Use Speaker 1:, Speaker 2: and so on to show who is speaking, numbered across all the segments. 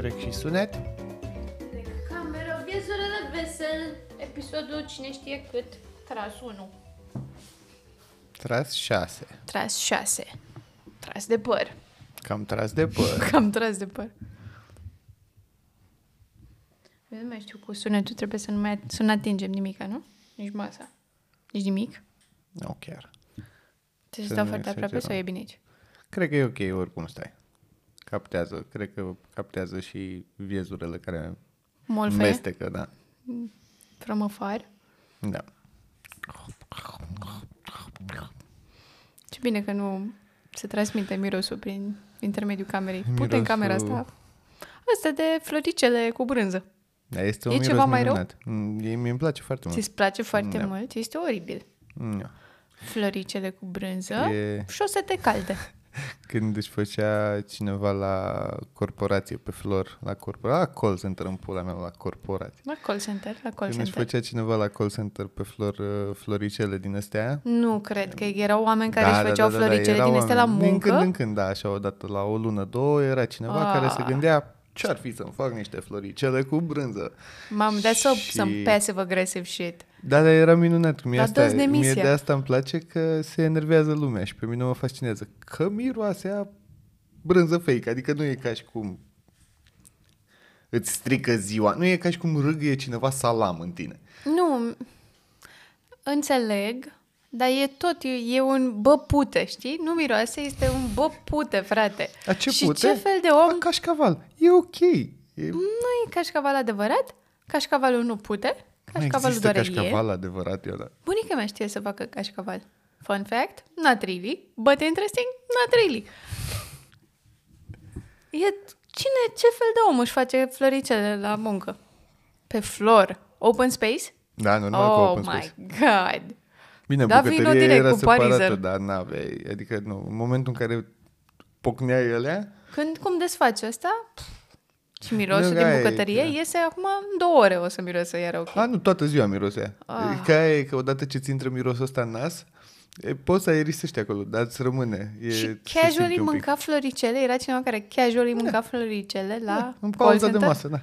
Speaker 1: Rec și sunet.
Speaker 2: Trec camera, viezurile vesel, episodul cine știe cât, tras 1.
Speaker 1: Tras 6.
Speaker 2: Tras 6. Tras de păr.
Speaker 1: Cam tras de păr.
Speaker 2: Cam tras de păr. Eu nu mai știu cu sunetul, trebuie să nu, mai, să nu atingem nimica, nu? Nici masa. Nici nimic.
Speaker 1: Nu chiar.
Speaker 2: Trebuie
Speaker 1: Să
Speaker 2: să stau
Speaker 1: nu
Speaker 2: foarte aproape
Speaker 1: exagerăm.
Speaker 2: sau e bine aici.
Speaker 1: Cred că e ok oricum stai. Captează. Cred că captează și viezurile care
Speaker 2: Molfăie,
Speaker 1: mestecă, da.
Speaker 2: from afar.
Speaker 1: Da.
Speaker 2: Ce bine că nu se transmite mirosul prin intermediul camerei. Pute în camera
Speaker 1: Mirosul-
Speaker 2: asta. Asta de floricele cu brânză.
Speaker 1: Dar este un
Speaker 2: E
Speaker 1: miros
Speaker 2: ceva mai rău?
Speaker 1: minunat. Mm, e- mi-mi place foarte mult.
Speaker 2: Ți-ți place foarte
Speaker 1: Da.
Speaker 2: mult? Este oribil.
Speaker 1: Mm,
Speaker 2: Floricele cu brânză
Speaker 1: E-
Speaker 2: și o să te calde.
Speaker 1: Când își făcea cineva la corporație pe flor, la corporație, la call center în pula mea, la corporație.
Speaker 2: La call center, la call
Speaker 1: Când își
Speaker 2: center.
Speaker 1: făcea cineva la call center pe flor, uh, floricele din astea,
Speaker 2: Nu cred că erau oameni
Speaker 1: Da,
Speaker 2: care își făceau floricele
Speaker 1: erau
Speaker 2: din astea la
Speaker 1: oameni. Din
Speaker 2: muncă.
Speaker 1: când în când, da, așa odată la o lună, două, era cineva
Speaker 2: Ah.
Speaker 1: care se gândea ce-ar fi să-mi fac niște floricele cu brânză.
Speaker 2: Mam, that's so,
Speaker 1: Și-
Speaker 2: some passive aggressive shit.
Speaker 1: Da, dar era minunat. Mie,
Speaker 2: Dar
Speaker 1: asta,
Speaker 2: dă-ți demisia.
Speaker 1: mie de asta îmi place că se enervează lumea și pe mine mă fascinează că miroase a brânză fake. Adică nu e ca și cum îți strică ziua. Nu e ca și cum râgâie cineva salam în tine.
Speaker 2: Nu, m- înțeleg, dar e tot, e- e un bă pută, știi? Nu miroase, este un bă pută, frate.
Speaker 1: A ce
Speaker 2: Și
Speaker 1: pute?
Speaker 2: ce fel de om?
Speaker 1: A cașcaval. E ok. E...
Speaker 2: Nu e cașcaval adevărat, cașcavalul nu pute,
Speaker 1: nu
Speaker 2: cașcavalul
Speaker 1: există
Speaker 2: doar el e.
Speaker 1: cașcaval adevărat, eu da.
Speaker 2: Bunica mea știe să facă cașcaval. Fun fact, not really, but interesting, not really. E cine, ce fel de om își face floricele la muncă? Pe flor, open space?
Speaker 1: Da, normal că
Speaker 2: oh
Speaker 1: open
Speaker 2: my
Speaker 1: space.
Speaker 2: god.
Speaker 1: Bine,
Speaker 2: Da,
Speaker 1: da,
Speaker 2: vino
Speaker 1: bucătăria
Speaker 2: direct
Speaker 1: era
Speaker 2: cu
Speaker 1: separată,
Speaker 2: parizer.
Speaker 1: dar n-aveai. Adică, nu, în momentul în care pocneai alea,
Speaker 2: Când cum desfaci asta? Pff, Și mirosul
Speaker 1: Nu,
Speaker 2: din
Speaker 1: aia e,
Speaker 2: bucătărie
Speaker 1: da.
Speaker 2: iese acum în două ore o să mirosă iar ok.
Speaker 1: a, nu, toată ziua mirosea.
Speaker 2: Ah.
Speaker 1: Ah. Că aia e că odată ce ți intră mirosul ăsta în nas, e, poți să aerisești acolo, dar îți rămâne. E,
Speaker 2: Și
Speaker 1: se
Speaker 2: casually
Speaker 1: simte un pic.
Speaker 2: mânca floricele, era cineva care casually mânca floricele la
Speaker 1: Da, în
Speaker 2: call
Speaker 1: pauza de
Speaker 2: center
Speaker 1: masă, da.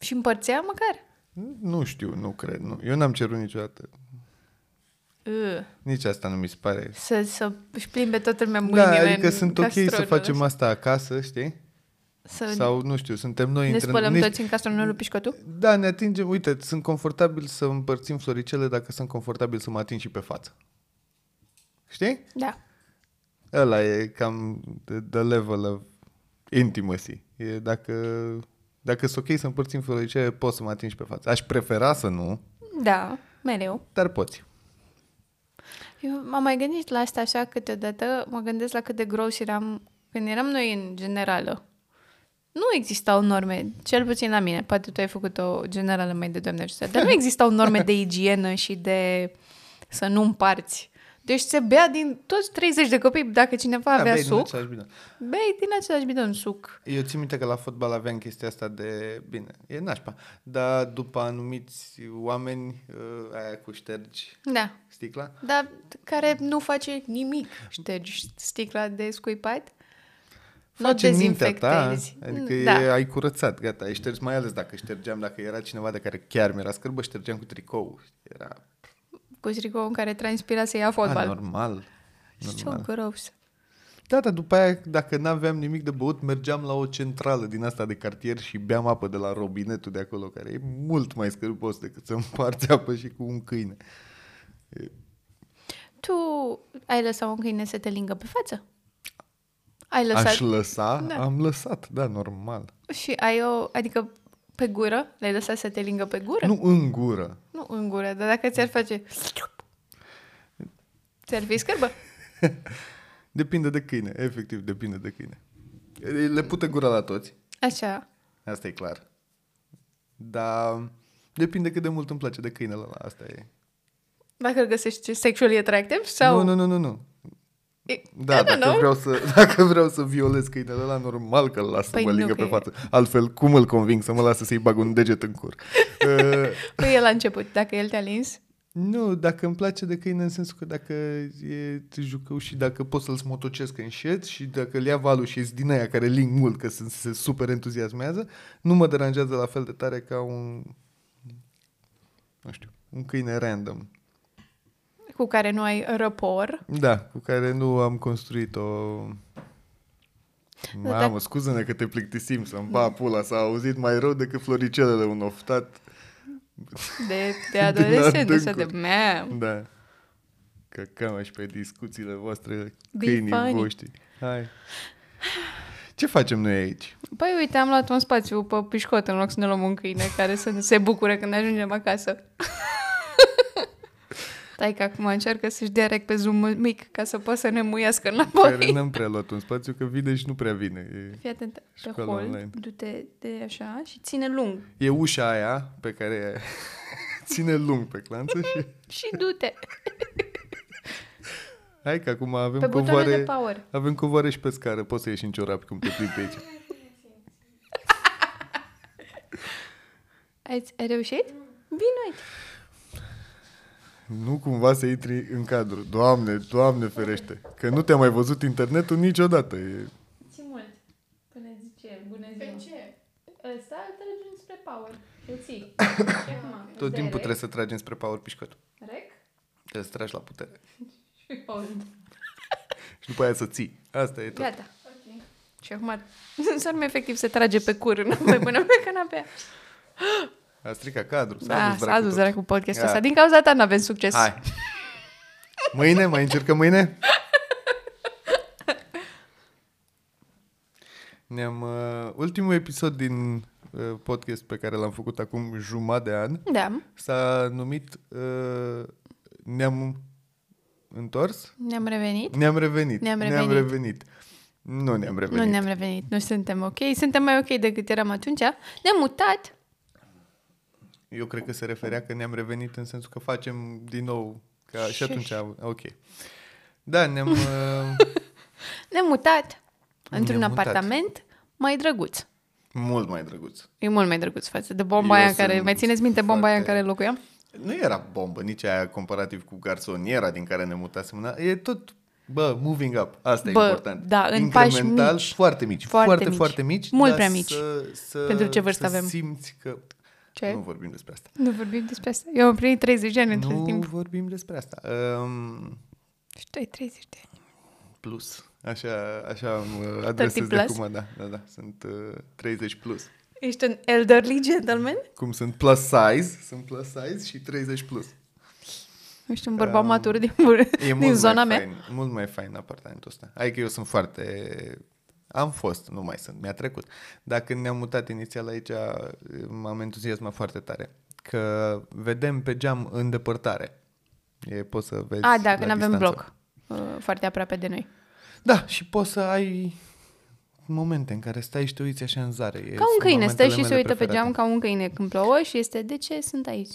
Speaker 2: Și împărțea măcar?
Speaker 1: Nu știu, nu cred, nu. Eu n-am cerut niciodată.
Speaker 2: Ugh.
Speaker 1: Nici asta nu mi se pare.
Speaker 2: Să, să își plimbe toată lumea
Speaker 1: Da,
Speaker 2: mâinile
Speaker 1: adică
Speaker 2: în
Speaker 1: sunt ok să
Speaker 2: castronul
Speaker 1: facem
Speaker 2: ăsta.
Speaker 1: asta acasă, știi?
Speaker 2: Să
Speaker 1: Sau, nu știu, suntem noi...
Speaker 2: ne
Speaker 1: între-
Speaker 2: spălăm
Speaker 1: nici-
Speaker 2: toți în castronul pișcotul?
Speaker 1: Da, ne atingem. Uite, sunt confortabil să împărțim floricele dacă sunt confortabil să mă ating și pe față. Știi?
Speaker 2: Da.
Speaker 1: Ăla e cam the, the level of intimacy. E dacă, dacă sunt ok să împărțim floricele, poți să mă atingi pe față. Aș prefera să nu,
Speaker 2: Da, mereu.
Speaker 1: dar poți.
Speaker 2: Eu m-am mai gândit la asta așa câteodată, mă gândesc la cât de gros eram când eram noi în generală. Nu existau norme, cel puțin la mine, poate tu ai făcut o generală mai de doamne ajută, dar nu existau norme de igienă și de să nu împarți. Deci se bea din toți 30 de copii, dacă cineva avea
Speaker 1: Da, bei din
Speaker 2: suc,
Speaker 1: același bidon.
Speaker 2: bei din același bidon suc.
Speaker 1: Eu țin minte că la fotbal aveam chestia asta de, bine, e nașpa, dar după anumiți oameni, ă, aia cu ștergi
Speaker 2: Da.
Speaker 1: sticla,
Speaker 2: Dar care nu face nimic. Ștergi sticla de scuipat? Nu o
Speaker 1: Face în mintea ta,
Speaker 2: dezinfectezi.
Speaker 1: adică
Speaker 2: da.
Speaker 1: da. e, ai curățat, gata, ai șters, mai ales dacă ștergeam, dacă era cineva de care chiar mi-era scârbă, ștergeam cu tricou, era
Speaker 2: Cu tricou în care transpira să ia
Speaker 1: a,
Speaker 2: fotbal.
Speaker 1: Ah, normal.
Speaker 2: Și
Speaker 1: normal.
Speaker 2: ce gros.
Speaker 1: Da, dar după aia, dacă n-aveam nimic de băut, mergeam la o centrală din asta de cartier și beam apă de la robinetul de acolo, care e mult mai scârbos decât să împarți apă și cu un câine.
Speaker 2: Tu ai lăsat un câine să te lingă pe față? Ai lăsat
Speaker 1: Aș lăsa?
Speaker 2: Da.
Speaker 1: Da. Am lăsat, da, normal.
Speaker 2: și ai o... Adică pe gură? L-ai lăsat să te lingă pe gură?
Speaker 1: Nu în gură.
Speaker 2: Nu în gură, dar dacă ți-ar face... Ți-ar fi scârbă?
Speaker 1: Depinde de câine, efectiv, depinde de câine. Le pute gura la toți.
Speaker 2: Așa.
Speaker 1: Asta e clar. Dar depinde cât de mult îmi place de câinele ăla, asta e.
Speaker 2: Dacă îl găsești sexually attractive sau... Păi
Speaker 1: Nu, nu, nu, nu, nu.
Speaker 2: E-
Speaker 1: Da,
Speaker 2: I don't
Speaker 1: dacă
Speaker 2: know.
Speaker 1: vreau, să, dacă vreau să violez câinele ăla, normal că îl las
Speaker 2: Păi
Speaker 1: să mă
Speaker 2: nu,
Speaker 1: lingă
Speaker 2: că
Speaker 1: pe
Speaker 2: e-
Speaker 1: față. Altfel, cum îl conving să mă lasă să-i bag un deget în cur? Uh,
Speaker 2: Păi e la început, dacă el te-a lins,
Speaker 1: Nu, dacă îmi place de câine în sensul că dacă e jucău și dacă pot să-l smotocesc în șed și dacă le ia valul și din aia care ling mult că sunt, se super entuziasmează, nu mă deranjează la fel de tare ca un, nu știu, un câine random.
Speaker 2: cu care nu ai răpor.
Speaker 1: Da, cu care nu am construit o... Mamă, scuză-ne că te plictisim să-mi ba pula, s-a auzit mai rău decât floricelele un oftat.
Speaker 2: De, de adolescent, așa de
Speaker 1: adâncuri.
Speaker 2: mea.
Speaker 1: Da. Că cam și pe discuțiile voastre
Speaker 2: Be funny.
Speaker 1: câinii voștri. Hai. Ce facem noi aici?
Speaker 2: Păi uite, am luat un spațiu pe pișcot în loc să ne luăm un câine care să se bucure când ajungem acasă. Tai că acum încearcă să-și dea rec pe zoom mic ca să poată să ne muiască
Speaker 1: Păi, Care
Speaker 2: înapoi.
Speaker 1: n-am prea luat un spațiu, că vine și nu prea vine. E,
Speaker 2: Fii atent, pe
Speaker 1: Școală
Speaker 2: hold,
Speaker 1: online.
Speaker 2: du-te de așa și ține lung.
Speaker 1: e ușa aia pe care ține lung pe clanță și...
Speaker 2: Și du-te
Speaker 1: Hai că acum avem
Speaker 2: pe butoane de
Speaker 1: covoare...
Speaker 2: power.
Speaker 1: Avem covoare și pe scară, poți să ieși în ciorapi cum te plimbi pe aici.
Speaker 2: Ai, ai reușit? Vino aici.
Speaker 1: Nu cumva să intri în cadru. Doamne, doamne ferește. Că nu te-a mai văzut internetul niciodată. E...
Speaker 3: Ce mult? Până zice, bună ziua. Pe Păi ce? Ah, Ăsta îl tragi înspre power. Îl ții. Și acum.
Speaker 1: Tot timpul trebuie să tragi înspre power pișcot.
Speaker 3: Rec?
Speaker 1: Trebuie să tragi la putere.
Speaker 3: Și hold.
Speaker 1: Și după aia să ții. Asta e tot.
Speaker 2: Gata.
Speaker 3: Ok.
Speaker 2: Și acum înseamnă efectiv se trage pe cur înapoi până pe canapea.
Speaker 1: A stricat cadru. S-a
Speaker 2: Da,
Speaker 1: dus
Speaker 2: s-a dus
Speaker 1: tot.
Speaker 2: dracu podcastul
Speaker 1: Da.
Speaker 2: ăsta. Din cauza ta n-avem succes.
Speaker 1: Hai. Mâine? Mai încercăm mâine? Ne-am... Uh, ultimul episod din uh, podcast pe care l-am făcut acum jumătate de an
Speaker 2: Da,
Speaker 1: s-a numit uh, Ne-am întors?
Speaker 2: ne-am revenit.
Speaker 1: Ne-am revenit.
Speaker 2: Ne-am
Speaker 1: Ne-am
Speaker 2: revenit.
Speaker 1: revenit. Nu ne-am revenit.
Speaker 2: Nu ne-am revenit, nu suntem ok. Suntem mai ok decât eram atunci. Ne-am mutat.
Speaker 1: Eu cred că se referea că ne-am revenit în sensul că facem din nou. Ca și
Speaker 2: Și-
Speaker 1: atunci, am- ok. Da, ne-am... Uh,
Speaker 2: Ne-am mutat într-un
Speaker 1: Ne-am mutat.
Speaker 2: apartament mai drăguț.
Speaker 1: mult mai drăguț.
Speaker 2: E mult mai drăguț față de bomba
Speaker 1: Eu
Speaker 2: aia în care...
Speaker 1: sunt
Speaker 2: Mai țineți minte bomba aia în
Speaker 1: foarte-
Speaker 2: care locuiam?
Speaker 1: Nu era bombă, nici aia comparativ cu garsoniera din care ne mutasem. na- E tot, bă, moving up. Asta
Speaker 2: Bă,
Speaker 1: e important.
Speaker 2: da, în pași
Speaker 1: Incremental,
Speaker 2: mici.
Speaker 1: foarte mici.
Speaker 2: Foarte
Speaker 1: Foarte, foarte
Speaker 2: mici.
Speaker 1: mici. Foarte mici
Speaker 2: Mult
Speaker 1: dar
Speaker 2: prea mici.
Speaker 1: Să, să,
Speaker 2: Pentru ce vârstă
Speaker 1: să
Speaker 2: avem?
Speaker 1: simți că...
Speaker 2: Ce?
Speaker 1: Nu vorbim despre asta.
Speaker 2: Nu vorbim despre asta. Eu am primit 30 de ani între
Speaker 1: nu
Speaker 2: timp.
Speaker 1: vorbim despre asta. Um,
Speaker 2: Și tu ai 30 de ani.
Speaker 1: plus. Așa, așa mă adresez de
Speaker 2: plus?
Speaker 1: acum, da, da, da. Sunt uh, 30 plus.
Speaker 2: Ești un elderly gentleman?
Speaker 1: Cum sunt plus size, sunt plus size și 30 plus.
Speaker 2: Ești un bărbat
Speaker 1: Um,
Speaker 2: matur din,
Speaker 1: E
Speaker 2: din
Speaker 1: mult
Speaker 2: zona
Speaker 1: mai
Speaker 2: mea.
Speaker 1: Fain, mult mai fain apartamentul ăsta. Adică eu sunt foarte... Am fost, nu mai sunt, mi-a trecut. Dar când ne-am mutat inițial aici, m-am entuziasmat foarte tare. Că vedem pe geam în depărtare. E, poți să vezi
Speaker 2: A, da,
Speaker 1: deci, la
Speaker 2: când avem
Speaker 1: distanță.
Speaker 2: bloc. uh, Foarte aproape de noi.
Speaker 1: Da, și poți să ai momente în care stai și te uiți așa în zare. E-
Speaker 2: Ca un
Speaker 1: sunt
Speaker 2: câine, stă
Speaker 1: momentele
Speaker 2: și se
Speaker 1: mele
Speaker 2: uită pe
Speaker 1: preferate.
Speaker 2: geam ca un câine când plouă și este, de ce sunt aici?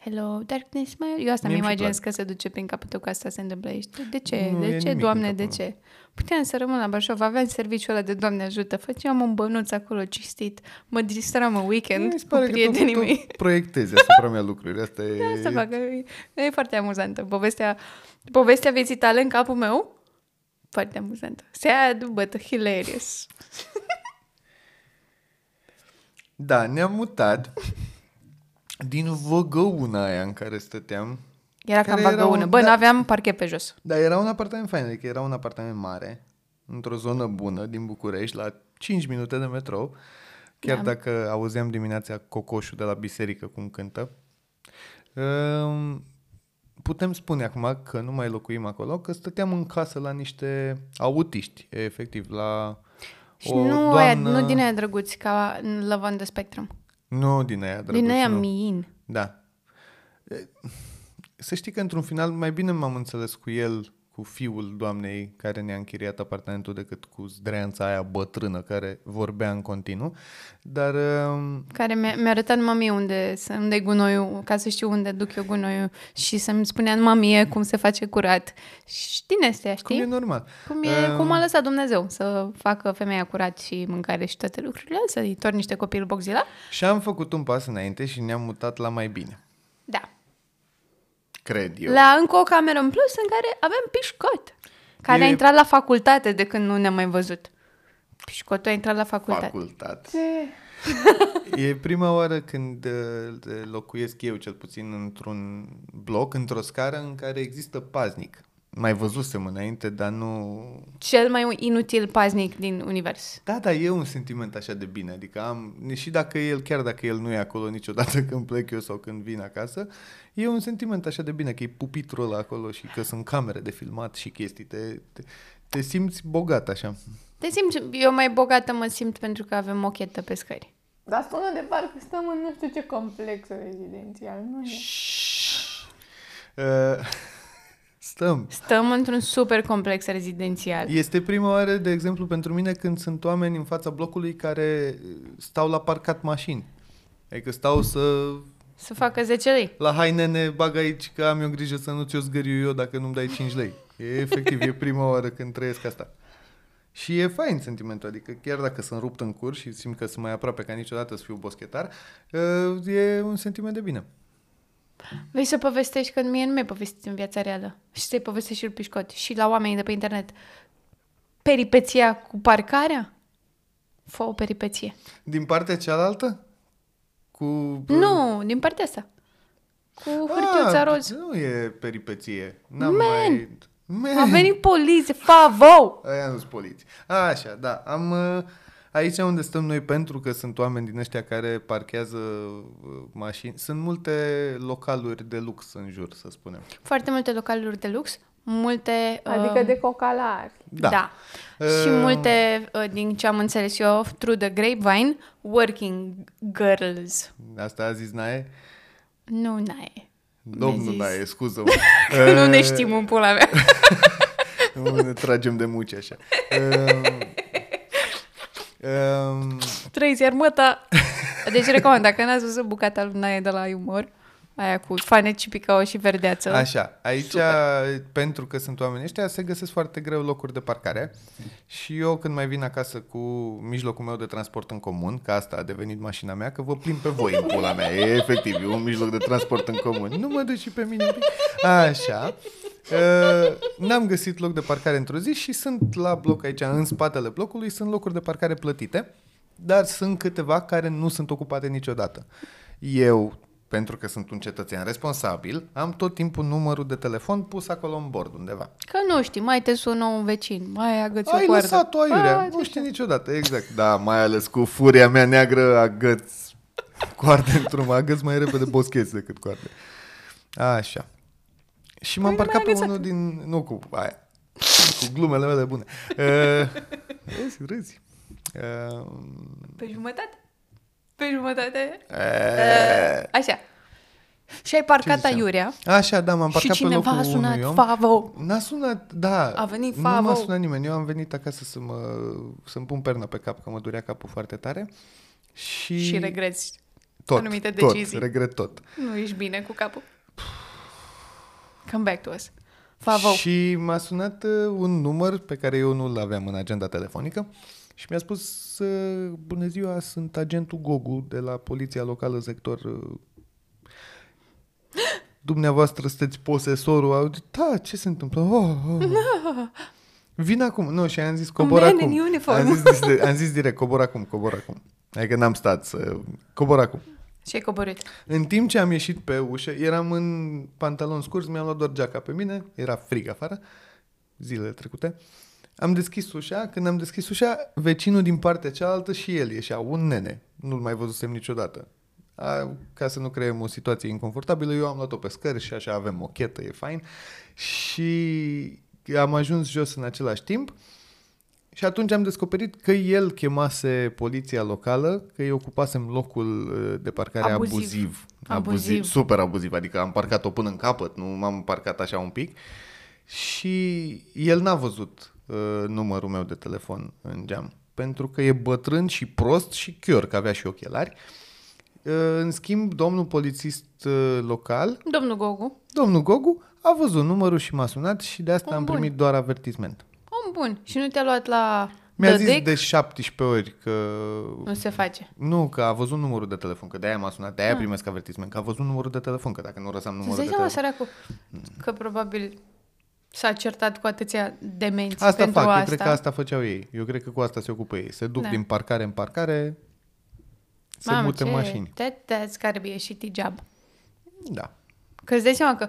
Speaker 2: Hello, darkness, mai... Eu asta
Speaker 1: Mie
Speaker 2: mi
Speaker 1: mi-și
Speaker 2: imaginez că se duce prin capul tău că asta se întâmplă aici. De ce?
Speaker 1: Nu, e
Speaker 2: de ce,
Speaker 1: nimic în
Speaker 2: doamne,
Speaker 1: capul
Speaker 2: de
Speaker 1: meu.
Speaker 2: ce? Puteam să rămân la Brașov, aveam serviciul ăla de Doamne ajută, făceam un bănuț acolo cistit, mă distram în weekend
Speaker 1: Mi se
Speaker 2: cu
Speaker 1: pare că
Speaker 2: prietenii
Speaker 1: tu,
Speaker 2: mei.
Speaker 1: tu proiectezi asupra mea lucruri. Asta e...
Speaker 2: Da, Asta fac, e, e foarte amuzantă. Povestea, povestea vieții tale în capul meu, foarte amuzantă. Sad, but hilarious.
Speaker 1: Da, ne-am mutat din văgăuna aia în care stăteam.
Speaker 2: Era
Speaker 1: Care
Speaker 2: cam
Speaker 1: era
Speaker 2: bagăună.
Speaker 1: un-
Speaker 2: Bă,
Speaker 1: da.
Speaker 2: n-aveam parchet pe jos.
Speaker 1: Dar era un apartament fain, adică era un apartament mare, într-o zonă bună din București, la 5 minute de metrou. Chiar
Speaker 2: Da.
Speaker 1: da. dacă auzeam dimineața cocoșul de la biserică cum cântă. Um, Putem spune acum că nu mai locuim acolo, că stăteam în casă la niște autiști, efectiv, la
Speaker 2: Și nu, doamnă... aia, nu din aia drăguți ca în Love on the Spectrum.
Speaker 1: Nu din aia, drăguț,
Speaker 2: din aia
Speaker 1: nu.
Speaker 2: miin.
Speaker 1: Da. E, Să știi că într-un final mai bine m-am înțeles cu el, cu fiul doamnei care ne-a închiriat apartamentul decât cu zdreanța aia bătrână care vorbea în continuu, dar um,
Speaker 2: Care mi-a, mi-a arătat mami unde unde e gunoiul, ca să știu unde duc eu gunoiul și să-mi spunea în mamie cum se face curat. Și din astea,
Speaker 1: cum e
Speaker 2: știi?
Speaker 1: normal.
Speaker 2: Cum, e,
Speaker 1: Um,
Speaker 2: cum a lăsat Dumnezeu să facă femeia curat și mâncare și toate lucrurile, să-i torni niște copii lui Boxila?
Speaker 1: Și am făcut un pas înainte și ne-am mutat la mai bine.
Speaker 2: Da.
Speaker 1: cred eu.
Speaker 2: La încă o cameră în plus în care avem pișcot, care
Speaker 1: E-
Speaker 2: a intrat la facultate de când nu ne-am mai văzut. Pișcotul a intrat la facultate.
Speaker 1: facultate.
Speaker 3: Ce?
Speaker 1: E prima oară când uh, locuiesc eu, cel puțin, într-un bloc, într-o scară în care există paznic. Mai văzusem înainte, dar nu...
Speaker 2: Cel mai inutil paznic din univers.
Speaker 1: Da, da, e un sentiment așa de bine, adică am, și dacă el, chiar dacă el nu e acolo niciodată când plec eu sau când vin acasă, e un sentiment așa de bine, că e pupitrul ăla acolo și că sunt camere de filmat și chestii, te, te, te simți bogat așa.
Speaker 2: Te simți, eu mai bogată mă simt pentru că avem mochetă pe scări.
Speaker 3: Dar sună de parcă stăm în nu știu ce complex rezidențial, nu e?
Speaker 1: Uh, stăm.
Speaker 2: Stăm într-un super complex rezidențial.
Speaker 1: Este prima oară, de exemplu, pentru mine când sunt oameni în fața blocului care stau la parcat mașini. Adică stau să...
Speaker 2: Să facă 10 lei.
Speaker 1: La hai nene, bag aici că am eu grijă să nu ți-o zgăriu eu dacă nu-mi dai 5 lei. E efectiv, e prima oară când trăiesc asta. Și e fain sentimentul, adică chiar dacă sunt rupt în cur și simt că sunt mai aproape ca niciodată să fiu boschetar, uh, e un sentiment de bine.
Speaker 2: Vei să povestești că mie nu mi-ai povestit în viața reală. Și să-i povestești și lui Pișcot și la oamenii de pe internet. Peripeția cu parcarea? Fă o peripeție.
Speaker 1: Din partea cealaltă? Cu...
Speaker 2: Nu, din partea asta. Cu hârtiuța
Speaker 1: Ah,
Speaker 2: roz.
Speaker 1: Nu e peripeție. N-am
Speaker 2: Man.
Speaker 1: mai... Man.
Speaker 2: A venit poliție, favou!
Speaker 1: Aia nu sunt poliți. Așa, da. Am, uh, aici unde stăm noi, pentru că sunt oameni din ăștia care parchează uh, mașini, sunt multe localuri de lux în jur, să spunem.
Speaker 2: Foarte multe localuri de lux, multe...
Speaker 3: Adică
Speaker 2: um,
Speaker 3: de cocalari.
Speaker 2: Da. da. Și
Speaker 1: Um,
Speaker 2: multe, uh, din ce am înțeles eu, through the grapevine, working girls.
Speaker 1: Asta a zis Nae?
Speaker 2: Nu, n-ai.
Speaker 1: Domnul
Speaker 2: zis.
Speaker 1: Nae, scuză-mă.
Speaker 2: Că nu ne
Speaker 1: Uh,
Speaker 2: știm în pula mea.
Speaker 1: Nu ne tragem de muci așa. Um, um,
Speaker 2: Trăiți iar măta. Deci recomand, dacă n-ați văzut bucata lui Nae de la Umor, aia cu fane cipicao și verdeață.
Speaker 1: Așa, aici, pentru că sunt oameni ăștia, se găsesc foarte greu locuri de parcare și eu când mai vin acasă cu mijlocul meu de transport în comun, că asta a devenit mașina mea, că vă plim pe voi în pula mea, e efectiv, e un mijloc de transport în comun. Nu mă duci și pe mine. un pic? Așa. Uh, n-am găsit loc de parcare într-o zi și sunt la bloc aici, în spatele blocului, sunt locuri de parcare plătite, dar sunt câteva care nu sunt ocupate niciodată. Eu, pentru că sunt un cetățean responsabil, am tot timpul numărul de telefon pus acolo în bord undeva.
Speaker 2: Că nu știi, mai te sună un vecin, mai agăți
Speaker 1: Ai
Speaker 2: o coardă.
Speaker 1: lăsat-o aiurea,
Speaker 2: Ai,
Speaker 1: nu știi niciodată, exact. Da, mai ales cu furia mea neagră, agăț coarde într-un agăț mai repede boschezi decât coarde. Așa. Și m-am
Speaker 2: Păi nu
Speaker 1: parcat pe
Speaker 2: mai
Speaker 1: unul din... Nu cu aia. Cu glumele mele bune. Uh, râzi, râzi. Uh,
Speaker 2: Pe jumătate? Pe jumătate?
Speaker 1: eh.
Speaker 2: Așa. Și ai parcat
Speaker 1: ziceam?
Speaker 2: aiurea
Speaker 1: Așa, da, m-am
Speaker 2: și
Speaker 1: parcat pe
Speaker 2: cineva
Speaker 1: locul
Speaker 2: a sunat
Speaker 1: unui om.
Speaker 2: Favo.
Speaker 1: N-a sunat, da.
Speaker 2: A venit
Speaker 1: Nu m-a
Speaker 2: Favo.
Speaker 1: sunat nimeni. Eu am venit acasă să mă, să-mi pun perna pe cap, că mă durea capul foarte tare. Și,
Speaker 2: Și regreți.
Speaker 1: tot,
Speaker 2: anumite
Speaker 1: tot,
Speaker 2: decizii.
Speaker 1: regret tot.
Speaker 2: Nu ești bine cu capul. Come back to us. Favo.
Speaker 1: Și m-a sunat uh, un număr pe care eu nu-l aveam în agenda telefonică și mi-a spus, uh, bună ziua, sunt agentul Gogu de la Poliția Locală Sector uh, Dumneavoastră sunteți posesorul au zis, Da, ce se întâmplă? Oh, oh. Vin acum. Nu, și am zis cobor
Speaker 2: Man
Speaker 1: acum.
Speaker 2: in uniform.
Speaker 1: Am zis, am zis direct, cobor acum, cobor acum. Adică n-am stat să... Cobor acum.
Speaker 2: Și ai coborât.
Speaker 1: În timp ce am ieșit pe ușă, eram în pantalon scurs, mi-am luat doar geaca pe mine, era frig afară, zilele trecute. Am deschis ușa, când am deschis ușa, vecinul din partea cealaltă și el ieșea, un nene, nu-l mai văzusem niciodată. A, ca să nu creăm o situație inconfortabilă, eu am luat-o pe scări și așa avem mochetă, e fain. Și am ajuns jos în același timp și atunci am descoperit că el chemase poliția locală, că eu ocupasem locul uh, de parcare abuziv.
Speaker 2: Abuziv.
Speaker 1: Abuziv,
Speaker 2: Abuziv.
Speaker 1: super abuziv, adică am parcat-o până în capăt, nu m-am parcat așa un pic. Și el n-a văzut uh, numărul meu de telefon în geam, pentru că e bătrân și prost și chior, că avea și ochelari. Uh, în schimb, domnul polițist uh, local,
Speaker 2: Domnul Gogu,
Speaker 1: domnul Gogu, a văzut numărul și m-a sunat și de asta
Speaker 2: Om
Speaker 1: am
Speaker 2: Oh, bun.
Speaker 1: primit doar avertisment.
Speaker 2: om bun. Și nu te-a luat la
Speaker 1: Mi-a
Speaker 2: Dădec?
Speaker 1: zis de 17 ori că...
Speaker 2: Nu se face.
Speaker 1: Nu, că a văzut numărul de telefon, că de-aia m-a sunat, de-aia
Speaker 2: Ah.
Speaker 1: primesc avertisment, că a văzut numărul de telefon, că dacă nu răsam
Speaker 2: Îți
Speaker 1: numărul de
Speaker 2: dai seama,
Speaker 1: telefon...
Speaker 2: săracul, că probabil s-a certat cu atâția demenți
Speaker 1: Asta
Speaker 2: pentru
Speaker 1: fac,
Speaker 2: asta.
Speaker 1: eu cred că asta făceau ei. Eu cred că cu asta se ocupă ei. Se duc
Speaker 2: Da.
Speaker 1: din parcare în parcare, se
Speaker 2: Mamă,
Speaker 1: mută în
Speaker 2: ce-
Speaker 1: mașini.
Speaker 2: That, that's gotta be a shitty job.
Speaker 1: Da.
Speaker 2: Că îți dai seama că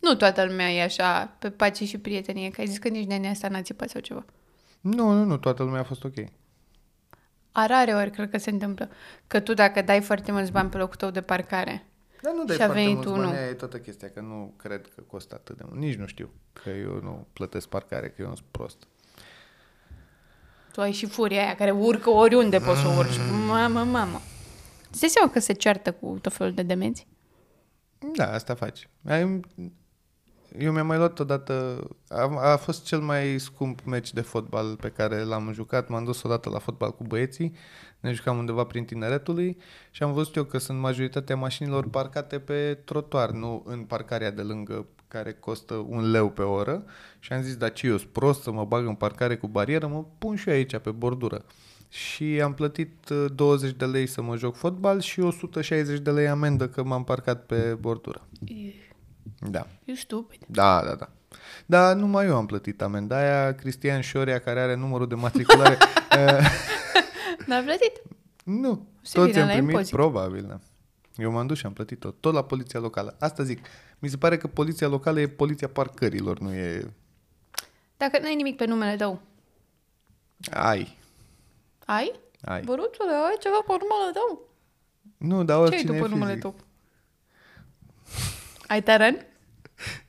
Speaker 2: nu toată lumea e așa pe pace și prietenie, că ai zis că nici nenea asta n-a țipat sau ceva.
Speaker 1: Nu, nu, nu, toată lumea a fost ok.
Speaker 2: A rare ori cred că se întâmplă că tu dacă dai foarte mulți bani pe locul tău de parcare,
Speaker 1: Dar nu dai
Speaker 2: Și a
Speaker 1: foarte
Speaker 2: venit
Speaker 1: mulți
Speaker 2: unul.
Speaker 1: bani, aia e toată chestia, că nu cred că costă atât de mult. Nici nu știu, că eu nu plătesc parcare, că eu nu sunt prost.
Speaker 2: tu ai și furia aia care urcă oriunde poți să o urci.
Speaker 1: Mm.
Speaker 2: Mamă, mamă. Îți dai seama că se ceartă cu tot felul de demenți?
Speaker 1: Da, asta faci. Ai, eu mi-am mai luat odată, a, a fost cel mai scump meci de fotbal pe care l-am jucat, m-am dus odată la fotbal cu băieții, ne jucam undeva prin tineretului și am văzut eu că sunt majoritatea mașinilor parcate pe trotuar, nu în parcarea de lângă care costă un leu pe oră și am zis, da ce eu sunt prost să mă bag în parcare cu barieră, mă pun și eu aici pe bordură. Și am plătit uh, 20 de lei să mă joc fotbal și 160 de lei amendă că m-am parcat pe bordură. Da.
Speaker 2: E stupid.
Speaker 1: Da, da, da. Dar numai eu am plătit amenda aia. Cristian Șorea, care are numărul de matriculare,
Speaker 2: N-a plătit?
Speaker 1: nu.
Speaker 2: Se
Speaker 1: Toți
Speaker 2: vine
Speaker 1: am
Speaker 2: la
Speaker 1: primit,
Speaker 2: impozit.
Speaker 1: probabil, da. Eu m-am dus și am plătit tot, tot la poliția locală. Asta zic, mi se pare că poliția locală e poliția parcărilor, nu e...
Speaker 2: Dacă n-ai nimic pe numele tău,
Speaker 1: Ai,
Speaker 2: ai?
Speaker 1: ai.
Speaker 2: Băruțule, ai ceva pe numele tău?
Speaker 1: Nu, dar
Speaker 2: Ce ai
Speaker 1: oricine
Speaker 2: tu
Speaker 1: e
Speaker 2: pe
Speaker 1: fizic.
Speaker 2: numele tău? Ai teren?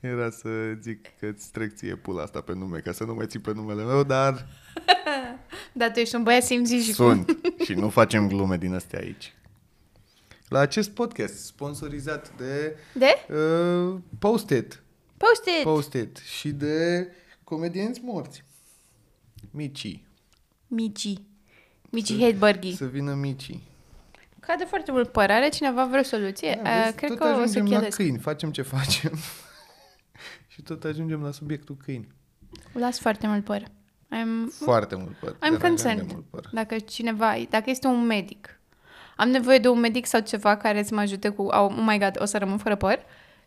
Speaker 1: Era să zic că îți trec ție pula asta pe nume, ca să nu mai ții pe numele meu, dar
Speaker 2: Dar Da, tu ești un băiat simțit și cu...
Speaker 1: sunt și nu facem glume din astea aici. La acest podcast, sponsorizat de
Speaker 2: De?
Speaker 1: uh, Post-it,
Speaker 2: Post-it!
Speaker 1: Post-it și de comedienți morți. Micii.
Speaker 2: Mici. Mici Hedbergi.
Speaker 1: Să vină micii.
Speaker 2: Cade foarte mult părare, cineva vreo soluție.
Speaker 1: Da,
Speaker 2: Da,
Speaker 1: vezi,
Speaker 2: cred
Speaker 1: tot
Speaker 2: că o să
Speaker 1: ajungem la
Speaker 2: chelesc.
Speaker 1: câini, facem ce facem. și tot ajungem la subiectul câini.
Speaker 2: Las foarte mult păr. I'm,
Speaker 1: Foarte mult păr.
Speaker 2: I'm
Speaker 1: derangent
Speaker 2: concerned.
Speaker 1: de mult păr.
Speaker 2: Dacă cineva, dacă este un medic, am nevoie de un medic sau ceva care să mă ajute cu, oh oh my god, o să rămân fără păr,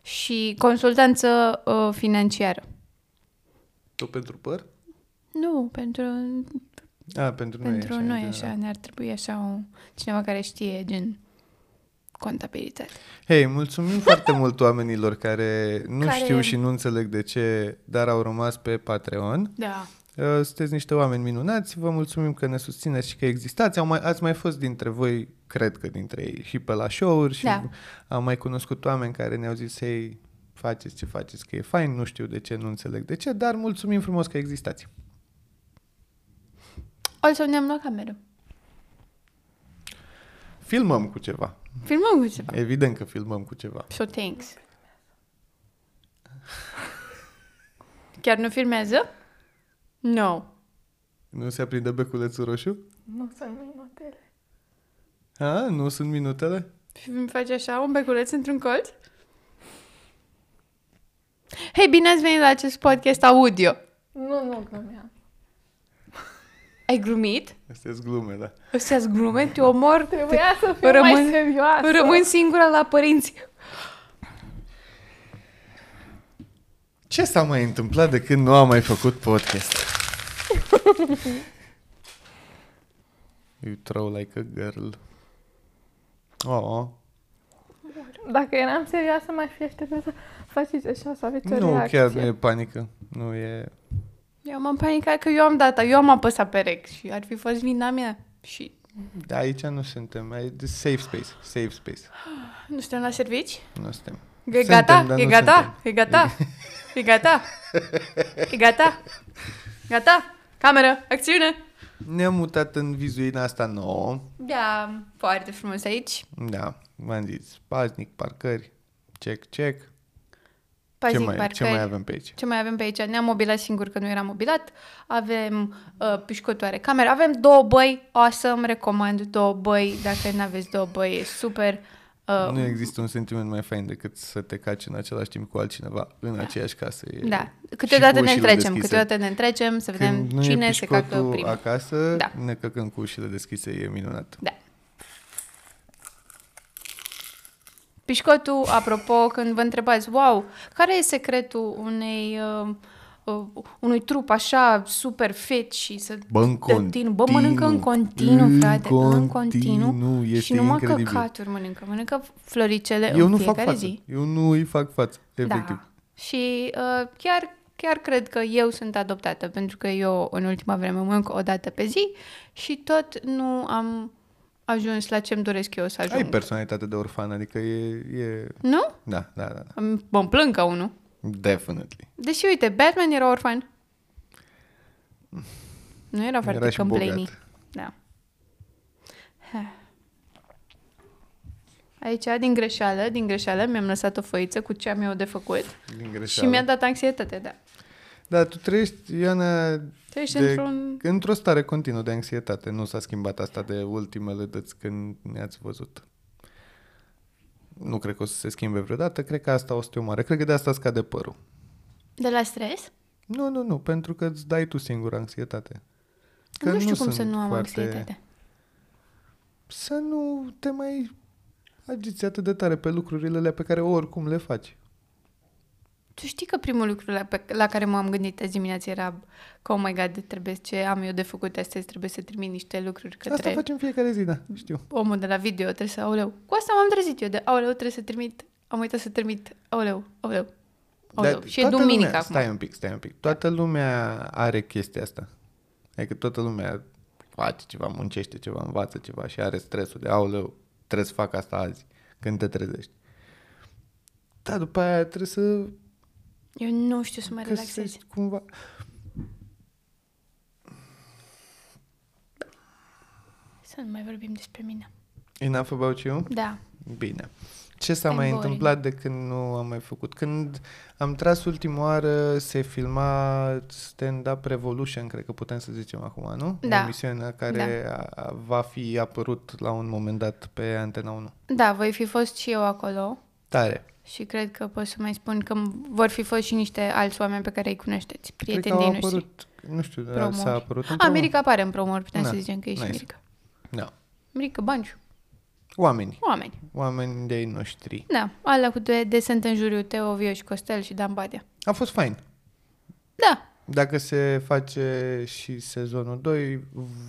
Speaker 2: și consultanță uh, financiară.
Speaker 1: Tot pentru păr?
Speaker 2: Nu, pentru
Speaker 1: A, Da, pentru noi
Speaker 2: Pentru
Speaker 1: e așa.
Speaker 2: noi
Speaker 1: în
Speaker 2: așa,
Speaker 1: general.
Speaker 2: ne-ar trebui așa o, cineva care știe gen contabilitate.
Speaker 1: Hei, mulțumim foarte mult oamenilor care nu
Speaker 2: Care-
Speaker 1: știu și nu înțeleg de ce, dar au rămas pe Patreon.
Speaker 2: Da.
Speaker 1: Uh, Sunteți niște oameni minunați, vă mulțumim că ne susțineți și că existați. Au mai, ați mai fost dintre voi, cred că dintre ei, și pe la show-uri și
Speaker 2: Da.
Speaker 1: am mai cunoscut oameni care ne-au zis, hei, faceți ce faceți, că e fain, nu știu de ce, nu înțeleg de ce, dar mulțumim frumos că existați.
Speaker 2: Also ne-am luat cameră.
Speaker 1: Filmăm cu ceva.
Speaker 2: Filmăm cu ceva.
Speaker 1: Evident că filmăm cu ceva.
Speaker 2: So thanks. Chiar nu filmează? No.
Speaker 1: Nu se aprinde beculețul roșu?
Speaker 3: Nu sunt minutele.
Speaker 1: A, nu sunt minutele?
Speaker 2: Și îmi face așa un beculeț într-un colț? Hei, bine ați venit la acest podcast audio.
Speaker 3: Nu, nu glumeam.
Speaker 2: Ai glumit?
Speaker 1: Astea glume, da.
Speaker 2: Ăstea-s glume? Te omor? Te...
Speaker 3: Trebuia să fiu
Speaker 2: Rămân-
Speaker 3: mai serioasă.
Speaker 2: Rămân singura la părinți.
Speaker 1: Ce s-a mai întâmplat de când nu am mai făcut podcast? you throw like a girl. Oh,
Speaker 3: Dacă eram serioasă, m-aș fi așteptat să faceți așa, să aveți o
Speaker 1: nu,
Speaker 3: reacție.
Speaker 1: chiar nu e panică. Nu e...
Speaker 2: Eu m-am panicat că eu am data, eu am apăsat pe rec și ar fi fost vina mea. Și,
Speaker 1: Da, aici nu suntem. E de safe space. Safe space.
Speaker 2: nu suntem la servici?
Speaker 1: Nu suntem.
Speaker 2: E
Speaker 1: Suntem,
Speaker 2: gata?
Speaker 1: dar
Speaker 2: e,
Speaker 1: nu
Speaker 2: gata?
Speaker 1: suntem.
Speaker 2: e gata? E gata? E gata? Gata? Cameră, acțiune!
Speaker 1: Ne-am mutat în vizuina asta nouă.
Speaker 2: Da, foarte frumos aici.
Speaker 1: Da, v-am zis. Paznic, parcări. Check, check.
Speaker 2: Pazic,
Speaker 1: ce, mai,
Speaker 2: parcă
Speaker 1: ce mai avem pe aici?
Speaker 2: ce mai avem pe aici? Ne-am mobilat singur că nu era mobilat. Avem uh, pișcotoare camere. Avem două băi. O să îmi recomand două băi. Dacă nu aveți două băi, e super. Uh,
Speaker 1: Nu există un sentiment mai fain decât să te caci în același timp cu altcineva în aceeași casă. E...
Speaker 2: Da. Câteodată
Speaker 1: cu ușile
Speaker 2: ne întrecem,
Speaker 1: deschise.
Speaker 2: câteodată ne întrecem să vedem
Speaker 1: Când nu
Speaker 2: cine
Speaker 1: e
Speaker 2: se cacă
Speaker 1: pișcotul
Speaker 2: primul.
Speaker 1: acasă,
Speaker 2: Da.
Speaker 1: ne căcăm cu ușile deschise, e minunat.
Speaker 2: Da. Pișcotul, apropo, când vă întrebați, wow, care e secretul unei, uh, uh, unui trup așa super fit și să...
Speaker 1: Bă, în
Speaker 2: Continuu.
Speaker 1: continuu.
Speaker 2: Bă, mănâncă în continuu, frate, în continuu.
Speaker 1: Este
Speaker 2: și numai
Speaker 1: incredibil.
Speaker 2: căcaturi mănâncă. Mănâncă floricele
Speaker 1: Eu
Speaker 2: în
Speaker 1: nu fac
Speaker 2: fiecare
Speaker 1: față.
Speaker 2: zi.
Speaker 1: Eu nu îi fac față, efectiv.
Speaker 2: Da. Și uh, chiar, chiar cred că eu sunt adoptată, pentru că eu în ultima vreme mănânc o dată pe zi și tot nu am ajuns la ce-mi doresc eu să ajung.
Speaker 1: Ai personalitate de orfan, adică e... e...
Speaker 2: nu?
Speaker 1: Da, da, da, da.
Speaker 2: Îmi- Mă plâng ca unul.
Speaker 1: Definitely.
Speaker 2: Deși, uite, Batman era orfan. Nu era foarte
Speaker 1: Era și
Speaker 2: complainy.
Speaker 1: bogat.
Speaker 2: Da. Aici, din greșeală, din greșeală, mi-am lăsat o foiță cu ce am eu de făcut
Speaker 1: Din
Speaker 2: și
Speaker 1: greșeală.
Speaker 2: mi-a dat anxietate, da.
Speaker 1: Da, tu trăiești, Ioana,
Speaker 2: Tu ești
Speaker 1: de,
Speaker 2: într-un...
Speaker 1: într-o stare continuă de anxietate. Nu s-a schimbat asta de ultimele dăți când ne-ați văzut. Nu cred că o să se schimbe vreodată. Cred că asta o să te omoare. Cred că de asta scade părul.
Speaker 2: De la stres?
Speaker 1: Nu, nu, nu, pentru că îți dai tu singur anxietate. Că
Speaker 2: nu știu cum
Speaker 1: sunt
Speaker 2: să nu am
Speaker 1: foarte-
Speaker 2: anxietate.
Speaker 1: Să nu te mai agiți atât de tare pe lucrurile alea pe care oricum le faci.
Speaker 2: Tu știi că primul lucru la, pe, la care m-am gândit azi dimineață era că, oh my god, trebuie ce am eu de făcut astăzi, trebuie să trimit niște lucruri
Speaker 1: Către... Asta
Speaker 2: către
Speaker 1: facem fiecare zi, da, știu.
Speaker 2: omul de la video, trebuie să, aoleu, cu asta m-am trezit eu, de aoleu, trebuie să trimit, am uitat să trimit, aoleu, aoleu, aoleu. și e
Speaker 1: toată
Speaker 2: duminică
Speaker 1: lumea,
Speaker 2: acum.
Speaker 1: Stai un pic, stai un pic. Toată lumea are chestia asta. Adică toată lumea face ceva, muncește ceva, învață ceva și are stresul de, aoleu, trebuie să fac asta azi, când te trezești. Da, după aia trebuie să
Speaker 2: Eu nu știu să mă relaxez.
Speaker 1: găsești cumva...
Speaker 2: Să nu mai vorbim despre mine.
Speaker 1: Enough about you?
Speaker 2: Da.
Speaker 1: Bine. Ce s-a
Speaker 2: I'm
Speaker 1: mai
Speaker 2: boring.
Speaker 1: întâmplat de când nu am mai făcut? Când am tras ultima oară, se filma Stand Up Revolution, cred că putem să zicem acum, nu?
Speaker 2: Da.
Speaker 1: Emisiunea care da. A, a- va fi apărut la un moment dat pe Antena 1.
Speaker 2: Da, voi fi fost și eu acolo
Speaker 1: Tare.
Speaker 2: și cred că pot să mai spun că vor fi fost și niște alți oameni pe care îi cunoașteți,
Speaker 1: Cred că au
Speaker 2: prietenii noștri.
Speaker 1: apărut, nu știu, dar
Speaker 2: Promori.
Speaker 1: s-a apărut într-un...
Speaker 2: America apare în promori, putem
Speaker 1: Da,
Speaker 2: să zicem că e și
Speaker 1: nice.
Speaker 2: America.
Speaker 1: Da.
Speaker 2: America, bani,
Speaker 1: Oameni.
Speaker 2: oameni.
Speaker 1: Oameni de ai noștri.
Speaker 2: Da, alea cu de, de sunt în juriu Teo, Vio și Costel și Dan Badea.
Speaker 1: A fost fain.
Speaker 2: Da,
Speaker 1: Dacă se face și sezonul 2,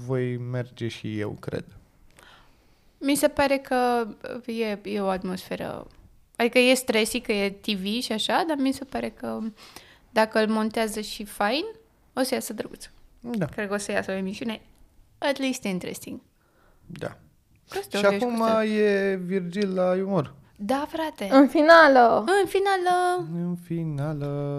Speaker 1: voi merge și eu, cred.
Speaker 2: mi se pare că e, e o atmosferă... Adică e stresic, că e TV și așa, dar mi se pare că dacă îl montează și fain, o să iasă drăguț.
Speaker 1: Da,
Speaker 2: Cred că o să iasă o emisiune at least interesting.
Speaker 1: da.
Speaker 2: Costel,
Speaker 1: Și
Speaker 2: Vio
Speaker 1: acum uh,
Speaker 2: Costel.
Speaker 1: e Virgil la umor.
Speaker 2: Da, frate.
Speaker 1: Uh.
Speaker 3: În finală!
Speaker 2: În final,
Speaker 1: În final,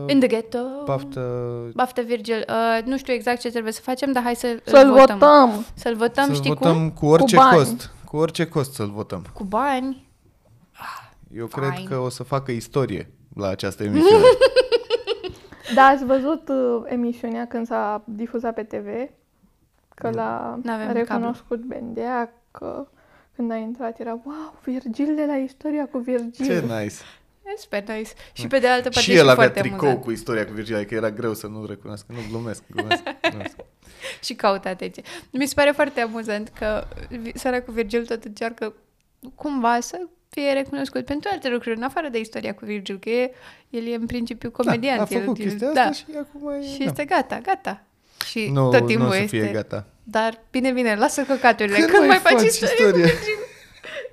Speaker 2: in the ghetto.
Speaker 1: baftă
Speaker 2: Baftă, Virgil, uh, nu știu exact ce trebuie să facem, dar hai să
Speaker 3: Să-l votăm!
Speaker 2: Să-l votăm,
Speaker 1: să
Speaker 2: știi
Speaker 1: votăm
Speaker 2: cum?
Speaker 1: cu orice
Speaker 3: Cu bani.
Speaker 1: cost. Cu orice cost să-l votăm.
Speaker 2: Cu bani.
Speaker 1: Eu
Speaker 2: Fain.
Speaker 1: cred că o să facă istorie la această emisiune.
Speaker 3: Da, ați văzut uh, emisiunea când s-a difuzat pe TV? Că l-a
Speaker 2: N-avem
Speaker 3: recunoscut Bendea, că când a intrat era Wow, Virgil de la istoria cu Virgil.
Speaker 1: Ce nice.
Speaker 2: E super nice. Și pe de altă parte
Speaker 1: și
Speaker 2: e
Speaker 1: el avea
Speaker 2: foarte da.
Speaker 1: tricou
Speaker 2: amuzant.
Speaker 1: cu istoria cu Virgil, că era greu să nu-l recunosc. Nu glumesc, glumesc. glumesc.
Speaker 2: Și caută atenție. Mi se pare foarte amuzant că vi- seara cu Virgil tot încearcă cumva să fie recunoscut pentru alte lucruri, în afară de istoria cu Virgil, că e, el e în principiu comediant.
Speaker 1: Da, a făcut
Speaker 2: el,
Speaker 1: chestia
Speaker 2: el,
Speaker 1: asta
Speaker 2: da.
Speaker 1: și acum e...
Speaker 2: Și
Speaker 1: da.
Speaker 2: este gata, gata. Și
Speaker 1: nu,
Speaker 2: tot timpul
Speaker 1: nu o să
Speaker 2: este...
Speaker 1: fie gata.
Speaker 2: Dar bine, bine, lasă căcaturile.
Speaker 1: Când
Speaker 2: Când,
Speaker 1: mai
Speaker 2: mai faci
Speaker 1: faci
Speaker 2: istorie,
Speaker 1: istorie?
Speaker 2: cu Virgil?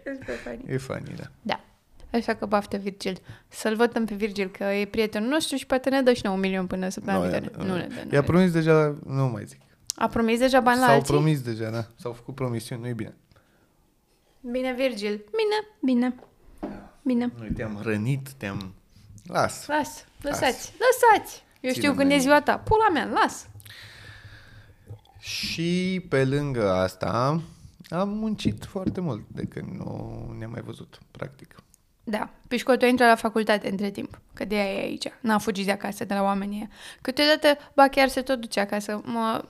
Speaker 2: E super funny.
Speaker 1: E funny, da.
Speaker 2: Da. Așa că baftă Virgil. Să-l votăm pe Virgil, că e prietenul nostru și poate ne dă și nouă un milion până săptămâna
Speaker 1: Nu,
Speaker 2: viitoare. Da, Nu ne dă. nu ne
Speaker 1: I-a
Speaker 2: dă.
Speaker 1: promis deja, nu mai zic.
Speaker 2: A promis deja bani la
Speaker 1: S-au
Speaker 2: alții?
Speaker 1: promis deja, da. S-au făcut promisiuni, nu-i bine.
Speaker 2: Bine, Virgil. Bine, bine. Bine.
Speaker 1: Noi te-am rănit, te-am... Las.
Speaker 2: Las, lăsați, lăsați. Eu știu
Speaker 1: Ține-ne
Speaker 2: când e
Speaker 1: în-
Speaker 2: ziua ta. Pula mea, las.
Speaker 1: Și pe lângă asta am muncit foarte mult de când nu ne-am mai văzut, practic.
Speaker 2: Da, Pișcotul intră la facultate între timp, că de aia e aici. N-a fugit de acasă, de la oamenii ăia. Câteodată, ba chiar se tot duce acasă. Mă...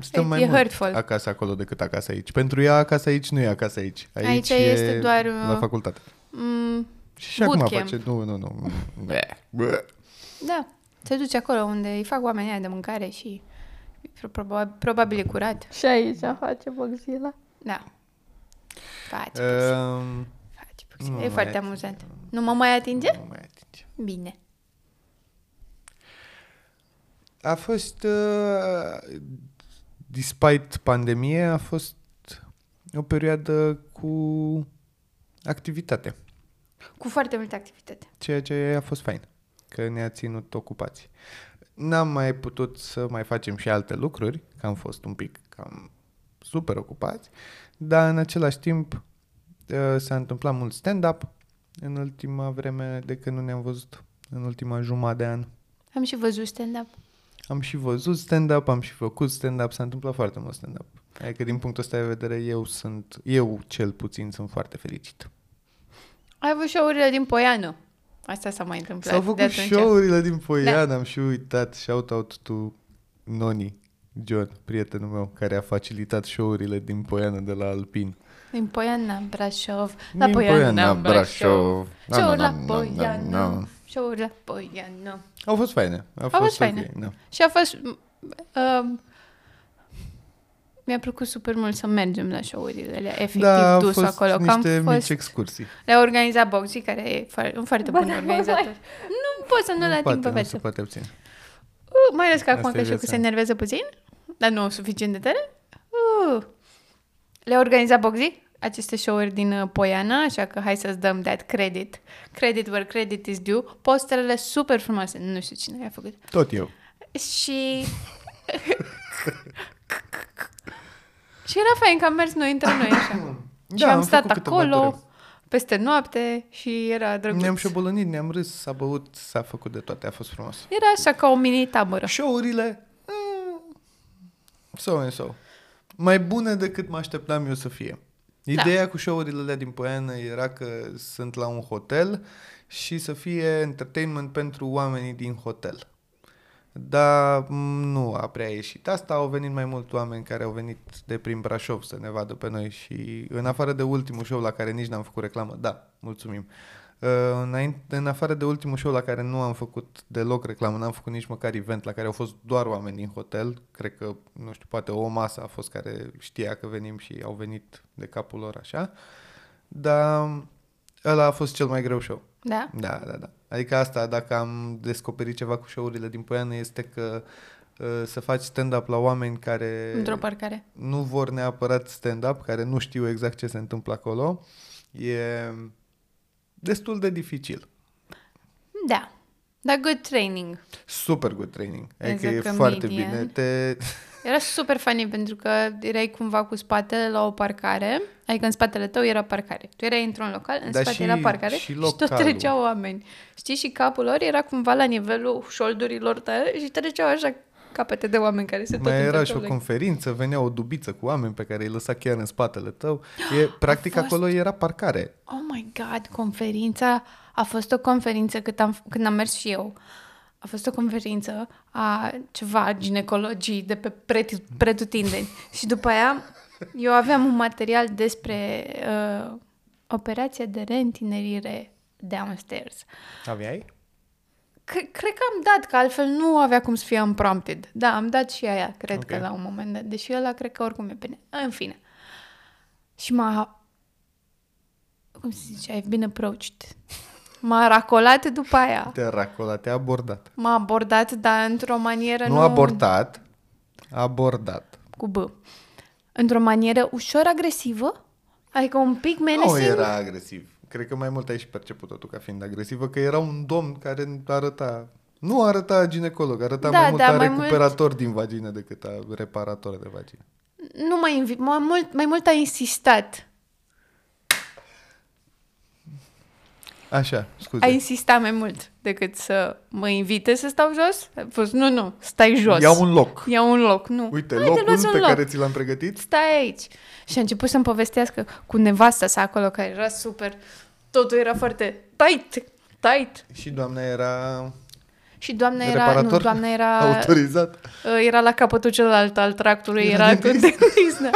Speaker 1: Stăm
Speaker 2: E-
Speaker 1: mai
Speaker 2: e
Speaker 1: mult
Speaker 2: hurtful.
Speaker 1: acasă acolo decât acasă aici. Pentru ea acasă aici nu e acasă aici. Aici,
Speaker 2: Aici
Speaker 1: e
Speaker 2: este doar,
Speaker 1: la
Speaker 2: uh,
Speaker 1: facultate.
Speaker 2: Mm,
Speaker 1: Și, și acum
Speaker 2: Bootcamp.
Speaker 1: face, nu, nu, nu. Bă.
Speaker 2: da, te duci acolo unde îi fac oamenii aia de mâncare și pro- proba- probabil e curat.
Speaker 3: Și aici face Boxila.
Speaker 2: Da. Faci, puțin,
Speaker 1: Ehm,
Speaker 2: faci
Speaker 1: nu
Speaker 2: puțin. E
Speaker 1: mai
Speaker 2: foarte
Speaker 1: ating-
Speaker 2: amuzant. Nu mă mai atinge?
Speaker 1: nu mai atinge.
Speaker 2: Bine.
Speaker 1: A fost, uh, despite pandemie, a fost o perioadă cu activitate,
Speaker 2: Cu foarte multă activitate.
Speaker 1: ceea ce a fost fain, că ne-a ținut ocupați. N-am mai putut să mai facem și alte lucruri, că am fost un pic cam super ocupați, dar în același timp uh, s-a întâmplat mult stand-up în ultima vreme de când nu ne-am văzut, în ultima jumătate de an.
Speaker 2: Am și văzut stand-up.
Speaker 1: Am și văzut stand-up, am și făcut stand-up, s-a întâmplat foarte mult stand-up. Adică din punctul ăsta de vedere eu sunt, eu cel puțin sunt foarte fericit.
Speaker 2: Ai avut show-urile din Poiană. Asta s-a mai întâmplat
Speaker 1: S-au făcut
Speaker 2: de atunci. Da.
Speaker 1: show-urile din Poiana, am și uitat, shout-out tu Noni, John, prietenul meu, care a facilitat show-urile din Poiana de la Alpin.
Speaker 2: Din Poiana, Brașov. La
Speaker 1: Din
Speaker 2: Poiana,
Speaker 1: Poiana,
Speaker 2: Brașov.
Speaker 1: Na, na,
Speaker 2: Show-uri la
Speaker 1: na, na, na, na.
Speaker 2: Poiana. Show-uri la Poiana.
Speaker 1: Au fost faine. A,
Speaker 2: fost
Speaker 1: fost
Speaker 2: faine.
Speaker 1: ok, da.
Speaker 2: Și a fost... m- Um, mi-a plăcut super mult să mergem la show-urile alea, efectiv
Speaker 1: Da, au
Speaker 2: dus
Speaker 1: fost
Speaker 2: acolo. că am
Speaker 1: niște
Speaker 2: fost,
Speaker 1: mici excursii.
Speaker 2: Le-a organizat Boxy, care e fo- un foarte
Speaker 3: Ba
Speaker 2: bun
Speaker 3: da, mă,
Speaker 2: organizator. Nu pot să nu-l ating
Speaker 1: poate,
Speaker 2: pe
Speaker 1: nu se
Speaker 2: față.
Speaker 1: poate obține.
Speaker 2: Uh, Mai ales că acum
Speaker 1: Asta e
Speaker 2: că știu că
Speaker 1: viața.
Speaker 2: se enervează puțin, dar nu suficient de tare. Uh. Le-a organizat Boxy aceste show-uri din uh, Poiana, așa că hai să-ți dăm that credit. Credit where credit is due. Posterele super frumoase. Nu știu cine le-a făcut.
Speaker 1: Tot eu.
Speaker 2: Și... și era fain că am mers noi între noi așa. și
Speaker 1: Da,
Speaker 2: am
Speaker 1: am
Speaker 2: stat
Speaker 1: făcut câteva
Speaker 2: acolo
Speaker 1: ture.
Speaker 2: peste noapte și era drăguț.
Speaker 1: Ne-am șobolănit, ne-am râs, s-a băut, s-a făcut de toate, a fost frumos.
Speaker 2: Era așa ca o mini-tabără.
Speaker 1: Show-urile, mm, so and so. Mai bune decât mă așteptam eu să fie. Ideea da. cu show-urile alea din Poiană era că sunt la un hotel și să fie entertainment pentru oamenii din hotel. Dar mm, nu a prea ieșit asta, au venit mai mulți oameni care au venit de prin Brașov să ne vadă pe noi și în afară de ultimul show la care nici n-am făcut reclamă, da, mulțumim. Uh, Înainte, în afară de ultimul show la care nu am făcut deloc reclamă, n-am făcut nici măcar event, la care au fost doar oameni din hotel, cred că, nu știu, poate o masă a fost care știa că venim și au venit de capul lor așa, dar ăla a fost cel mai greu show.
Speaker 2: Da?
Speaker 1: Da, da, da. Adică asta, dacă am descoperit ceva cu show-urile din Poiană, este că uh, să faci stand-up la oameni care
Speaker 2: Într-o parcare.
Speaker 1: nu vor neapărat stand-up, care nu știu exact ce se întâmplă acolo, e destul de dificil.
Speaker 2: Da. Dar good training.
Speaker 1: Super good training. Adică
Speaker 2: As a
Speaker 1: e foarte
Speaker 2: comedian.
Speaker 1: bine. Te...
Speaker 2: Era super funny pentru că erai cumva cu spatele la o parcare, adică în spatele tău era parcare. Tu erai într-un local, în
Speaker 1: Dar
Speaker 2: spate
Speaker 1: și-
Speaker 2: era parcare
Speaker 1: și
Speaker 2: și, și tot
Speaker 1: localul.
Speaker 2: treceau oameni. Știi? Și capul lor era cumva la nivelul șoldurilor tale și treceau așa capete de oameni care se tot
Speaker 1: Mai era
Speaker 2: întorceau
Speaker 1: și o
Speaker 2: la-
Speaker 1: conferință, venea o dubiță cu oameni pe care îi lăsa chiar în spatele tău. E, practic
Speaker 2: fost-
Speaker 1: acolo era parcare.
Speaker 2: Oh my god, conferința a fost o conferință cât am, când am mers și eu. A fost o conferință a ceva ginecologii de pe pret- pretutindeni. și după aia eu aveam un material despre uh, operația de reîntinerire downstairs.
Speaker 1: Aveai?
Speaker 2: Cre- cred că am dat, că altfel nu avea cum să fie unprompted. Da, am dat și aia, cred
Speaker 1: Ok.
Speaker 2: că la un moment dat. Deși ăla cred că oricum e bine. În fine. Și m-a... Cum se zice? I've been approached. M-a racolat după aia.
Speaker 1: Te-a racolat, te-a abordat.
Speaker 2: M-a abordat, dar într-o manieră...
Speaker 1: Nu,
Speaker 2: Nu
Speaker 1: abordat, abordat.
Speaker 2: Cu B. Într-o manieră ușor agresivă. Adică un pic
Speaker 1: Nu
Speaker 2: menacing.
Speaker 1: era agresiv. Cred că mai mult ai și perceput-o tu ca fiind agresivă, că era un domn care arăta... Nu arăta ginecolog, arăta
Speaker 2: Da,
Speaker 1: mai mult
Speaker 2: da,
Speaker 1: a
Speaker 2: mai mult-
Speaker 1: recuperator din vagină decât a reparator de vagină.
Speaker 2: Nu mă invit, mai mult, mai mult a insistat.
Speaker 1: Așa, scuze.
Speaker 2: A insistat mai mult decât să mă invite să stau jos. A fost, nu, nu, stai jos.
Speaker 1: Ia un loc.
Speaker 2: Ia un loc, nu.
Speaker 1: Uite,
Speaker 2: Haide,
Speaker 1: locul
Speaker 2: luați un
Speaker 1: pe
Speaker 2: loc.
Speaker 1: care ți l-am pregătit.
Speaker 2: Stai aici. Și a început să-mi povestească cu nevasta sa acolo, care era super. Totul era foarte tight, tight.
Speaker 1: Și doamna era
Speaker 2: Și doamna era,
Speaker 1: reparator
Speaker 2: nu, doamna era,
Speaker 1: autorizat.
Speaker 2: Uh, era la capătul celălalt al tractului,
Speaker 1: Era
Speaker 2: era, era cu
Speaker 1: dentist?
Speaker 2: dentist. da.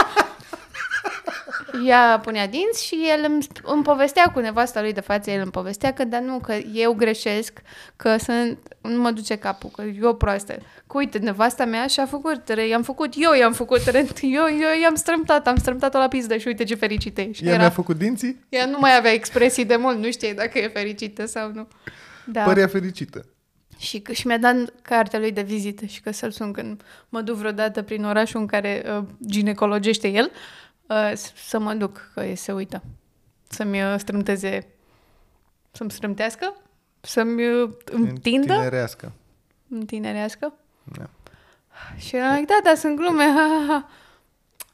Speaker 2: ea punea dinți și el îmi, sp- îmi povestea cu nevasta lui de față, el îmi povestea că, dar nu, că eu greșesc, că sunt, nu mă duce capul, că eu proastă. Că uite, nevasta mea și-a făcut, re- i-am făcut, eu i-am făcut, re- eu, eu i-am strâmtat, am strâmtat-o la pizdă și uite ce fericită e. Și
Speaker 1: Ea
Speaker 2: era,
Speaker 1: mi-a făcut dinții,
Speaker 2: ea nu mai avea expresii de mult, nu știai dacă e fericită sau nu. Da.
Speaker 1: da. părea fericită.
Speaker 2: Și, că- și mi-a dat cartea lui de vizită și că să-l sun când mă duc vreodată prin orașul în care uh, ginecologește el, uh, s- să mă duc, că e, se uită. Să-mi uh, strâmteze, să-mi strâmtească, să-mi uh, întindă,
Speaker 1: Tinerească.
Speaker 2: întinerească.
Speaker 1: Da.
Speaker 2: Și eram like, da, da, sunt glume, ha, ha, ha.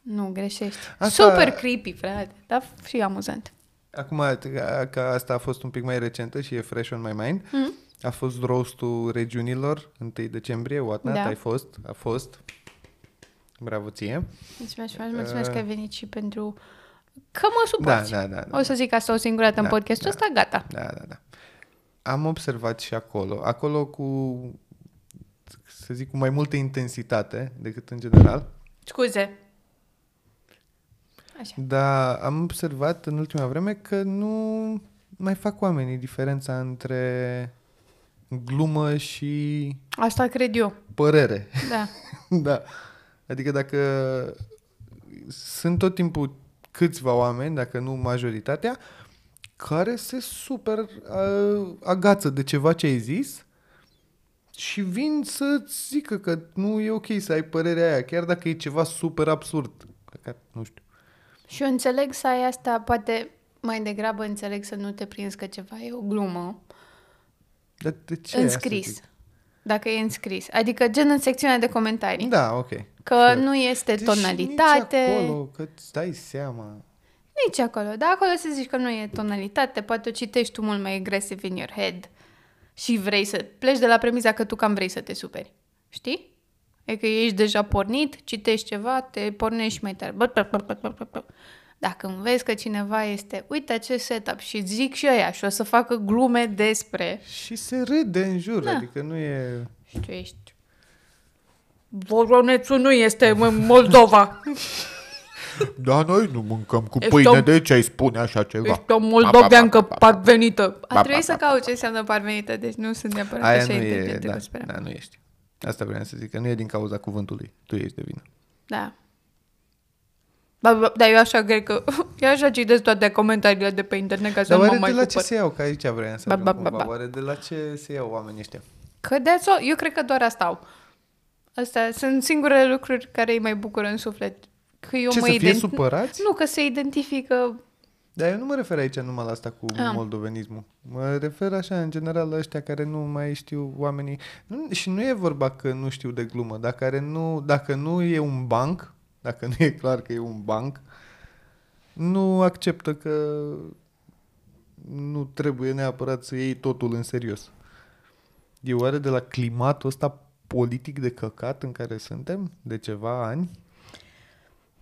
Speaker 2: Nu, greșești.
Speaker 1: Asta-
Speaker 2: Asta... Super creepy, frate, dar și amuzant.
Speaker 1: Acum, ca- că asta a fost un pic mai recentă și e fresh on my mind,
Speaker 2: Hmm?
Speaker 1: mm. a fost roastul regiunilor 1 decembrie, whatnot, da.
Speaker 2: Da.
Speaker 1: ai fost, a fost. Bravo ție.
Speaker 2: Mulțumesc, frumos, mulțumesc
Speaker 1: Uh.
Speaker 2: că ai venit și pentru că mă
Speaker 1: Da,
Speaker 2: suporți.
Speaker 1: da, da, da.
Speaker 2: O să zic asta o singură dată în
Speaker 1: Da, da.
Speaker 2: podcastul ăsta, gata.
Speaker 1: Da, da, da. Am observat și acolo, acolo cu, să zic, cu mai multă intensitate decât în general,
Speaker 2: Scuze. Așa.
Speaker 1: dar Da, am observat în ultima vreme că nu mai fac oamenii diferența între glumă și
Speaker 2: Asta cred eu.
Speaker 1: părere.
Speaker 2: Da.
Speaker 1: da. Adică dacă sunt tot timpul câțiva oameni, dacă nu majoritatea, care se super uh, agață de ceva ce ai zis și vin să-ți zică că nu e ok să ai părerea aia, chiar dacă e ceva super absurd. Că- Nu știu.
Speaker 2: Și eu înțeleg să ai asta, poate mai degrabă înțeleg să nu te prinzi că ceva e o glumă.
Speaker 1: Dar de ce
Speaker 2: Ce
Speaker 1: ai
Speaker 2: înscris.
Speaker 1: asta,
Speaker 2: Dacă e înscris. Adică gen în secțiunea de comentarii.
Speaker 1: zic?
Speaker 2: Da.
Speaker 1: Da, ok.
Speaker 2: Că
Speaker 1: Sure.
Speaker 2: nu este
Speaker 1: Deși
Speaker 2: tonalitate.
Speaker 1: Nici acolo, că îți dai seama.
Speaker 2: Nici acolo, dar acolo să zici că nu e tonalitate, poate o citești tu mult mai agresiv in your head și vrei să pleci de la premiza că tu cam vrei să te superi. Știi? E că ești deja pornit, citești ceva, te pornești mai tare. Bă, bă, bă, bă, bă, bă, bă. Dacă înveți că cineva este, uite acest setup și zic și ăia și o să facă glume despre
Speaker 1: Și se râde în jur,
Speaker 2: Da.
Speaker 1: adică nu e...
Speaker 2: și tu ești... Voronețul nu este în Moldova.
Speaker 1: Da, noi nu mâncăm cu
Speaker 4: Ești
Speaker 1: pâine,
Speaker 4: om-
Speaker 1: de ce ai spune așa ceva?
Speaker 4: Ești o moldoveancă
Speaker 5: Ba, ba, ba, ba, ba.
Speaker 4: parvenită.
Speaker 2: A trebuit să caut ce înseamnă parvenită, deci nu sunt neapărat
Speaker 1: Aia
Speaker 2: așa
Speaker 1: nu e,
Speaker 2: inteligentă
Speaker 1: da,
Speaker 2: cum speram.
Speaker 1: da, nu ești. Asta vreau să zic, că nu e din cauza cuvântului. Tu ești de vină.
Speaker 2: Da. Ba, ba, dar eu așa cred că... Eu așa citesc toate comentariile de pe internet ca să
Speaker 1: Dar
Speaker 2: nu mă
Speaker 1: oare de
Speaker 2: mai
Speaker 1: la
Speaker 2: supăr.
Speaker 1: ce se iau? Că aici vreau să
Speaker 2: Ba,
Speaker 1: ajung
Speaker 2: ba, ba,
Speaker 1: cumva.
Speaker 2: ba.
Speaker 1: Oare de la ce se iau oamenii ăștia?
Speaker 2: Că de eu cred că doar asta au. Astea sunt singurele lucruri care îi mai bucură în suflet. Că eu
Speaker 1: ce,
Speaker 2: mă
Speaker 1: să fie
Speaker 2: ident-
Speaker 1: supărați?
Speaker 2: Nu, că se identifică...
Speaker 1: Dar eu nu mă refer aici numai la asta cu
Speaker 2: Am.
Speaker 1: moldovenismul. Mă refer așa, în general, la ăștia care nu mai știu oamenii. Nu, și nu e vorba că nu știu de glumă, dar care nu, dacă nu e un banc, dacă nu e clar că e un banc, nu acceptă că nu trebuie neapărat să iei totul în serios. E oare de la climatul ăsta politic de căcat în care suntem de ceva ani?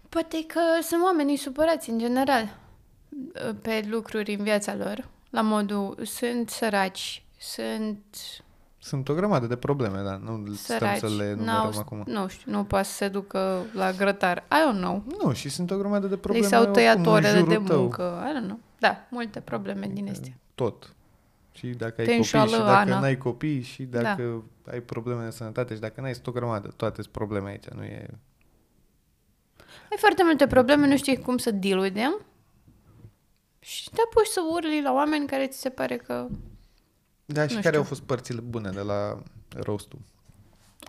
Speaker 2: Poate că sunt oamenii supărați în general uh, pe lucruri în viața lor. La modul, sunt săraci, sunt
Speaker 1: Sunt o grămadă de probleme, dar nu
Speaker 2: săraci,
Speaker 1: stăm să le
Speaker 2: n-au-
Speaker 1: numărăm acum.
Speaker 2: nu știu, nu poate să se ducă la grătar. I don't know.
Speaker 1: Nu, și sunt o grămadă de
Speaker 2: Probleme
Speaker 1: probleme
Speaker 2: Li s-au tăiat
Speaker 1: oricum în
Speaker 2: orele de
Speaker 1: jurul tău. Adică
Speaker 2: muncă. I don't know. Da, multe probleme din astea.
Speaker 1: Tot. Și dacă ai
Speaker 2: Te
Speaker 1: copii, și
Speaker 2: înșoală
Speaker 1: dacă
Speaker 2: Ana.
Speaker 1: n-ai copii, și dacă da. ai probleme de sănătate, și dacă n-ai, sunt o grămadă. Toate sunt probleme aici, nu e...
Speaker 2: Ai foarte multe probleme, nu știi cum să deal with them. Și te apuci să urli la oameni care ți se pare că...
Speaker 1: Da, și
Speaker 2: Nu
Speaker 1: care
Speaker 2: știu.
Speaker 1: au fost părțile bune de la roastul?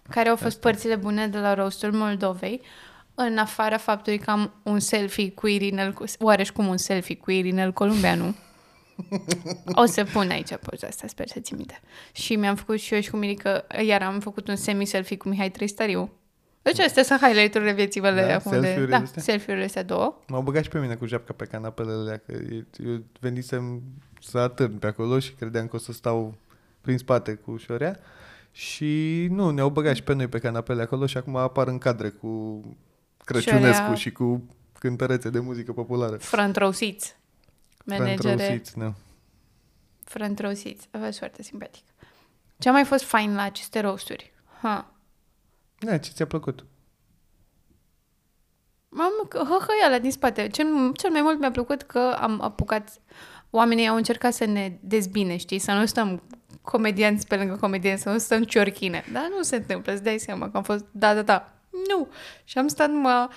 Speaker 2: Care au fost părțile bune de la rostul Moldovei, în afara faptului că am un selfie cu Irinel... Oareși cum un selfie cu Irinel Columbeanu. O să pun aici poza asta, sper să ți minte. Și mi-am făcut și eu și cu Mirica, iar am făcut un semi-selfie cu Mihai Tristariu. Deci astea sunt highlight-urile vieții mele
Speaker 1: Da,
Speaker 2: acum de...
Speaker 1: selfie-urile
Speaker 2: Da,
Speaker 1: astea?
Speaker 2: selfie-urile astea două.
Speaker 1: M-au băgat și pe mine cu japca pe canapelele alea, că e- eu venisem să atârn pe acolo și credeam că o să stau prin spate cu șorea. Și nu, ne-au băgat și pe noi pe canapele acolo și acum apar în cadre cu Crăciunescu
Speaker 2: Șorea.
Speaker 1: și cu cântărețe de muzică populară.
Speaker 2: Front row seats. Managere.
Speaker 1: Front nu.
Speaker 2: Front row seats. A fost foarte simpatic. Ce a mai fost fain la aceste roasturi? Ha.
Speaker 1: Da, ce ți-a plăcut?
Speaker 2: Am hăhăiala din spate. Cel, cel mai mult mi-a plăcut că am apucat... Oamenii au încercat să ne dezbine, știi? Să nu stăm comedianți pe lângă comedianți, să nu stăm ciorchine. Dar nu se întâmplă, îți dai seama că am fost... Da, da, da. Nu. Și am stat numai...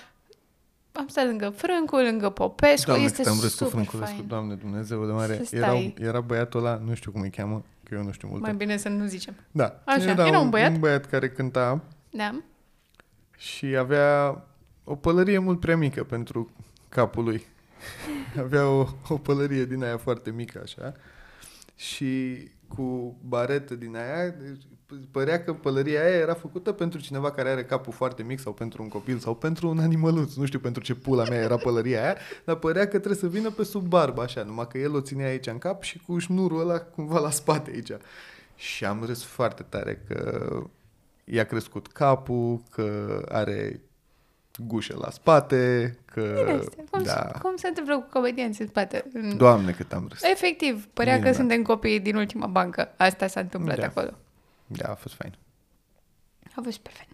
Speaker 2: Am stat lângă Frâncu, lângă Popescu.
Speaker 1: Doamne,
Speaker 2: este
Speaker 1: cât am râs cu
Speaker 2: super
Speaker 1: Frânculescu,
Speaker 2: fain.
Speaker 1: doamne Dumnezeu de mare.
Speaker 2: Să
Speaker 1: Era,
Speaker 2: stai.
Speaker 1: era băiatul ăla, nu știu cum îi cheamă, că eu nu știu multe.
Speaker 2: Mai bine să nu zicem.
Speaker 1: Da,
Speaker 2: Așa, era un băiat.
Speaker 1: un băiat care cânta
Speaker 2: Da.
Speaker 1: Uh, și avea o pălărie mult prea mică pentru capul lui. avea o, o pălărie din aia foarte mică, așa, și cu baretă din aia, deci p- părea că pălăria aia era făcută pentru cineva care are capul foarte mic sau pentru un copil sau pentru un animăluț. Nu știu pentru ce pula mea era pălăria aia, dar părea că trebuie să vină pe sub barbă, așa, numai că el o ținea aici în cap și cu șnurul ăla cumva la spate aici. Și am râs foarte tare că i-a crescut capul, că are gușă la spate, că...
Speaker 2: Bine este. Cum,
Speaker 1: da.
Speaker 2: cum se întâmplă cu comedianții în spate? În-
Speaker 1: Doamne, cât am râs.
Speaker 2: Efectiv, părea
Speaker 1: Minunat.
Speaker 2: că suntem copiii din ultima bancă. Asta s-a întâmplat
Speaker 1: Da.
Speaker 2: acolo.
Speaker 1: Da, a fost fain.
Speaker 2: A fost super fain.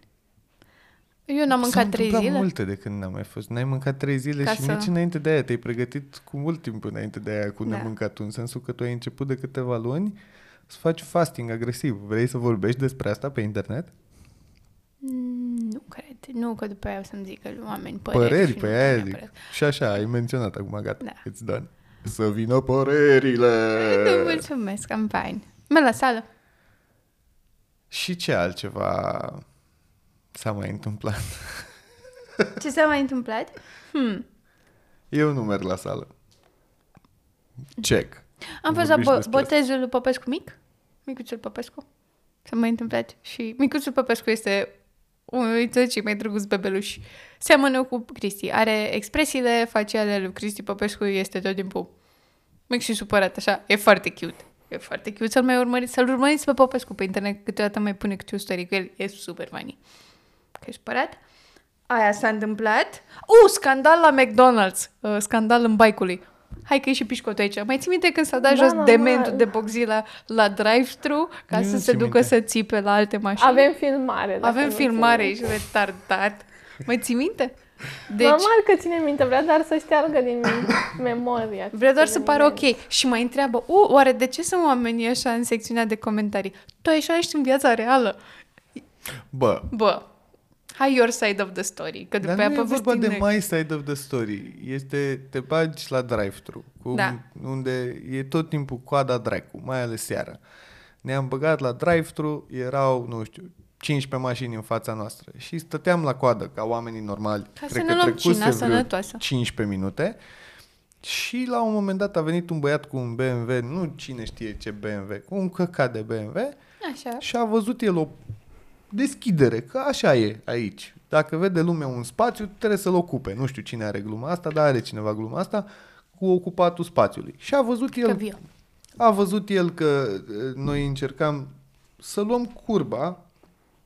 Speaker 2: Eu n-am mâncat trei zile.
Speaker 1: multe de când n-am mai fost. N-ai mâncat trei zile
Speaker 2: Ca
Speaker 1: și
Speaker 2: să-
Speaker 1: nici înainte de aia. Te-ai pregătit cu mult timp înainte de aia cu
Speaker 2: Da.
Speaker 1: nemâncatul, în sensul că tu ai început de câteva luni să faci fasting agresiv. Vrei să vorbești despre asta pe internet?
Speaker 2: Păi, Mm, Nu cred. Nu, că după aia o să-mi zică oameni păreri.
Speaker 1: Păreri, păreri
Speaker 2: și
Speaker 1: pe
Speaker 2: nu
Speaker 1: aia zic.
Speaker 2: neapărat.
Speaker 1: Și așa, ai menționat acum, gata,
Speaker 2: Da.
Speaker 1: it's done. Să vină părerile!
Speaker 2: Nu, mulțumesc, am fain. Mă la sală.
Speaker 1: Și ce altceva s-a mai întâmplat?
Speaker 2: Ce s-a mai întâmplat? Hmm.
Speaker 1: Eu nu merg la sală. Check.
Speaker 2: Am fost la
Speaker 1: Vorbești
Speaker 2: bo-
Speaker 1: despre
Speaker 2: botezul lui Popescu mic. Micuțul Popescu. S-a mai întâmplat. Și micuțul Popescu este unul dintre cei mai drăguți bebeluși. Seamănă cu Cristi. Are expresiile faciale lui Cristi Popescu. Este tot timpul mic și supărat, așa. E foarte cute. E foarte cute să-l mai urmăriți, să-l urmăriți pe Popescu pe internet. Câteodată mai pune câte o story cu el. E super funny. Că e supărat. Aia s-a întâmplat. U, scandal la McDonald's. Uh, scandal în baicului. Hai că e și pișcotul aici. Mai ții minte când s-a dat
Speaker 3: Da,
Speaker 2: jos
Speaker 3: normal.
Speaker 2: dementul de boxii la, la drive-thru ca
Speaker 1: Nu
Speaker 2: să
Speaker 1: țin
Speaker 2: se ducă
Speaker 1: minte.
Speaker 2: să țipe la alte mașini?
Speaker 3: Avem filmare. dacă
Speaker 2: Avem
Speaker 3: nu
Speaker 2: filmare,
Speaker 3: ține
Speaker 2: ești retardat. Mai ții minte?
Speaker 3: minte.
Speaker 2: Deci,
Speaker 3: Normal că ține minte, vrea doar să șteargă din memoria.
Speaker 2: vrea doar să
Speaker 3: Ține
Speaker 2: pară
Speaker 3: minte.
Speaker 2: ok. Și mai întreabă, u, oare de ce sunt oamenii așa în secțiunea de comentarii? Tu așa ești în viața reală.
Speaker 1: Bă,
Speaker 2: Bă, hai your side of the story, că după
Speaker 1: Dar
Speaker 2: aia
Speaker 1: nu e vorba
Speaker 2: povestim
Speaker 1: de
Speaker 2: noi.
Speaker 1: my side of the story. Este, te bagi la drive-thru, cu
Speaker 2: Da.
Speaker 1: unde e tot timpul coada dracu, mai ales seara. Ne-am băgat la drive-thru, erau, nu știu, 15 mașini în fața noastră și stăteam la coadă ca oamenii normali.
Speaker 2: Ca să ne luăm
Speaker 1: trecuse
Speaker 2: cina
Speaker 1: vreo
Speaker 2: sănătoasă.
Speaker 1: 15 minute. Și la un moment dat a venit un băiat cu un BMW, nu cine știe ce BMW, cu un căcat de BMW
Speaker 2: Așa.
Speaker 1: și a văzut el o deschidere, că așa e aici. Dacă vede lumea un spațiu, trebuie să-l ocupe. Nu știu cine are gluma asta, dar are cineva gluma asta cu ocupatul spațiului. Și a văzut
Speaker 2: Că
Speaker 1: el,
Speaker 2: viu.
Speaker 1: a văzut el că eh, noi încercam să luăm curba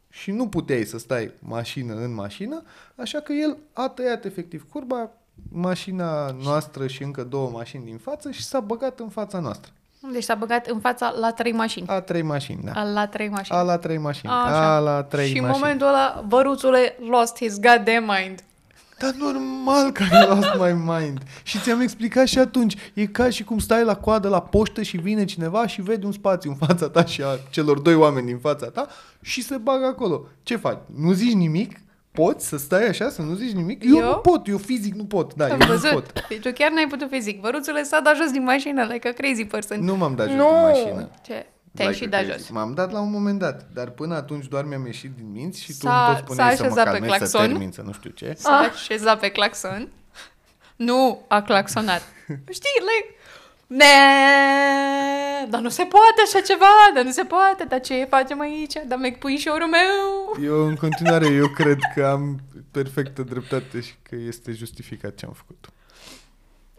Speaker 1: și nu puteai să stai mașină în mașină, așa că el a tăiat efectiv curba, mașina noastră și încă două mașini din față și s-a băgat în fața noastră.
Speaker 2: Deci s-a băgat în fața la trei mașini.
Speaker 1: A trei mașini, da.
Speaker 2: A, la trei mașini.
Speaker 1: A la trei mașini.
Speaker 2: Așa.
Speaker 1: A la trei
Speaker 2: și
Speaker 1: mașini.
Speaker 2: în momentul ăla, băruțule lost his goddamn mind.
Speaker 1: Dar normal că ai lost my mind. Și ți-am explicat și atunci. E ca și cum stai la coadă la poștă și vine cineva și vede un spațiu în fața ta și a celor doi oameni din fața ta și se bagă acolo. Ce faci? Nu zici nimic? Poți să stai așa, să nu zici nimic? Eu,
Speaker 2: Eu?
Speaker 1: nu pot, eu fizic nu pot. Da,
Speaker 2: Am
Speaker 1: eu nu pot.
Speaker 2: văzut. Deci tu chiar n-ai putut fizic. Băruțule s-a dat jos din mașină, like a crazy person.
Speaker 1: Nu m-am dat jos
Speaker 3: Nu.
Speaker 1: din mașină.
Speaker 2: Ce? Te-ai
Speaker 1: Like
Speaker 2: și
Speaker 1: a
Speaker 2: dat
Speaker 1: crazy.
Speaker 2: jos.
Speaker 1: M-am dat la un moment dat, dar până atunci doar mi-am ieșit din minți și tu
Speaker 2: S-a-
Speaker 1: îmi tot spuneai
Speaker 2: s-a
Speaker 1: să mă
Speaker 2: așezat pe
Speaker 1: calmez, să
Speaker 2: claxon.
Speaker 1: termin, să nu știu ce.
Speaker 2: S-a așezat pe claxon. Nu a claxonat. Știi, like... Ne, dar nu se poate așa ceva, dar nu se poate, dar ce facem aici, dar mec puișorul meu.
Speaker 1: Eu în continuare, eu cred că am perfectă dreptate și că este justificat ce am făcut.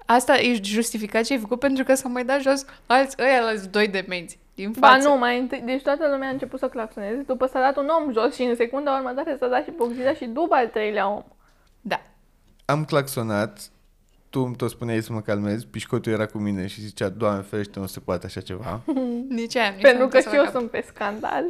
Speaker 2: Asta ești justificat ce ai făcut pentru că s-au mai dat jos alți ăia, alți doi demenți din
Speaker 3: Ba
Speaker 2: față.
Speaker 3: nu, mai întâi, deci toată lumea a început să claxoneze, după s-a dat un om jos și în secunda următoare s-a dat și boxiza și după al treilea om.
Speaker 2: Da.
Speaker 1: Am claxonat tu îmi tot spuneai să mă calmez, pișcotul era cu mine și zicea, Doamne ferește, nu se poate așa ceva.
Speaker 2: Nici aia mi s-a
Speaker 4: Pentru că
Speaker 2: întors
Speaker 4: și
Speaker 2: la
Speaker 4: eu
Speaker 2: cap.
Speaker 4: sunt pe scandal.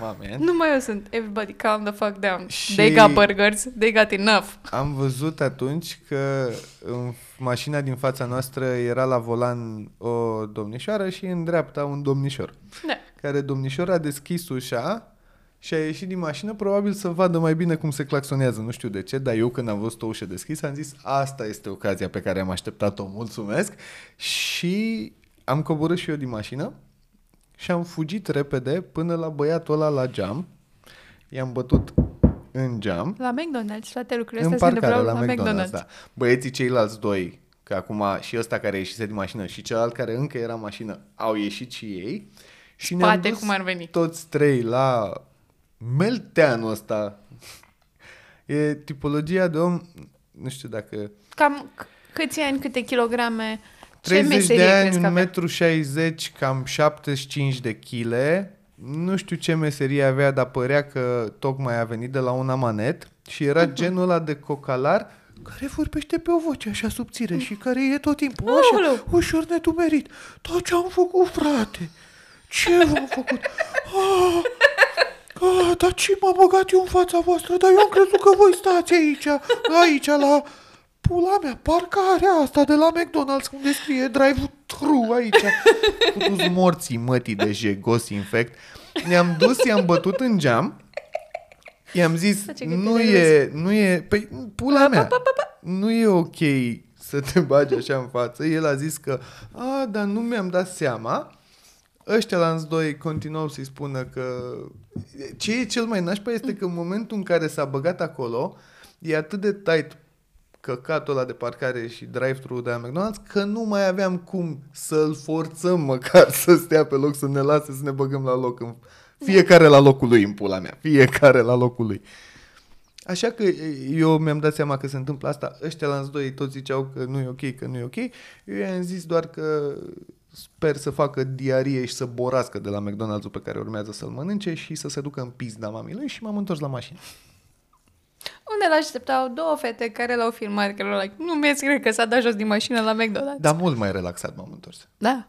Speaker 1: Mame.
Speaker 2: Nu mai eu sunt. Everybody calm the fuck down.
Speaker 1: Și-
Speaker 2: They got burgers. They got enough.
Speaker 1: Am văzut atunci că în mașina din fața noastră era la volan o domnișoară și în dreapta un domnișor.
Speaker 2: Da.
Speaker 1: Care domnișor a deschis ușa și a ieșit din mașină probabil să vadă mai bine cum se claxonează, nu știu de ce, dar eu când am văzut o ușă deschisă am zis asta este ocazia pe care am așteptat-o, mulțumesc și am coborât și eu din mașină și am fugit repede până la băiatul ăla la geam, i-am bătut în geam
Speaker 2: La McDonald's, toate lucrurile
Speaker 1: în
Speaker 2: astea se
Speaker 1: parcare,
Speaker 2: întâmplau
Speaker 1: la, la McDonald's, da. Băieții ceilalți doi, că acum și ăsta care ieșise din mașină și celălalt care încă era în mașină, au ieșit și ei. Și ne-am
Speaker 2: Spate,
Speaker 1: dus
Speaker 2: cum ar veni.
Speaker 1: toți trei la melteanul ăsta. E tipologia de om, nu știu dacă...
Speaker 2: Cam c- câți ani, câte kilograme, ce
Speaker 1: 30
Speaker 2: meserie
Speaker 1: de ani,
Speaker 2: crezi
Speaker 1: 1,60
Speaker 2: că avea?
Speaker 1: metru, 60, cam 75 de chile. Nu știu ce meserie avea, dar părea că tocmai a venit de la un amanet și
Speaker 2: Mhm.
Speaker 1: era genul ăla de cocalar care vorbește pe o voce așa subțire și care e tot timpul așa,
Speaker 2: Aoleu!
Speaker 1: ușor nedumerit. Dar ce-am făcut, frate? Ce v-am făcut? Ah, ah, dar ce m-a băgat eu în fața voastră? Dar eu am crezut că voi stați aici, aici la... Pula mea, parcarea asta de la McDonald's unde scrie drive-thru aici. Cu morții mătii de jegos infect. Ne-am dus, i-am bătut în geam. I-am zis,
Speaker 2: Face că te
Speaker 1: nu e, nu e, păi, pula mea, nu e ok să te bagi așa în față. El a zis că, a, dar nu mi-am dat seama. Ăștia la doi continuau să-i spună că... Ce e cel mai nașpa este că în momentul în care s-a băgat acolo, e atât de tight căcatul ăla de parcare și drive-thru de la McDonald's că nu mai aveam cum să-l forțăm măcar să stea pe loc, să ne lase să ne băgăm la loc. În... Fiecare la locul lui în pula mea, fiecare la locul lui. Așa că e, eu mi-am dat seama că se întâmplă asta, ăștia la doi toți ziceau că nu e ok, că nu e ok, eu i-am zis doar că sper să facă diarie și să borască de la McDonald's-ul pe care urmează să-l mănânce și să se ducă în pizda mamei lui și m-am întors la mașină.
Speaker 2: Unde l-așteptau două fete care l-au filmat, care l-au like, nu mi-e cred că s-a dat jos din mașină la McDonald's.
Speaker 1: Dar mult mai relaxat m-am întors.
Speaker 2: da.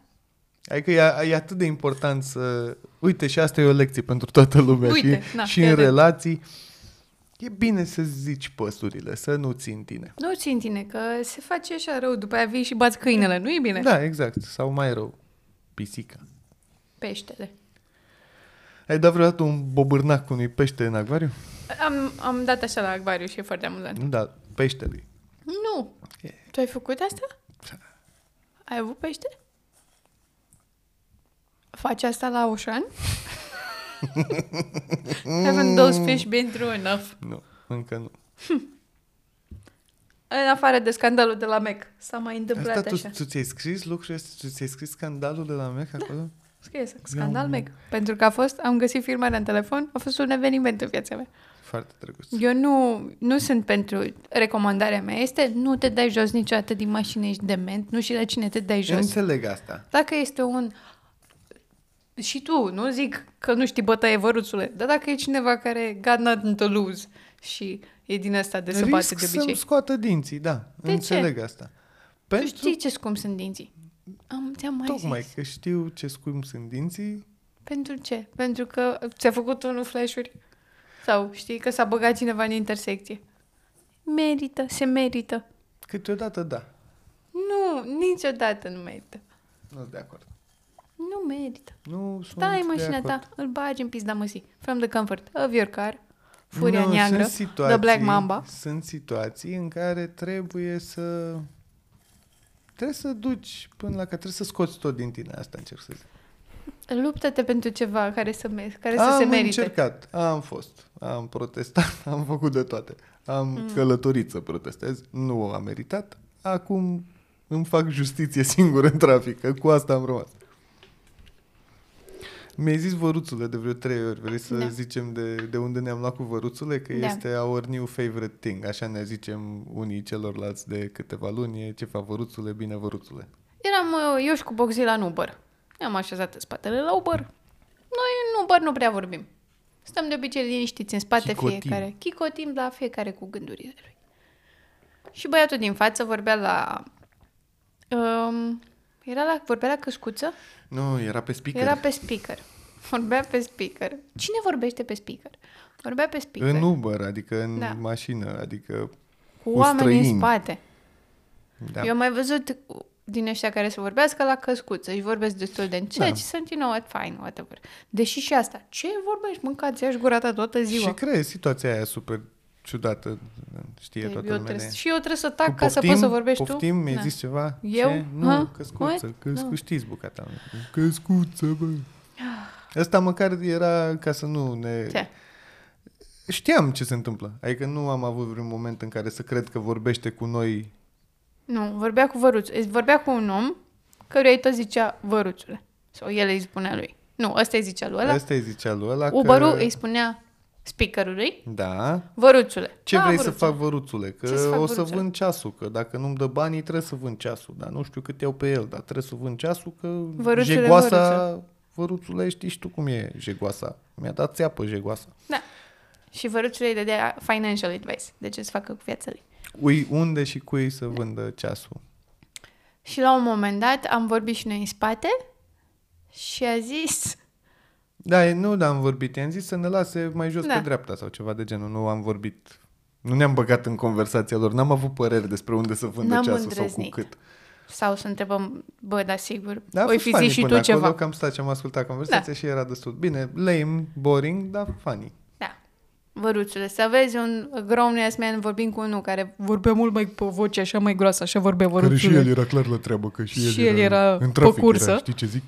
Speaker 1: Adică e, e atât de important să... Uite, și asta e o lecție pentru toată lumea
Speaker 2: Uite,
Speaker 1: și,
Speaker 2: na,
Speaker 1: și
Speaker 2: fii
Speaker 1: în
Speaker 2: atent.
Speaker 1: relații. E bine să zici păsurile, să nu țin tine.
Speaker 2: Nu țin tine, că se face așa rău, după aia vii și bați câinele, nu e bine?
Speaker 1: Da, exact. Sau mai rău, pisica.
Speaker 2: Peștele.
Speaker 1: Ai dat vreodată un bobârnac unui pește în acvariu?
Speaker 2: Am, am dat așa la acvariu și e foarte amuzant.
Speaker 1: Nu, da, peștelui.
Speaker 2: Nu.
Speaker 1: E. Da.
Speaker 2: Tu ai făcut asta? Ai avut pește? Faci asta la ocean? Haven't those fish been through enough?
Speaker 1: Nu, încă nu.
Speaker 2: În afară de scandalul de la Mac. S-a mai întâmplat
Speaker 1: Asta tu,
Speaker 2: așa. Da.
Speaker 1: tu ți-ai scris lucrul ăsta? Tu ți-ai scris scandalul de la mea acolo?
Speaker 2: Scrie să- scandal Mac. Pentru că a fost, am găsit filmarea în telefon, a fost un eveniment în viața mea.
Speaker 1: Foarte drăguț.
Speaker 2: Eu nu, nu sunt pentru... Recomandarea mea este nu te dai jos niciodată din mașină, ești dement, nu știi la cine te dai jos.
Speaker 1: Înțeleg asta.
Speaker 2: Dacă este un... Și tu, nu zic că nu știi bătaie văruțule, dar dacă e cineva care got nothing to lose și e din asta de să bate
Speaker 1: Risc
Speaker 2: de
Speaker 1: să-mi
Speaker 2: obicei.
Speaker 1: scoată dinții, da.
Speaker 2: De ce?
Speaker 1: înțeleg asta.
Speaker 2: Tu
Speaker 1: Pentru
Speaker 2: știi ce scump sunt dinții. Am, ți-am mai
Speaker 1: Tocmai
Speaker 2: zis.
Speaker 1: că știu ce scum sunt dinții.
Speaker 2: Pentru ce? Pentru că ți-a făcut unul flash-uri? Sau știi că s-a băgat cineva în intersecție? Merită, se merită.
Speaker 1: Câteodată da.
Speaker 2: Nu, niciodată nu merită.
Speaker 1: Nu sunt de acord.
Speaker 2: Nu merită.
Speaker 1: Nu sunt
Speaker 2: Stai în
Speaker 1: de
Speaker 2: mașina
Speaker 1: Păi acord.
Speaker 2: ta, îl bagi în pizda măsii. From the comfort of your car, furia
Speaker 1: Nu,
Speaker 2: neagră,
Speaker 1: sunt
Speaker 2: the black mamba.
Speaker 1: Sunt situații în care trebuie să... Trebuie să duci până la că trebuie să scoți tot din tine, asta încerc să zic.
Speaker 2: Luptă-te pentru ceva care să, mer- care
Speaker 1: am
Speaker 2: să se merite.
Speaker 1: încercat, am fost, am protestat, am făcut de toate. Am mm. călătorit să protestez, nu o am meritat. Acum îmi fac justiție singur în trafic, că cu asta am rămas. Mi-ai zis văruțule de vreo trei ori, vrei să
Speaker 2: Da.
Speaker 1: da. zicem de, de unde ne-am luat cu văruțule? Că
Speaker 2: Da.
Speaker 1: da. este our new favorite thing, așa ne zicem unii celorlalți de câteva luni, e ce fac văruțule, bine văruțule.
Speaker 2: Eram uh, eu și cu Boxila în Uber. Ne-am așezat în spatele la Uber. Noi în Uber nu prea vorbim. Stăm de obicei liniștiți în spate
Speaker 1: Chicotim.
Speaker 2: fiecare. Chicotim, la fiecare cu gândurile lui. Și băiatul din față vorbea la... Um, era la, vorbea la căscuță?
Speaker 1: Nu, era pe speaker.
Speaker 2: Era pe speaker. Vorbea pe speaker. Cine vorbește pe speaker? Vorbea pe speaker.
Speaker 1: În Uber, adică în
Speaker 2: Da.
Speaker 1: da. mașină, adică...
Speaker 2: cu oameni în
Speaker 1: străini.
Speaker 2: spate.
Speaker 1: Da.
Speaker 2: Eu am mai văzut din ăștia care se vorbească la căscuță și vorbesc destul de încet
Speaker 1: Da.
Speaker 2: și sunt, you know what, fine, whatever. Deși și asta, ce vorbești, mâncați iași gura ta toată ziua.
Speaker 1: Și crezi situația aia super ciudată, știe
Speaker 2: eu
Speaker 1: toată lumea.
Speaker 2: trebuie,
Speaker 1: de-
Speaker 2: să- și eu trebuie să
Speaker 1: Cu
Speaker 2: tac ca să poți să vorbești
Speaker 1: poftim,
Speaker 2: tu.
Speaker 1: mi-ai
Speaker 2: Da.
Speaker 1: zis ceva?
Speaker 2: Eu?
Speaker 1: Ce? Nu,
Speaker 2: Ha?
Speaker 1: căscuță,
Speaker 2: What? Da.
Speaker 1: căscu,
Speaker 2: Nu.
Speaker 1: știți bucata mea. Căscuță, bă. Asta măcar era ca să nu ne...
Speaker 2: Ce?
Speaker 1: Știam ce se întâmplă. Adică nu am avut vreun moment în care să cred că vorbește cu noi.
Speaker 2: Nu, vorbea cu văruțul. Îi Vorbea cu un om căruia îi tot zicea văruțule. Sau el îi spunea lui. Nu, ăsta îi zicea lui ăla.
Speaker 1: Asta e zicea lui ăla
Speaker 2: Uber-ul
Speaker 1: că...
Speaker 2: îi spunea speakerului,
Speaker 1: Da.
Speaker 2: văruțule.
Speaker 1: Ce
Speaker 2: "A,
Speaker 1: vrei să
Speaker 2: văruțule."
Speaker 1: fac, văruțule? Că
Speaker 2: Ce să fac,
Speaker 1: o să
Speaker 2: văruțule?
Speaker 1: vând ceasul, că dacă nu-mi dă banii, trebuie să vând ceasul. Dar nu știu cât iau pe el, dar trebuie să vând ceasul, că
Speaker 2: Văruțule,
Speaker 1: jegoasa... Văruțule, știi și tu cum e jegoasa. Mi-a dat țeapă jegoasa.
Speaker 2: Da. Și văruțul îi dădea financial advice, de ce să facă cu viața lui.
Speaker 1: Ui, unde și cui să vândă ceasul?
Speaker 2: Și la un moment dat am vorbit și noi în spate și a zis,
Speaker 1: Da, e- nu am vorbit, i-am zis să ne lase mai jos
Speaker 2: Da.
Speaker 1: da. pe dreapta sau ceva de genul. Nu am vorbit, nu ne-am băgat în conversația lor, n-am avut păreri despre unde să vândă
Speaker 2: N-am
Speaker 1: ceasul sau cu
Speaker 2: îndrăznit.
Speaker 1: cât.
Speaker 2: sau să întrebăm, bă, da, sigur,
Speaker 1: Da, a
Speaker 2: oi
Speaker 1: fost
Speaker 2: fi
Speaker 1: funny
Speaker 2: zis și tu
Speaker 1: până acolo,
Speaker 2: ceva.
Speaker 1: Că am stat și am ascultat conversația
Speaker 2: Da.
Speaker 1: da. și era destul bine, lame, boring, dar funny.
Speaker 2: Da. Văruțule, să vezi un grown ass man vorbind cu unul care vorbea mult mai pe voce, așa mai groasă, așa vorbea văruțule. Și,
Speaker 1: era clar la treabă, că
Speaker 2: și Și el el era era în pe trafic, era, cursă. știi
Speaker 1: ce zic?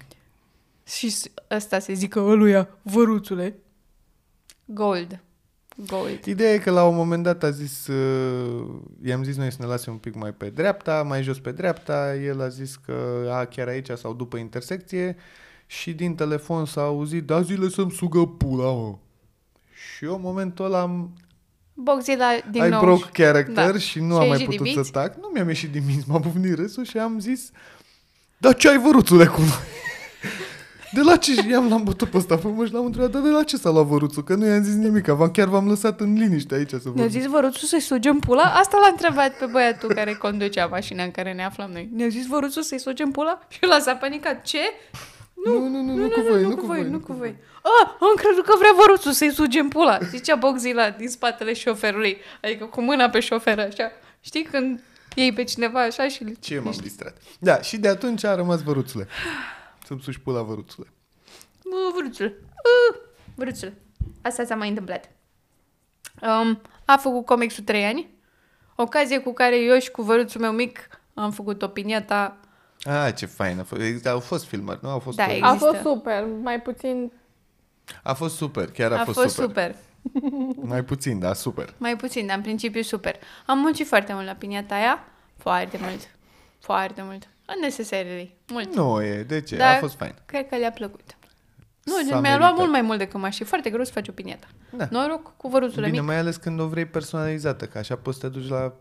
Speaker 2: și s- ăsta se zică ăluia, văruțule. Gold. Gold.
Speaker 1: Ideea e că la un moment dat a zis, uh, i-am zis noi să ne lase un pic mai pe dreapta, mai jos pe dreapta, el a zis că a, chiar aici sau după intersecție și din telefon s-a auzit, da zile să-mi sugă pula, mă. Și eu în momentul ăla am,
Speaker 2: Boxila din
Speaker 1: I
Speaker 2: nou.
Speaker 1: broke character
Speaker 2: Da.
Speaker 1: da. și
Speaker 2: Și
Speaker 1: nu
Speaker 2: ai
Speaker 1: am mai
Speaker 2: ieșit din
Speaker 1: putut să
Speaker 2: minți?
Speaker 1: tac. Nu mi-am ieșit din minți, m-a bufnit râsul și am zis, dar ce ai văruțule cu noi? De la ce și i-am l-am bătut pe ăsta pe mână și l-am întrebat, dar de la ce s-a luat văruțul? Că nu i-am zis nimic, v-am, chiar v-am lăsat în liniște aici să
Speaker 2: Ne-a
Speaker 1: vorbim.
Speaker 2: zis văruțul să-i sugem pula? Asta l-a întrebat pe băiatul care conducea mașina în care ne aflam noi. Ne-a zis văruțul să-i sugem pula? Și l-a s-a panicat. Ce?
Speaker 1: Nu, nu, nu, nu, cu voi, nu cu voi,
Speaker 2: nu cu voi. A, am crezut că vrea văruțul să-i sugem pula. Zicea Boxila din spatele șoferului. Adică cu mâna pe șofer, așa. Știi când iei pe cineva așa și...
Speaker 1: Ce m-am distrat. Da, și de atunci a rămas văruțule. Să-mi suși pula văruțule.
Speaker 2: Mă, văruțule. A, Văruțule. Asta s-a mai întâmplat. Um, a făcut comicsul 3 ani. Ocazie cu care eu și cu văruțul meu mic am făcut opinia ta
Speaker 1: Ah, ce fain a fost. Exact, Au fost filmări, nu? Au fost
Speaker 2: Da,
Speaker 1: ori.
Speaker 2: exact.
Speaker 3: A
Speaker 2: Există.
Speaker 3: fost super, mai puțin
Speaker 1: A fost super, chiar Da, a,
Speaker 2: a fost super. super.
Speaker 1: Mai puțin, dar super.
Speaker 2: Mai puțin, dar în principiu super. Am muncit foarte mult la piniata aia. Foarte mult. Foarte mult. Unnecessarily. Mult.
Speaker 1: Nu e, de ce?
Speaker 2: Dar
Speaker 1: A fost fain.
Speaker 2: Cred că le-a plăcut.
Speaker 1: S-a
Speaker 2: Nu, mi-a
Speaker 1: meritat.
Speaker 2: luat mult mai mult decât m-aș fi. Foarte greu să faci o piniata.
Speaker 1: Da.
Speaker 2: Noroc cu văruțul
Speaker 1: Bine,
Speaker 2: mic.
Speaker 1: mai ales când o vrei personalizată, că așa poți să te duci la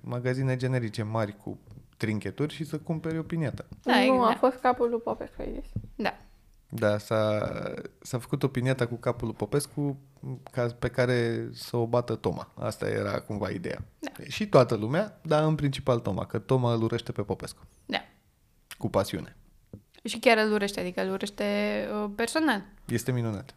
Speaker 1: magazine generice mari cu trincheturi și să cumperi o pinetă.
Speaker 2: Da,
Speaker 3: nu,
Speaker 2: exact.
Speaker 3: a fost capul lui Popescu, ai zis.
Speaker 2: Da.
Speaker 1: Da, s-a, s-a făcut o pineta cu capul lui Popescu ca, pe care să o bată Toma. Asta era cumva ideea.
Speaker 2: Da.
Speaker 1: Și toată lumea, dar în principal Toma, că Toma îl urăște pe Popescu.
Speaker 2: Da.
Speaker 1: Cu pasiune.
Speaker 2: Și chiar îl urăște, adică îl urăște uh, personal.
Speaker 1: Este minunat.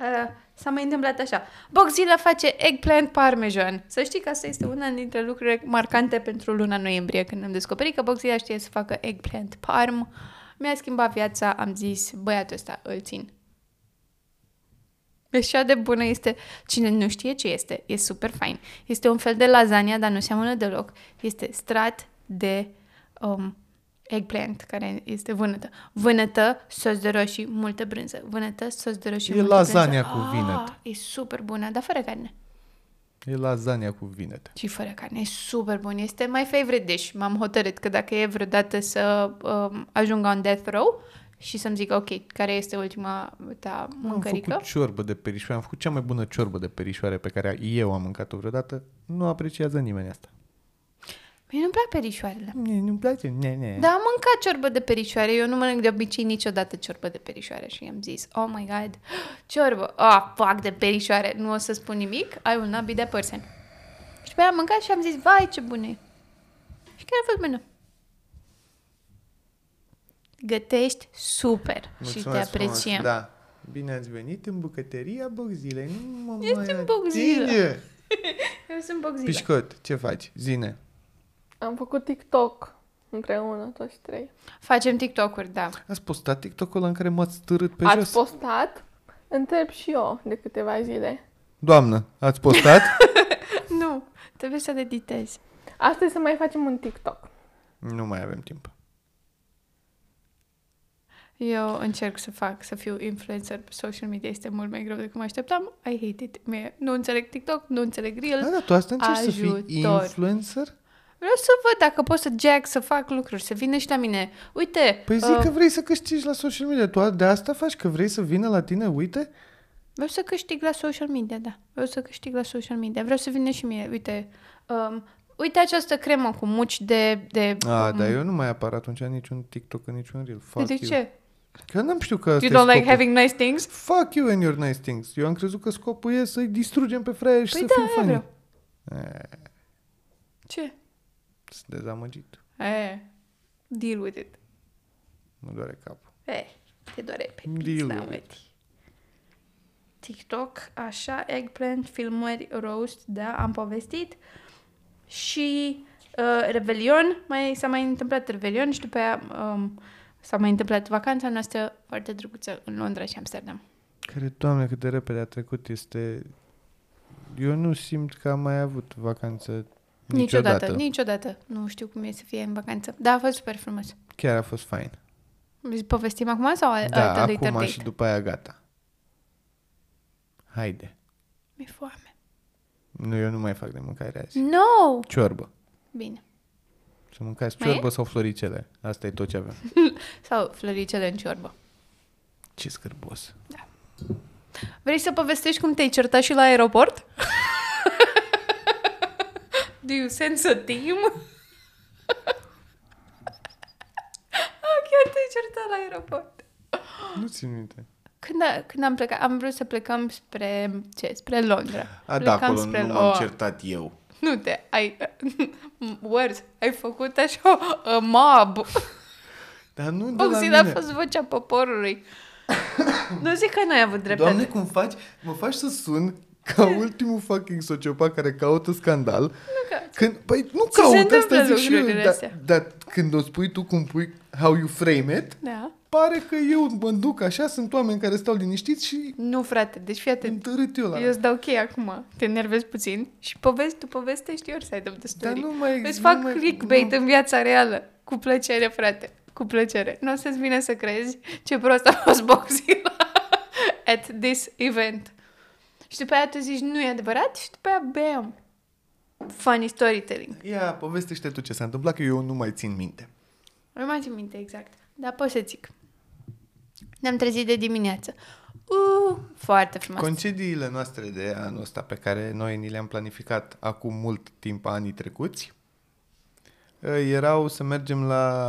Speaker 2: Uh, s-a mai întâmplat așa. Boxila face eggplant parmesan. Să știi că asta este una dintre lucrurile marcante pentru luna noiembrie, când am descoperit că Boxila știe să facă eggplant parm. Mi-a schimbat viața, am zis, băiatul ăsta îl țin. Așa de bună este. Cine nu știe ce este, e super fain. Este un fel de lasagna, dar nu seamănă deloc. Este strat de um, eggplant, care este vânătă. Vânătă, sos de roșii, multă brânză. Vânătă, sos de roșii,
Speaker 1: E
Speaker 2: multă
Speaker 1: lasagna
Speaker 2: brânză.
Speaker 1: cu vinăt.
Speaker 2: Ah, E super bună, dar fără carne.
Speaker 1: E lasagna cu vinete.
Speaker 2: Și fără carne, e super bun. Este my favorite dish. M-am hotărât că dacă e vreodată să um, ajung on death row și să-mi zic, ok, care este ultima ta
Speaker 1: Am
Speaker 2: mâncărică?
Speaker 1: făcut ciorbă de perișoare, am făcut cea mai bună ciorbă de perișoare pe care eu am mâncat-o vreodată. Nu apreciază nimeni asta.
Speaker 2: Mie nu-mi plac perișoarele.
Speaker 1: Mie nu-mi place. Ne, ne.
Speaker 2: Dar Da, am mâncat ciorbă de perișoare. Eu nu mănânc de obicei niciodată ciorbă de perișoare și am zis, oh my god, ciorbă, ah, oh, fuck de perișoare, nu o să spun nimic, I will not be that person. Și pe aia am mâncat și am zis, vai, ce bun e. Și chiar a fost bună. Gătești super și te
Speaker 1: Mulțumesc
Speaker 2: apreciem.
Speaker 1: Frumos, da. Bine ați venit în bucătăria Bogzilei. Nu mă
Speaker 2: Ești
Speaker 1: mai
Speaker 2: în Bogzila.
Speaker 1: atinge.
Speaker 2: Eu sunt boxilă.
Speaker 1: Pișcot, ce faci? Zine.
Speaker 4: Am făcut TikTok împreună, toți trei.
Speaker 2: Facem TikTok-uri, da.
Speaker 1: Ați postat TikTok-ul ăla în care m-ați târât pe
Speaker 4: Ați
Speaker 1: Păi jos?
Speaker 4: postat? Întreb și eu de câteva zile.
Speaker 1: Doamnă, ați postat?
Speaker 2: Nu, trebuie să le editezi.
Speaker 4: Astăzi să mai facem un TikTok.
Speaker 1: nu mai avem timp.
Speaker 2: Eu încerc să fac, să fiu influencer pe social media. Este mult mai greu decât mă așteptam. I hate it. Mie nu înțeleg TikTok, nu înțeleg
Speaker 1: Da,
Speaker 2: Reels.
Speaker 1: dar tu asta încerci să
Speaker 2: Ajutor.
Speaker 1: fii influencer?
Speaker 2: Vreau să văd dacă pot să jack, să fac lucruri, să vină și la mine. Uite,
Speaker 1: Păi zic
Speaker 2: uh,
Speaker 1: că vrei să câștigi la social media. Tu a- de asta faci? Că vrei să vină la tine? Uite?
Speaker 2: Vreau să câștig la social media, da. Vreau să câștig la social media. Vreau să vină și mie. Uite, um, uite această cremă cu muci de... de
Speaker 1: A,
Speaker 2: um,
Speaker 1: dar eu nu mai apar atunci în niciun TikTok, în niciun reel. Ah, da, Fuck
Speaker 2: De
Speaker 1: you.
Speaker 2: ce?
Speaker 1: Că eu n-am știut că asta
Speaker 2: You
Speaker 1: e
Speaker 2: don't like
Speaker 1: scopul.
Speaker 2: having nice things?
Speaker 1: Fuck you and your nice things. Eu am crezut că scopul e să-i distrugem pe fraier și
Speaker 2: Păi
Speaker 1: să
Speaker 2: da,
Speaker 1: fim
Speaker 2: aia
Speaker 1: funny.
Speaker 2: vreau.
Speaker 1: E,
Speaker 2: Ce?
Speaker 1: Sunt dezamăgit.
Speaker 2: E, deal with it.
Speaker 1: Mă doare capul.
Speaker 2: E, te doare pe
Speaker 1: Deal
Speaker 2: pizza,
Speaker 1: with
Speaker 2: mă,
Speaker 1: it.
Speaker 2: tii. TikTok, așa, eggplant, filmări, roast, da, am povestit. Și uh, Revelion, mai, s-a mai întâmplat Revelion și după aia um, s-a mai întâmplat vacanța noastră foarte drăguță în Londra și Amsterdam.
Speaker 1: Care, doamne, cât de repede a trecut este... Eu nu simt că am mai avut vacanță niciodată.
Speaker 2: Niciodată, niciodată. Nu știu cum e să fie în vacanță. Da, a fost super frumos.
Speaker 1: Chiar a fost fain.
Speaker 2: Îți Povestim acum sau al-
Speaker 1: Da,
Speaker 2: altă later
Speaker 1: acum
Speaker 2: date?
Speaker 1: și după aia gata. Haide.
Speaker 2: Mi-e foame.
Speaker 1: Nu, eu nu mai fac de mâncare azi.
Speaker 2: No!
Speaker 1: Ciorbă.
Speaker 2: Bine.
Speaker 1: Să mâncați
Speaker 2: Mai e?
Speaker 1: ciorbă sau floricele. Asta e tot ce avem.
Speaker 2: Sau floricele în ciorbă.
Speaker 1: Ce scârbos.
Speaker 2: Vrei să povestești cum te-ai certat și la aeroport? Do you sense a team? Ah, Chiar te-ai certat la aeroport.
Speaker 1: Nu țin minte.
Speaker 2: Când, a, când am plecat, am vrut să plecăm spre, ce, spre Londra.
Speaker 1: A, da,
Speaker 2: Plecam
Speaker 1: acolo nu
Speaker 2: Lo-
Speaker 1: m-am certat eu.
Speaker 2: Nu te, ai, words, ai făcut așa a mob.
Speaker 1: Dar nu de la
Speaker 2: Boxil a
Speaker 1: mine.
Speaker 2: fost vocea poporului. nu zic că n-ai avut dreptate.
Speaker 1: Doamne, cum faci? Mă faci să sun ca ultimul fucking sociopat care caută scandal. Nu
Speaker 2: cauți.
Speaker 1: Când, păi nu
Speaker 2: se
Speaker 1: caut,
Speaker 2: întâmplă
Speaker 1: asta zic și eu.
Speaker 2: lucrurile astea?
Speaker 1: Dar da, când o spui tu cum pui, how you frame it,
Speaker 2: Da.
Speaker 1: pare că eu mă duc așa, sunt oameni care stau liniștiți și
Speaker 2: Nu, frate, deci fii atent.
Speaker 1: întărât eu la...
Speaker 2: Eu îți dau chei acum, te enervezi puțin și povesti, tu povestești your side of the story.
Speaker 1: Dar nu mai...
Speaker 2: Îți
Speaker 1: nu
Speaker 2: fac
Speaker 1: mai-
Speaker 2: clickbait
Speaker 1: nu-
Speaker 2: în viața reală. Cu plăcere, frate. Cu plăcere. Nu o să-ți vine să crezi ce prost a fost Boxila at this event. Și după aia tu zici, nu e adevărat? Și după aia, bam! Funny storytelling.
Speaker 1: Ia, povestește tu ce s-a întâmplat, că eu nu mai țin minte.
Speaker 2: Nu mai țin minte exact, dar pot să zic. Ne-am trezit de dimineață. Uh, foarte frumos.
Speaker 1: Concediile noastre de anul ăsta pe care noi ni le-am planificat acum mult timp anii trecuți eh, erau să mergem la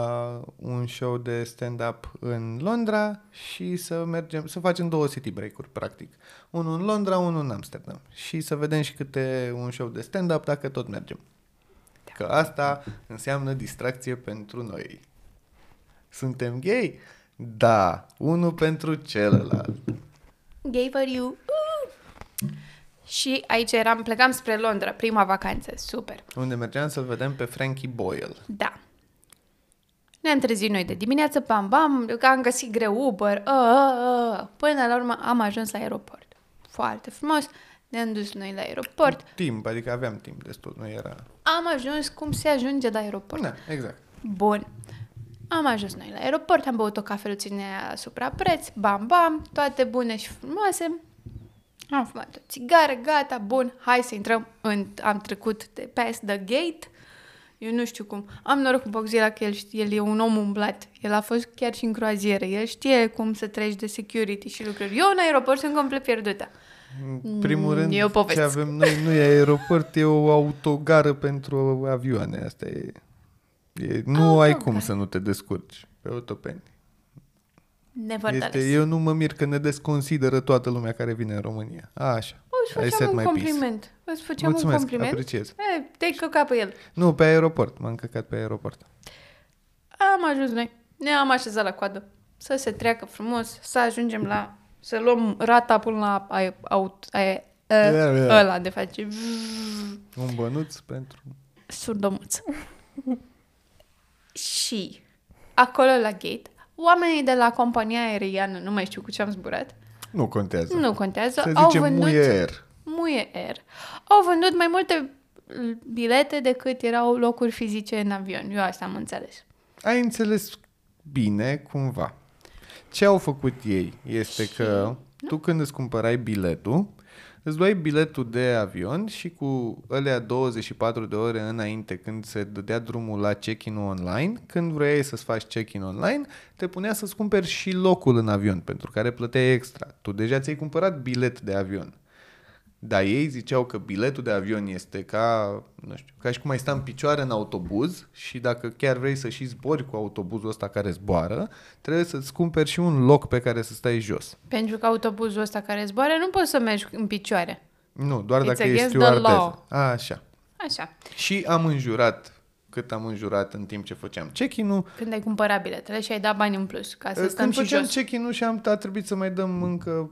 Speaker 1: un show de stand-up în Londra și să mergem să facem două city break-uri practic. Unul în Londra, unul în Amsterdam. Și să vedem și câte un show de stand-up dacă tot mergem. Că asta înseamnă distracție pentru noi. Suntem gay? Da, unul pentru celălalt.
Speaker 2: Gay for you. Uh! Și aici eram, plecam spre Londra, prima vacanță. Super.
Speaker 1: Unde mergeam să-l vedem pe Frankie Boyle.
Speaker 2: Da. Ne-am trezit noi de dimineață, bam, bam, că am găsit greu Uber, a, a, a. până la urmă am ajuns la aeroport. Foarte frumos, ne-am dus noi la aeroport,
Speaker 1: Timp, adică aveam timp destul, nu era...
Speaker 2: am ajuns cum se ajunge la aeroport.
Speaker 1: Da, exact.
Speaker 2: Bun. Am ajuns noi la aeroport, am băut o cafeluțină asupra preț, bam, bam, toate bune și frumoase. Am fumat o țigară, gata, bun, hai să intrăm. În, am trecut de past the gate. Eu nu știu cum. Am noroc cu Boxila că el, știe- el e un om umblat. El a fost chiar și în croazieră. El știe cum să treci de security și lucruri. Eu în aeroport sunt complet pierdută.
Speaker 1: În primul rând,
Speaker 2: Mm, e o
Speaker 1: ce
Speaker 2: poveste.
Speaker 1: avem noi nu e aeroport, e o autogară pentru avioane. Asta e... e nu ai
Speaker 2: Autogară.
Speaker 1: cum să nu te descurci pe autopeni.
Speaker 2: Nevertheless.
Speaker 1: Este, eu nu mă mir că ne desconsideră toată lumea care vine în România. A, așa.
Speaker 2: O îți
Speaker 1: I set
Speaker 2: Păi, făceam un
Speaker 1: my peace.
Speaker 2: compliment. Îți făceam
Speaker 1: Mulțumesc,
Speaker 2: un compliment.
Speaker 1: apreciez.
Speaker 2: E, te-ai căcat pe el.
Speaker 1: Nu, pe aeroport. M-am căcat pe aeroport.
Speaker 2: Am ajuns noi. Ne-am așezat la coadă. Să se treacă frumos, să ajungem la... Să luăm rata până la ai, aut, ai, ă, ăla de face.
Speaker 1: Un bănuț pentru...
Speaker 2: surdomuț. și acolo la gate, oamenii de la compania aeriană, nu mai știu cu ce am zburat,
Speaker 1: Nu contează.
Speaker 2: nu contează,
Speaker 1: Să
Speaker 2: au
Speaker 1: zicem
Speaker 2: vândut
Speaker 1: muier.
Speaker 2: Muie Air. Au vândut mai multe bilete decât erau locuri fizice în avion. Eu asta am înțeles.
Speaker 1: Ai înțeles bine, cumva. Ce au făcut ei este că tu când îți cumpărai biletul, îți luai biletul de avion și cu alea 24 de ore înainte când se dădea drumul la check-in online, când vrei să-ți faci check-in online, te punea să-ți cumperi și locul în avion pentru care plăteai extra. Tu deja ți-ai cumpărat bilet de avion. Dar ei ziceau că biletul de avion este ca, nu știu, ca și cum ai sta în picioare în autobuz și dacă chiar vrei să și zbori cu autobuzul ăsta care zboară, trebuie să-ți cumperi și un loc pe care să stai jos.
Speaker 2: Pentru că autobuzul ăsta care zboară nu poți să mergi în picioare.
Speaker 1: Nu, doar
Speaker 2: It's
Speaker 1: dacă ești
Speaker 2: against the
Speaker 1: stewardesă.
Speaker 2: law.
Speaker 1: A, Așa.
Speaker 2: Așa.
Speaker 1: Și am înjurat cât am înjurat în timp ce făceam check-in-ul.
Speaker 2: Când ai cumpărat biletele și ai dat bani în plus ca să stăm
Speaker 1: Când
Speaker 2: și
Speaker 1: făceam
Speaker 2: jos.
Speaker 1: check-in-ul și am a trebuit să mai dăm încă,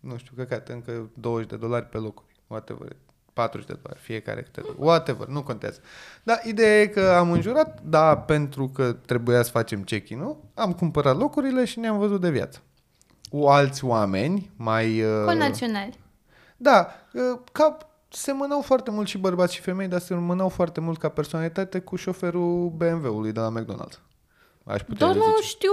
Speaker 1: nu știu, căcat, încă 20 de dolari pe locuri. Whatever. 40 de dolari, fiecare câte dolari. Whatever, nu contează. Dar ideea e că am înjurat, dar pentru că trebuia să facem check-in-ul, am cumpărat locurile și ne-am văzut de viață. Cu alți oameni mai... uh,
Speaker 2: Conaționali.
Speaker 1: da, uh, ca semănau foarte mult și bărbați și femei, dar semănau foarte mult ca personalitate cu șoferul BMW-ului de la McDonald's. Aș putea
Speaker 2: Dar
Speaker 1: zice.
Speaker 2: nu știu,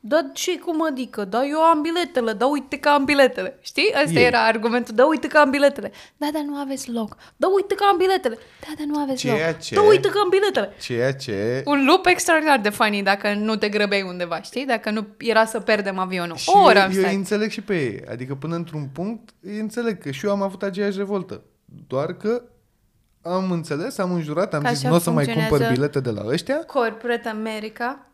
Speaker 2: dar ce cum adică? Da, eu am biletele, da, uite că am biletele. Știi? Asta
Speaker 1: Ei.
Speaker 2: era argumentul, da, uite că am biletele. Da, dar nu aveți loc. Da, uite că am biletele. Da, dar nu aveți
Speaker 1: Ceea
Speaker 2: loc.
Speaker 1: ce-
Speaker 2: Da, uite că am biletele.
Speaker 1: Ceea ce
Speaker 2: Un loop extraordinar de funny dacă nu te grăbeai undeva, știi? Dacă nu era să pierdem avionul.
Speaker 1: Și
Speaker 2: o oră am
Speaker 1: eu
Speaker 2: stat.
Speaker 1: îi înțeleg și pe ei. Adică până într-un punct îi înțeleg că și eu am avut aceeași revoltă. Doar că am înțeles, am înjurat, am
Speaker 2: Că
Speaker 1: zis
Speaker 2: așa
Speaker 1: nu o să mai
Speaker 2: funcționează-
Speaker 1: cumpăr bilete de la ăștia.
Speaker 2: Corporate America.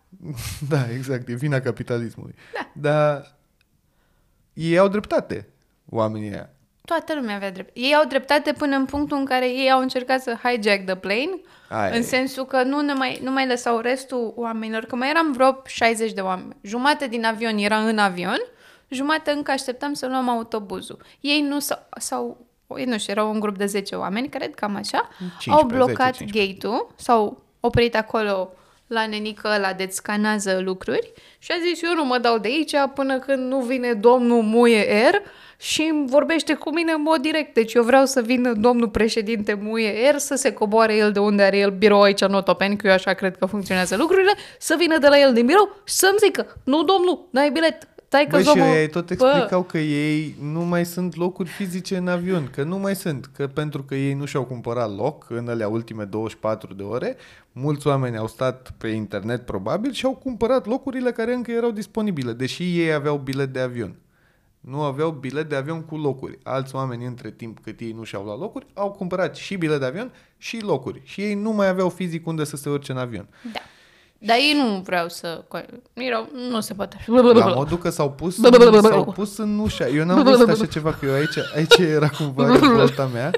Speaker 1: Da, exact, e vina capitalismului. Da. Dar ei au dreptate, oamenii aia.
Speaker 2: Toată lumea avea dreptate. Ei au dreptate până în punctul în care ei au încercat să hijack the plane,
Speaker 1: Aia e.
Speaker 2: în sensul că nu, ne mai, nu mai lăsau restul oamenilor, că mai eram vreo 60 de oameni. Jumate din avion era în avion, jumate încă așteptam să luăm autobuzul. Ei nu s- s-au, ei nu știu, erau un grup de 10 oameni, cred, cam așa,
Speaker 1: 15,
Speaker 2: au blocat
Speaker 1: 10-15.
Speaker 2: gate-ul, s-au oprit acolo la nenică ăla de scanează lucruri și a zis, eu nu mă dau de aici până când nu vine domnul Muie R și îmi vorbește cu mine în mod direct. Deci eu vreau să vină domnul președinte Muie R să se coboare el de unde are el birou aici în Otopeni, că eu așa cred că funcționează lucrurile, să vină de la el din birou și să-mi zică, nu domnul, n-ai bilet, tai că
Speaker 1: Bă, și ei
Speaker 2: domnul...
Speaker 1: tot
Speaker 2: Bă,
Speaker 1: explicau că ei nu mai sunt locuri fizice în avion, că nu mai sunt, că pentru că ei nu și-au cumpărat loc în alea ultime 24 de ore, mulți oameni au stat pe internet probabil și au cumpărat locurile care încă erau disponibile, deși ei aveau bilet de avion. Nu aveau bilet de avion cu locuri. Alți oameni, între timp cât ei nu și-au luat locuri, au cumpărat și bilet de avion și locuri. Și ei nu mai aveau fizic unde să se urce în avion.
Speaker 2: Da. Dar ei nu vreau să... Erau, nu se poate.
Speaker 1: La modul că s-au pus,
Speaker 2: Bă, bă, bă, bă, bă.
Speaker 1: s-au pus în ușa. Eu n-am văzut așa ceva, că eu aici, aici era cumva revolta mea.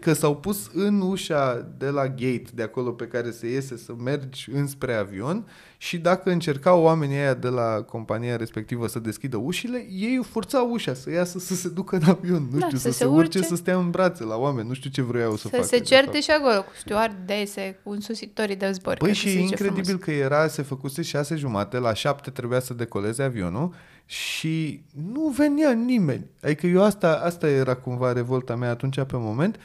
Speaker 1: Că s-au pus în ușa de la gate, de acolo pe care se iese să mergi înspre avion și dacă încercau oamenii aia de la compania respectivă să deschidă ușile, ei forțau ușa să iasă să se ducă în avion, nu
Speaker 2: Da,
Speaker 1: știu,
Speaker 2: să
Speaker 1: să,
Speaker 2: se
Speaker 1: se urce,
Speaker 2: urce.
Speaker 1: să stea în brațe la oameni, nu știu ce vreau să,
Speaker 2: Să,
Speaker 1: facă.
Speaker 2: se
Speaker 1: de fapt.
Speaker 2: certe și acolo cu stewardese, cu însusitorii de
Speaker 1: Păi
Speaker 2: zbor. cred că
Speaker 1: și
Speaker 2: se
Speaker 1: e
Speaker 2: zice
Speaker 1: incredibil
Speaker 2: frumos.
Speaker 1: că era, se făcuse șase jumate, la șapte trebuia să decoleze avionul și nu venea nimeni. Adică eu asta, asta era cumva revolta mea atunci pe moment,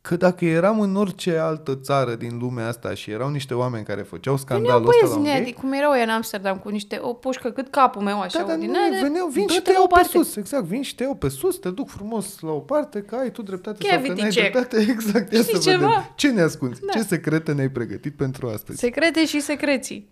Speaker 1: că dacă eram în orice altă țară din lumea asta și erau niște oameni care făceau
Speaker 2: Veneau
Speaker 1: scandalul ăsta la un
Speaker 2: băieți
Speaker 1: gay,
Speaker 2: neadi, cum erau ei în Amsterdam, cu niște o pușcă cât capul meu, așa,
Speaker 1: da, dar nu,
Speaker 2: ordinare,
Speaker 1: veneau, vin și
Speaker 2: du-te
Speaker 1: te
Speaker 2: la o
Speaker 1: iau pe
Speaker 2: parte.
Speaker 1: sus, exact, vin și te iau pe sus, te duc frumos la o parte, că ai tu dreptate sau că
Speaker 2: Cavity
Speaker 1: n-ai
Speaker 2: check.
Speaker 1: dreptate, exact, ia
Speaker 2: Știi
Speaker 1: să
Speaker 2: ceva?
Speaker 1: vedem. Ce ne ascunzi?
Speaker 2: Da.
Speaker 1: Ce secrete ne-ai pregătit pentru astăzi?
Speaker 2: Secrete și secreții.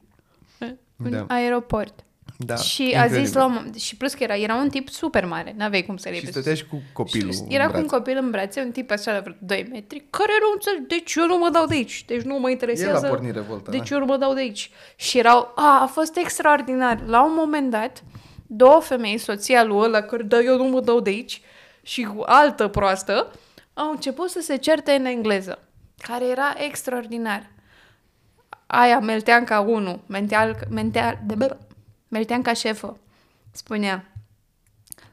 Speaker 2: eh, În
Speaker 1: Da.
Speaker 2: aeroport.
Speaker 1: da,
Speaker 2: și a zis
Speaker 1: incredibil.
Speaker 2: la un moment- și plus că era, era un tip super mare, n-aveai cum să-l iei
Speaker 1: Și
Speaker 2: pe
Speaker 1: stătea și cu copilul
Speaker 2: Și
Speaker 1: în
Speaker 2: Era cu
Speaker 1: brațe.
Speaker 2: un copil în brațe, un tip așa de vreo 2 metri, care nu înțeleg, deci eu nu mă dau de aici, deci nu mă interesează.
Speaker 1: El a pornit revolta,
Speaker 2: Deci
Speaker 1: da.
Speaker 2: eu nu mă dau de aici. Și erau, a, a fost extraordinar. La un moment dat, două femei, soția lui ăla, care, da, eu nu mă dau de aici, și cu altă proastă au început să se certe în engleză, care era extraordinar. Aia, Melteanca 1, Menteal, Menteal, de, bă, Melteanca șefă, spunea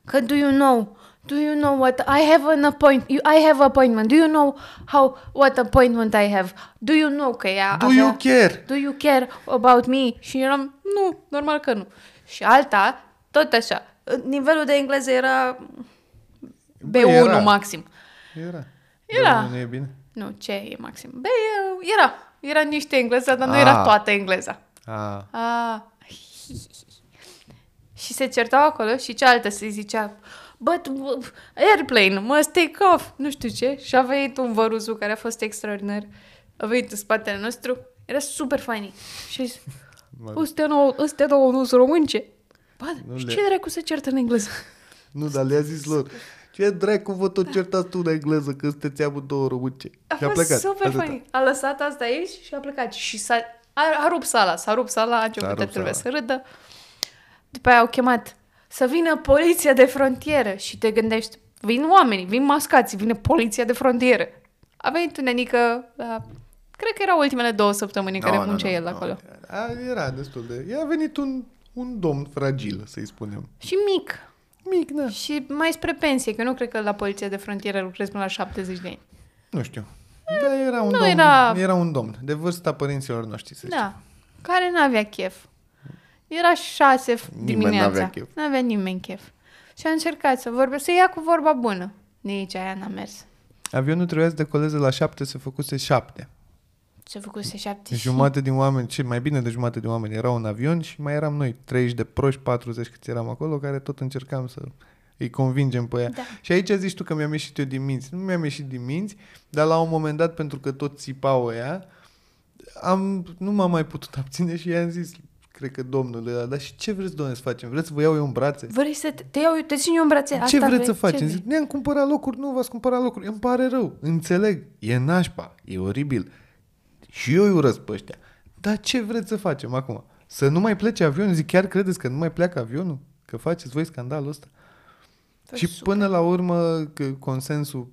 Speaker 2: că do you know, do you know what, I have an appointment, you, I have appointment, do you know how, what appointment I have, do you know că ea
Speaker 1: Do
Speaker 2: avea...
Speaker 1: you care?
Speaker 2: Do you care about me? Și eram, nu, normal că nu. Și alta, tot așa. Nivelul de engleză era B1
Speaker 1: Bă, era.
Speaker 2: maxim.
Speaker 1: Era.
Speaker 2: Era.
Speaker 1: Dar Nu, nu e bine?
Speaker 2: Nu, ce e maxim? B era. Era niște engleză, dar nu
Speaker 1: Ah.
Speaker 2: era toată engleza.
Speaker 1: A,
Speaker 2: Ah. Și se certau acolo și cealaltă se zicea But w- airplane must take off, nu știu ce. Și a venit un văruzu care a fost extraordinar. A venit în spatele nostru. Era super funny. Și a zis,
Speaker 1: mă-
Speaker 2: Astea nouă, astea două nu sunt românce. Bă,
Speaker 1: Nu
Speaker 2: și
Speaker 1: le-
Speaker 2: ce dracu se certă în engleză?
Speaker 1: nu, dar le-a zis lor. Ce dracu vă tot certați tu în engleză că sunteți amul două românce.
Speaker 2: A
Speaker 1: Și a
Speaker 2: fost
Speaker 1: plecat.
Speaker 2: super
Speaker 1: Atâta.
Speaker 2: funny. A lăsat asta aici și a plecat. Și s-a, a, a rupt sala, s-a rupt sala, a
Speaker 1: S-a
Speaker 2: început
Speaker 1: rupt
Speaker 2: toată lumea să
Speaker 1: sala.
Speaker 2: râdă. După aia au chemat să vină poliția de frontieră și te gândești, vin oamenii, vin mascați, vine poliția de frontieră. A venit un nenică la... Cred că erau ultimele două săptămâni în
Speaker 1: Nu,
Speaker 2: care
Speaker 1: nu,
Speaker 2: muncea
Speaker 1: nu,
Speaker 2: el
Speaker 1: nu.
Speaker 2: acolo.
Speaker 1: A, era destul de... I-a venit un, un domn fragil, să-i spunem.
Speaker 2: Și mic.
Speaker 1: Mic, da.
Speaker 2: Și mai spre pensie, că eu nu cred că la poliția de frontieră lucrezi până la 70 de ani.
Speaker 1: Nu știu. Dar era un,
Speaker 2: nu
Speaker 1: domn,
Speaker 2: era-
Speaker 1: era un domn, de vârsta părinților noștri, să zicem.
Speaker 2: Da, care n-avea chef. Era șase f-
Speaker 1: Nimeni
Speaker 2: dimineața.
Speaker 1: n-avea chef.
Speaker 2: N-avea nimeni chef. Și a încercat să vorbe, să ia cu vorba bună. Nici aia n-a mers.
Speaker 1: Avionul trebuia să decoleze la șapte, se făcuse șapte.
Speaker 2: Ce făcuse șapte și...
Speaker 1: Jumate din oameni, ce, mai bine de jumate din oameni erau în avion și mai eram noi, 30 de proști, 40 câți eram acolo, care tot încercam să îi convingem pe ea.
Speaker 2: Da.
Speaker 1: Și aici zici tu că mi-am ieșit eu din minți. Nu mi-am ieșit din minți, dar la un moment dat, pentru că tot țipau ea, am, nu m-am mai putut abține și i-am zis, cred că domnule, ăla, dar și ce vreți, doamne, să facem? Vreți să vă iau eu în brațe?
Speaker 2: Vrei să te, te iau, eu, te țin eu în brațe.
Speaker 1: Ce
Speaker 2: Asta
Speaker 1: vreți
Speaker 2: vrei?
Speaker 1: să
Speaker 2: Ce
Speaker 1: facem?
Speaker 2: vrei?
Speaker 1: Zic, ne-am cumpărat locuri, nu v-ați cumpărat locuri. Îmi pare rău, înțeleg, e nașpa, e oribil. Și eu îi urăsc pe ăștia. Dar ce vreți să facem acum? Să nu mai plece avionul? Zic, chiar credeți că nu mai pleacă avionul? Că faceți voi scandalul ăsta?
Speaker 2: Păi
Speaker 1: și
Speaker 2: super.
Speaker 1: până la urmă, că consensul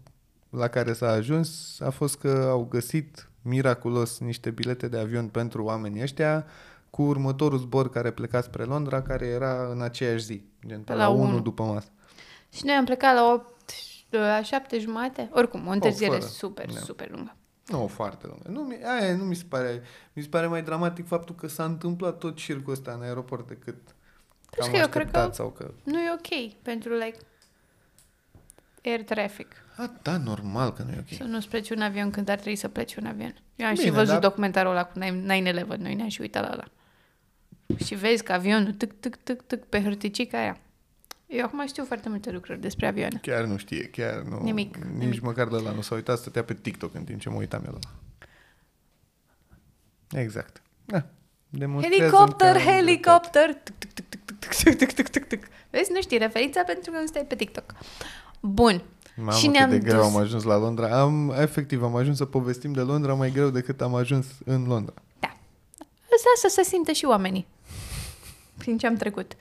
Speaker 1: la care s-a ajuns a fost că au găsit miraculos niște bilete de avion pentru oamenii ăștia cu următorul zbor care pleca spre Londra, care era în aceeași zi, gen pe
Speaker 2: Pe
Speaker 1: la,
Speaker 2: la
Speaker 1: 1
Speaker 2: unu.
Speaker 1: după masă.
Speaker 2: Și noi am plecat la 8, la 7 jumate. Oricum, o întârziere
Speaker 1: fără.
Speaker 2: super,
Speaker 1: Da.
Speaker 2: super lungă.
Speaker 1: Nu, foarte lungă. Nu, mi- aia nu mi se pare. Mi se pare mai dramatic faptul că s-a întâmplat tot circul ăsta în aeroport decât că
Speaker 2: Plus
Speaker 1: am
Speaker 2: Deci că eu cred
Speaker 1: așteptat
Speaker 2: că
Speaker 1: sau că...
Speaker 2: nu e ok pentru, like, air traffic.
Speaker 1: A, da, normal că nu e ok.
Speaker 2: Să nu-ți pleci un avion când ar trebui să pleci un avion. Eu am și
Speaker 1: Bine,
Speaker 2: văzut
Speaker 1: dar-
Speaker 2: documentarul ăla cu 9-11, noi ne-am și uitat la ăla. Și vezi că avionul tic, tic, tic, tic pe hârticica aia. Eu acum știu foarte multe lucruri despre avioane.
Speaker 1: Chiar nu știe, chiar nu...
Speaker 2: Nimic,
Speaker 1: Nici
Speaker 2: nimic.
Speaker 1: măcar de la nu s-a uitat, stătea pe TikTok în timp ce mă uitam eu la ăla. Exact. Da. Demonstrează-mi
Speaker 2: Helicopter,
Speaker 1: că am dreptate.
Speaker 2: helicopter! Tic, tic, tic, tic, tic, tic, tic, tic, tic, tic. Vezi, nu știi referința pentru că nu stai pe TikTok. Bun.
Speaker 1: Mamă,
Speaker 2: Și
Speaker 1: cât
Speaker 2: ne-am
Speaker 1: de greu
Speaker 2: dus.
Speaker 1: am ajuns la Londra. Am, efectiv, am ajuns să povestim de Londra mai greu decât am ajuns în Londra.
Speaker 2: Îți lasă să se simtă și oamenii prin ce am trecut.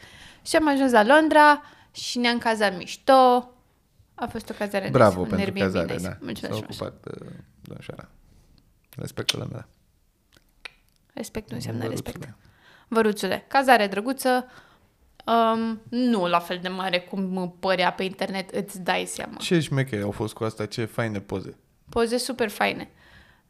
Speaker 2: Și am ajuns la Londra și ne-am cazat mișto. A fost o cazare nice,
Speaker 1: Bravo
Speaker 2: un
Speaker 1: pentru
Speaker 2: Airbnb
Speaker 1: cazare,
Speaker 2: nice.
Speaker 1: da.
Speaker 2: Mulțumesc
Speaker 1: S-a
Speaker 2: frumos.
Speaker 1: ocupat uh, domnișoara. Respectul meu.
Speaker 2: Respect nu înseamnă respect. Văruțule, cazare drăguță, um, nu la fel de mare cum părea pe internet, îți dai seama.
Speaker 1: Ce șmecheri au fost cu asta, ce faine poze.
Speaker 2: Poze super faine,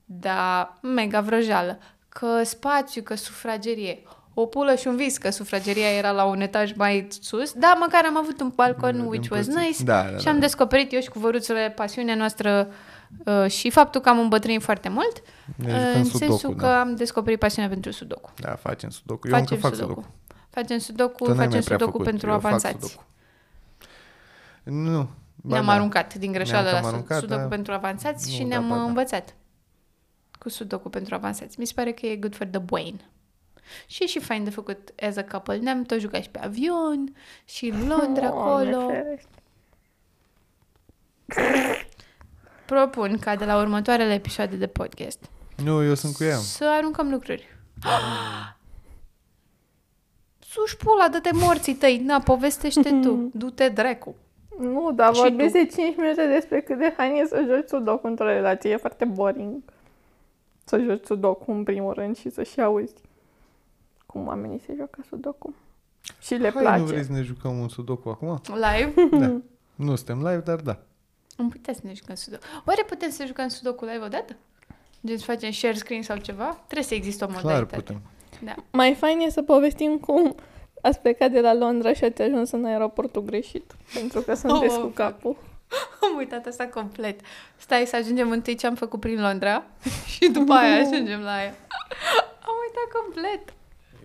Speaker 2: dar mega vrăjeală. Că spațiu, că sufragerie. O pulă și un vis, că sufrageria era la un etaj mai sus, dar măcar am avut un balcon
Speaker 1: În-
Speaker 2: which
Speaker 1: în
Speaker 2: was
Speaker 1: părți.
Speaker 2: nice
Speaker 1: Mm, Da, da,
Speaker 2: și am
Speaker 1: da.
Speaker 2: descoperit eu și cu văruțele pasiunea noastră uh, și faptul că am îmbătrânit foarte mult,
Speaker 1: Ne
Speaker 2: uh,
Speaker 1: jucăm
Speaker 2: în
Speaker 1: sudoku,
Speaker 2: sensul că
Speaker 1: da.
Speaker 2: am descoperit pasiunea pentru sudoku.
Speaker 1: Da, facem sudoku. Eu
Speaker 2: Facem
Speaker 1: încă fac
Speaker 2: sudoku.
Speaker 1: sudoku.
Speaker 2: Facem
Speaker 1: Tu
Speaker 2: sudoku,
Speaker 1: n-ai
Speaker 2: facem
Speaker 1: mai prea
Speaker 2: sudoku
Speaker 1: făcut,
Speaker 2: pentru
Speaker 1: eu fac
Speaker 2: avansați.
Speaker 1: sudoku. Nu. ba
Speaker 2: Ne-am
Speaker 1: da.
Speaker 2: aruncat din greșeală
Speaker 1: Ne-am cam
Speaker 2: la sud-
Speaker 1: aruncat,
Speaker 2: sudoku
Speaker 1: da.
Speaker 2: pentru avansați
Speaker 1: Nu,
Speaker 2: și
Speaker 1: da,
Speaker 2: ne-am
Speaker 1: ba da.
Speaker 2: învățat cu sudoku pentru avansați. Mi se pare că e good for the brain. Și e și fain de făcut as a couple. Ne-am tot jucat și pe avion și în Londra acolo. Propun ca de la următoarele episoade de podcast
Speaker 1: Nu, eu sunt cu ea.
Speaker 2: să aruncăm lucruri. Suși pula, dă-te morții tăi, na, povestește tu, du-te dracu.
Speaker 4: Nu, dar
Speaker 2: Și
Speaker 4: vorbim
Speaker 2: tu?
Speaker 4: de 5 minute despre cât de fain e să joci sudoku într-o relație. E foarte boring să joci sudoku în primul rând și să-și auzi cum oamenii se joacă sudoku. Și le
Speaker 1: Hai,
Speaker 4: place.
Speaker 1: nu vrei să ne jucăm un sudoku acum?
Speaker 2: Live?
Speaker 1: Da. Nu suntem live, dar da.
Speaker 2: Îmi puteți să ne jucăm sudoku. Oare putem să jucăm sudoku live odată? Gen să facem share screen sau ceva? Trebuie să există o
Speaker 1: Clar
Speaker 2: modalitate.
Speaker 1: putem.
Speaker 4: Mai fain e să povestim cum ați plecat de la Londra și ați ajuns în aeroportul greșit. Pentru că sunteți
Speaker 2: Oh,
Speaker 4: cu capul.
Speaker 2: Am uitat asta complet. Stai să ajungem întâi ce am făcut prin Londra și după aia ajungem la aia. Am uitat complet.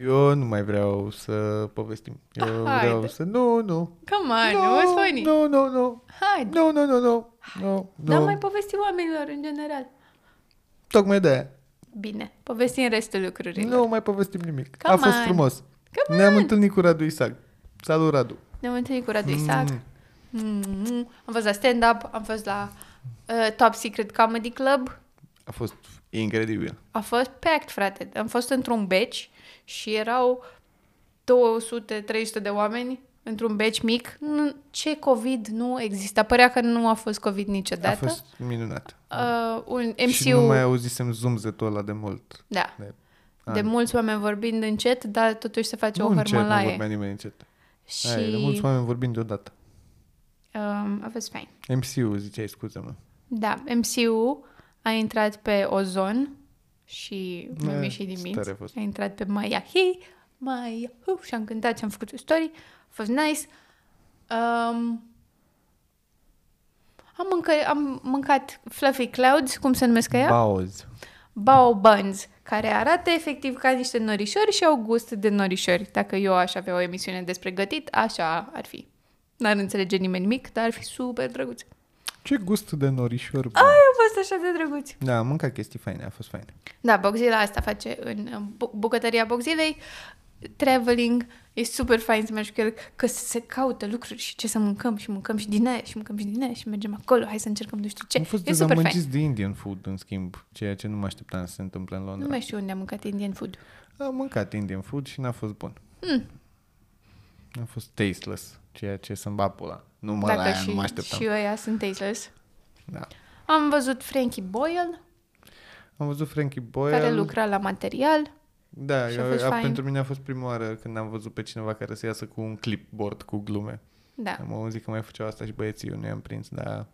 Speaker 1: Eu nu mai vreau să povestim. Eu
Speaker 2: Haide.
Speaker 1: vreau să... Nu, nu.
Speaker 2: Come on,
Speaker 1: Nu,
Speaker 2: no, it was funny.
Speaker 1: Nu, nu, nu.
Speaker 2: Hai, no,
Speaker 1: Nu, nu, nu, nu. Nu,
Speaker 2: dar
Speaker 1: nu.
Speaker 2: mai povesti oamenilor în general.
Speaker 1: Tocmai de
Speaker 2: Bine, povesti în restul lucrurilor.
Speaker 1: Nu mai povestim nimic.
Speaker 2: Come
Speaker 1: A fost
Speaker 2: on.
Speaker 1: frumos.
Speaker 2: Come
Speaker 1: Ne-am
Speaker 2: on.
Speaker 1: întâlnit cu Radu Isac. Salut, Radu.
Speaker 2: Ne-am întâlnit cu Radu Isaac.
Speaker 1: Mm.
Speaker 2: Mm-mm. Am fost la stand-up, am fost la uh, Top Secret Comedy Club.
Speaker 1: A fost incredibil.
Speaker 2: A fost packed, frate. Am fost într-un beci și erau 200-300 de oameni într-un beci mic. Nu- Ce COVID nu exista. Părea că nu a fost COVID niciodată.
Speaker 1: A fost minunat.
Speaker 2: uh, un MC
Speaker 1: Și nu mai auzisem zumzetul ăla de mult.
Speaker 2: da.
Speaker 1: De,
Speaker 2: De
Speaker 1: ani.
Speaker 2: mulți oameni vorbind încet, dar totuși se face
Speaker 1: nu
Speaker 2: o
Speaker 1: încet, nu vorbea
Speaker 2: hărmălaie.
Speaker 1: nimeni încet.
Speaker 2: Și
Speaker 1: Aia, e de mulți oameni vorbind deodată.
Speaker 2: um, a fost fain.
Speaker 1: MC-ul ziceai, scuze-mă.
Speaker 2: Da, MCU a intrat pe Ozon și mi-a
Speaker 1: E,
Speaker 2: ieșit din minți.
Speaker 1: tare Eh, a fost.
Speaker 2: A intrat pe Maya Hey, Maya Hu și am cântat și am făcut o story. A fost nice. Um, am, mâncă, am mâncat Fluffy Clouds, cum se numesc ea?
Speaker 1: Baoz.
Speaker 2: Bao Buns, care arată efectiv ca niște norișori și au gust de norișori. Dacă eu aș avea o emisiune despre gătit, așa ar fi. N-ar înțelege nimeni nimic, dar ar fi super drăguț.
Speaker 1: Ce gust de norișor. bun.
Speaker 2: Ai, a fost așa de drăguț.
Speaker 1: Da, am mâncat chestii faine, a fost faine.
Speaker 2: Da, Boxila asta face în uh, bu- bucătăria Boxilei. Traveling, e super fain să mergi cu el, că se caută lucruri și ce să mâncăm și mâncăm și din aia și mâncăm și din aia și mergem acolo, hai să încercăm nu știu
Speaker 1: Am
Speaker 2: ce.
Speaker 1: fost
Speaker 2: E super fain.
Speaker 1: dezamăgiți de Indian food, în schimb, ceea ce nu mă așteptam să se întâmple în Londra.
Speaker 2: Nu mai știu unde am mâncat Indian food.
Speaker 1: Am mâncat Indian food și n-a fost bun.
Speaker 2: Hmm.
Speaker 1: Mm. A fost tasteless, ceea ce să-mi bat pula. Nu mă, la
Speaker 2: Dacă
Speaker 1: aia nu mă
Speaker 2: și,
Speaker 1: așteptam.
Speaker 2: și ăia sunt tasteless.
Speaker 1: Da.
Speaker 2: Am văzut Frankie Boyle,
Speaker 1: Am văzut Frankie Boyle.
Speaker 2: care lucra la material.
Speaker 1: Da,
Speaker 2: și a
Speaker 1: eu,
Speaker 2: fost
Speaker 1: a,
Speaker 2: fain.
Speaker 1: pentru mine a fost prima oară când am văzut pe cineva care să iasă cu un clipboard cu glume.
Speaker 2: Da,
Speaker 1: Am auzit că mai făceau asta și băieții, eu nu i-am prins, dar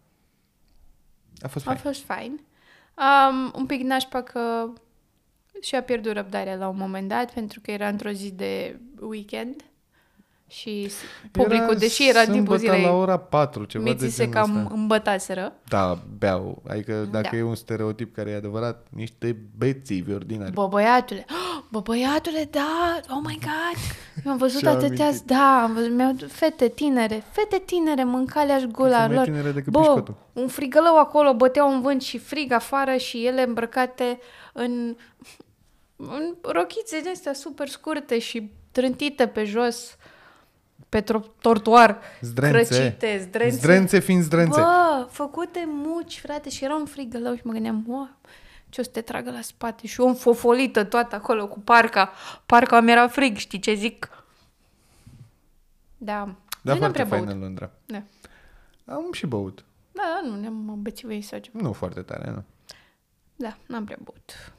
Speaker 1: a fost
Speaker 2: a
Speaker 1: fain.
Speaker 2: fost fain. Um, un pic nașpa că și-a pierdut răbdarea la un moment dat pentru că era într-o zi de weekend și s- publicul,
Speaker 1: era
Speaker 2: deși era din
Speaker 1: sâmbătă
Speaker 2: zilei,
Speaker 1: la ora 4, ceva de
Speaker 2: miții se
Speaker 1: genul
Speaker 2: cam
Speaker 1: ăsta.
Speaker 2: îmbătaseră.
Speaker 1: Da, beau. Adică dacă
Speaker 2: Da.
Speaker 1: e un stereotip care e adevărat, niște bețivi ordinari.
Speaker 2: Bă, băiatule, bă, băiatule, da, oh my god, eu am văzut
Speaker 1: Și-a
Speaker 2: atâtea,
Speaker 1: amintit.
Speaker 2: da, am văzut, mi-au fete tinere, fete tinere, mânca le-aș gula
Speaker 1: Sunt mai
Speaker 2: lor.
Speaker 1: tinere decât
Speaker 2: Bă,
Speaker 1: pișcotul.
Speaker 2: un frigălău acolo, bătea un vânt și frig afară și ele îmbrăcate în, în rochițe din astea super scurte și trântite pe jos, pe tro- tortoar,
Speaker 1: Zdrențe.
Speaker 2: crăcite, zdrențe.
Speaker 1: Zdrențe fiind zdrențe.
Speaker 2: Bă, făcute muci, frate, și era un frigălău și mă gândeam, o, ce o să te tragă la spate? Și eu înfofolită toată acolo cu parca. Parca mi era frig, știi ce zic? Da,
Speaker 1: Da,
Speaker 2: nu ne-am
Speaker 1: foarte
Speaker 2: prea
Speaker 1: fain
Speaker 2: băut.
Speaker 1: în Londra.
Speaker 2: Da.
Speaker 1: Am și băut.
Speaker 2: da, da, nu ne-am bețivit sau ceva.
Speaker 1: Nu foarte tare, nu.
Speaker 2: Da, n-am prea băut.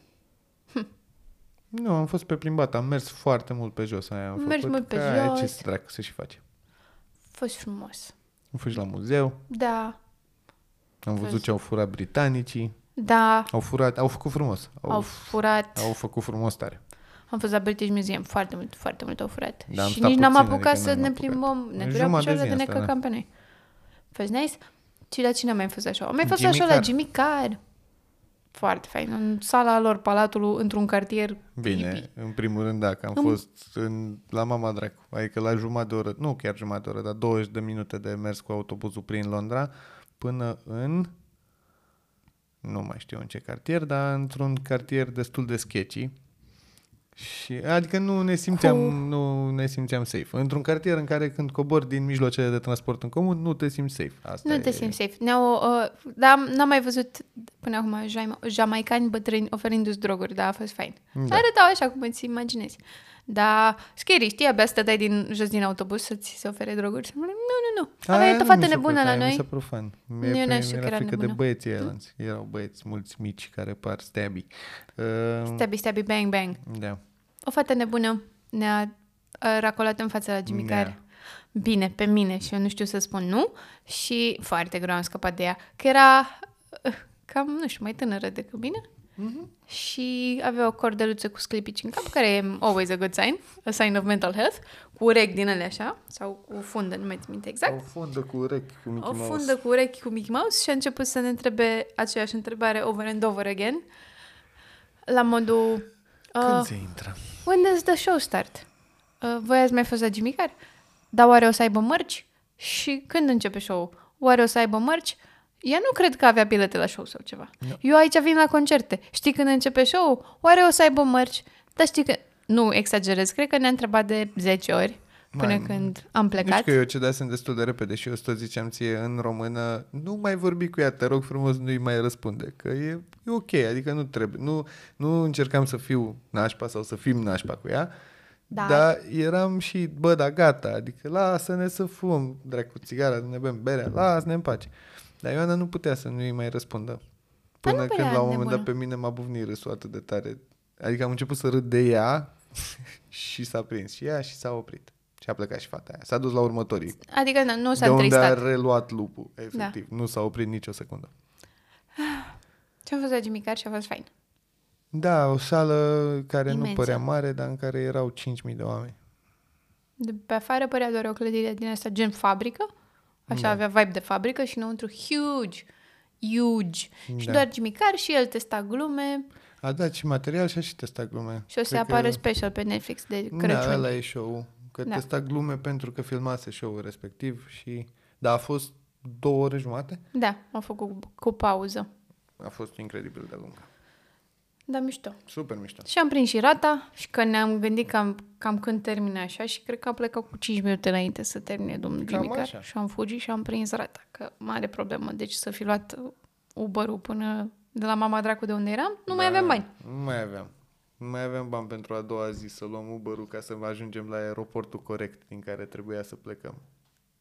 Speaker 1: Nu, am fost pe plimbat, am mers foarte mult pe jos. Aia am
Speaker 2: Mergi
Speaker 1: făcut,
Speaker 2: mult pe
Speaker 1: că aia
Speaker 2: jos.
Speaker 1: ce să dracu să și face.
Speaker 2: A fost frumos.
Speaker 1: Am fost la muzeu,
Speaker 2: Da,
Speaker 1: am văzut ce au furat britanicii.
Speaker 2: da,
Speaker 1: Au furat, au făcut frumos. Au,
Speaker 2: au furat.
Speaker 1: au făcut frumos tare.
Speaker 2: Am fost la British Museum, foarte mult, foarte mult au furat.
Speaker 1: Da, am
Speaker 2: și
Speaker 1: stat
Speaker 2: nici n-am
Speaker 1: puțin,
Speaker 2: apucat
Speaker 1: adică
Speaker 2: să
Speaker 1: n-am
Speaker 2: ne
Speaker 1: apucat.
Speaker 2: plimbăm, ne
Speaker 1: În
Speaker 2: dureau
Speaker 1: jumătate de zi
Speaker 2: picioarele de ne
Speaker 1: asta, da.
Speaker 2: căcam pe noi. Fost nice? Și la cine am mai fost așa? Am mai fost
Speaker 1: Jimmy
Speaker 2: așa la
Speaker 1: Carr.
Speaker 2: Jimmy Carr. Foarte fain, în sala lor, palatul, într-un cartier.
Speaker 1: Bine,
Speaker 2: hippie.
Speaker 1: în primul rând, da, că am fost în, la mama dracu, adică la jumătate de oră, nu chiar jumătate de oră, dar 20 de minute de mers cu autobuzul prin Londra până în, nu mai știu în ce cartier, dar într-un cartier destul de sketchy. Și, adică nu ne simțeam, nu ne simțeam safe. Într-un cartier în care când cobori din mijloacele de transport în comun, nu te simți safe. Asta
Speaker 2: Nu
Speaker 1: e...
Speaker 2: te simți safe. Ne-au, uh, dar n-am mai văzut până acum
Speaker 1: Da.
Speaker 2: jaima- jamaicani bătrâni oferindu-ți droguri, dar a fost fain. Da. Arătau așa cum îți imaginezi. Dar scary, știi, abia să te dai din, jos din autobuz să ți se ofere droguri. Și am zis, nu, nu, nu. Avea
Speaker 1: Aia
Speaker 2: e o
Speaker 1: nu mi
Speaker 2: fată
Speaker 1: s-a părut,
Speaker 2: nebună la
Speaker 1: aia Mi
Speaker 2: noi.
Speaker 1: s-a părut fun. Mie,
Speaker 2: Eu
Speaker 1: pe-
Speaker 2: n-am știut
Speaker 1: mi-era
Speaker 2: că era
Speaker 1: frică de
Speaker 2: nebună. Hm?
Speaker 1: băieții ăia. Mm? Erau băieți mulți mici care par stabby. Uh,
Speaker 2: Stabby, stabby, bang, bang.
Speaker 1: Da.
Speaker 2: O fată nebună ne-a uh, racolat în fața la Jimmy
Speaker 1: Nea.
Speaker 2: care, Bine, pe mine și eu nu știu să spun nu și foarte greu am scăpat de ea. Că era uh, cam, nu știu, mai tânără decât bine
Speaker 1: Mhm.
Speaker 2: și avea o cordeluță cu sclipici în cap, care e always a good sign, a sign of mental health, cu urechi din ele așa, sau cu fundă, nu mai țin minte exact.
Speaker 1: O fundă cu urechi cu Mickey
Speaker 2: O
Speaker 1: Mouse.
Speaker 2: fundă cu urechi cu Mickey Mouse și a început să ne întrebe aceeași întrebare over and over again, la modul...
Speaker 1: Când
Speaker 2: uh,
Speaker 1: se intră?
Speaker 2: When does the show start? Uh, voi ați mai fost la Jimmy Carr? Dar oare o să aibă mărci? Și când începe show Oare o să aibă mărci? Ea nu cred că avea bilete la show sau ceva. Eu aici vin la concerte. Știi când începe show Oare o să aibă mărci? Dar știi că... Nu exagerez, cred că ne-a întrebat de 10 ori până
Speaker 1: Mai-
Speaker 2: când am
Speaker 1: Nu
Speaker 2: plecat.
Speaker 1: știu că eu cedasem destul de repede și eu îți tot ziceam ție în română, nu mai vorbi cu ea, te rog frumos, nu-i mai răspunde, că e, e ok, adică nu trebuie, nu, nu încercam să fiu nașpa sau să fim nașpa cu ea,
Speaker 2: Da.
Speaker 1: dar eram și, bă, da, gata, adică lasă-ne să fum, dracu, țigara, ne bem berea, lasă-ne în pace. Dar Ioana nu putea să nu-i mai răspundă.
Speaker 2: Dar nu
Speaker 1: Până
Speaker 2: prea
Speaker 1: când la un
Speaker 2: nebună.
Speaker 1: moment dat pe mine m-a bufnit râsul atât de tare. Adică am început să râd de ea și s-a prins și ea și s-a oprit. Și a plecat și fata aia. S-a dus la următorii.
Speaker 2: Adică nu, nu s-a
Speaker 1: de unde a
Speaker 2: întristat. Da.
Speaker 1: reluat lupul, efectiv. Nu s-a oprit nicio secundă.
Speaker 2: Ce-am fost la Jimmy Carr și a fost fain.
Speaker 1: Da, o sală care
Speaker 2: Imensă.
Speaker 1: nu părea mare, dar în care erau 5.000 de oameni.
Speaker 2: De pe afară părea doar o clădire din asta gen fabrică. Așa
Speaker 1: Da.
Speaker 2: avea vibe de fabrică și înăuntru huge, huge. Și
Speaker 1: Da.
Speaker 2: doar Jimmy Carr și el testa glume
Speaker 1: A dat și material și a și testat glume.
Speaker 2: și o să
Speaker 1: Cred
Speaker 2: apară
Speaker 1: că-
Speaker 2: special pe Netflix de
Speaker 1: Da,
Speaker 2: Crăciun.
Speaker 1: ăla e show Că
Speaker 2: Da.
Speaker 1: da. testa glume pentru că filmase show-ul respectiv și... Da, a fost două ore jumate.
Speaker 2: Da, am făcut cu, cu pauză.
Speaker 1: A fost incredibil de lung.
Speaker 2: Da, mișto.
Speaker 1: Super mișto.
Speaker 2: Și am prins și rata și că ne-am gândit cam, cam când termină așa și cred că am plecat cu 5 minute înainte să termine domnul
Speaker 1: Cam
Speaker 2: Jimmy Carr
Speaker 1: așa.
Speaker 2: și am fugit și am prins rata, că mare problemă. Deci să fi luat uh, Uber-ul până de la mama dracu de unde eram,
Speaker 1: Da.
Speaker 2: nu mai aveam bani.
Speaker 1: Nu mai aveam. Nu mai aveam bani pentru a doua zi să luăm Uber-ul ca să ajungem la aeroportul corect din care trebuia să plecăm.